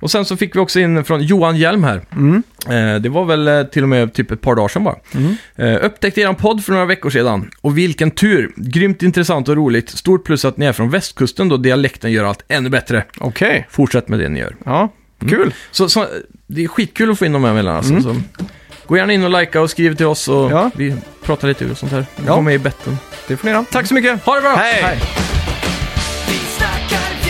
Speaker 2: Och sen så fick vi också in från Johan Hjelm här.
Speaker 1: Mm.
Speaker 2: Eh, det var väl eh, till och med typ ett par dagar sedan bara.
Speaker 1: Mm.
Speaker 2: Eh, upptäckte eran podd för några veckor sedan. Och vilken tur! Grymt intressant och roligt. Stort plus att ni är från västkusten då dialekten gör allt ännu bättre.
Speaker 1: Okej,
Speaker 2: Fortsätt med det ni gör.
Speaker 1: ja. Kul.
Speaker 2: Så, så eh, det är skitkul att få in de här meddelandena. Alltså. Så, Gå gärna in och likea och skriv till oss och
Speaker 1: Mm. Ja.
Speaker 2: vi pratar lite och sånt här.
Speaker 1: Ja.
Speaker 2: Gå med i betten.
Speaker 1: Det får ni göra. Tack så mycket.
Speaker 2: Ha det bra!
Speaker 1: Hej!
Speaker 3: Vi snackar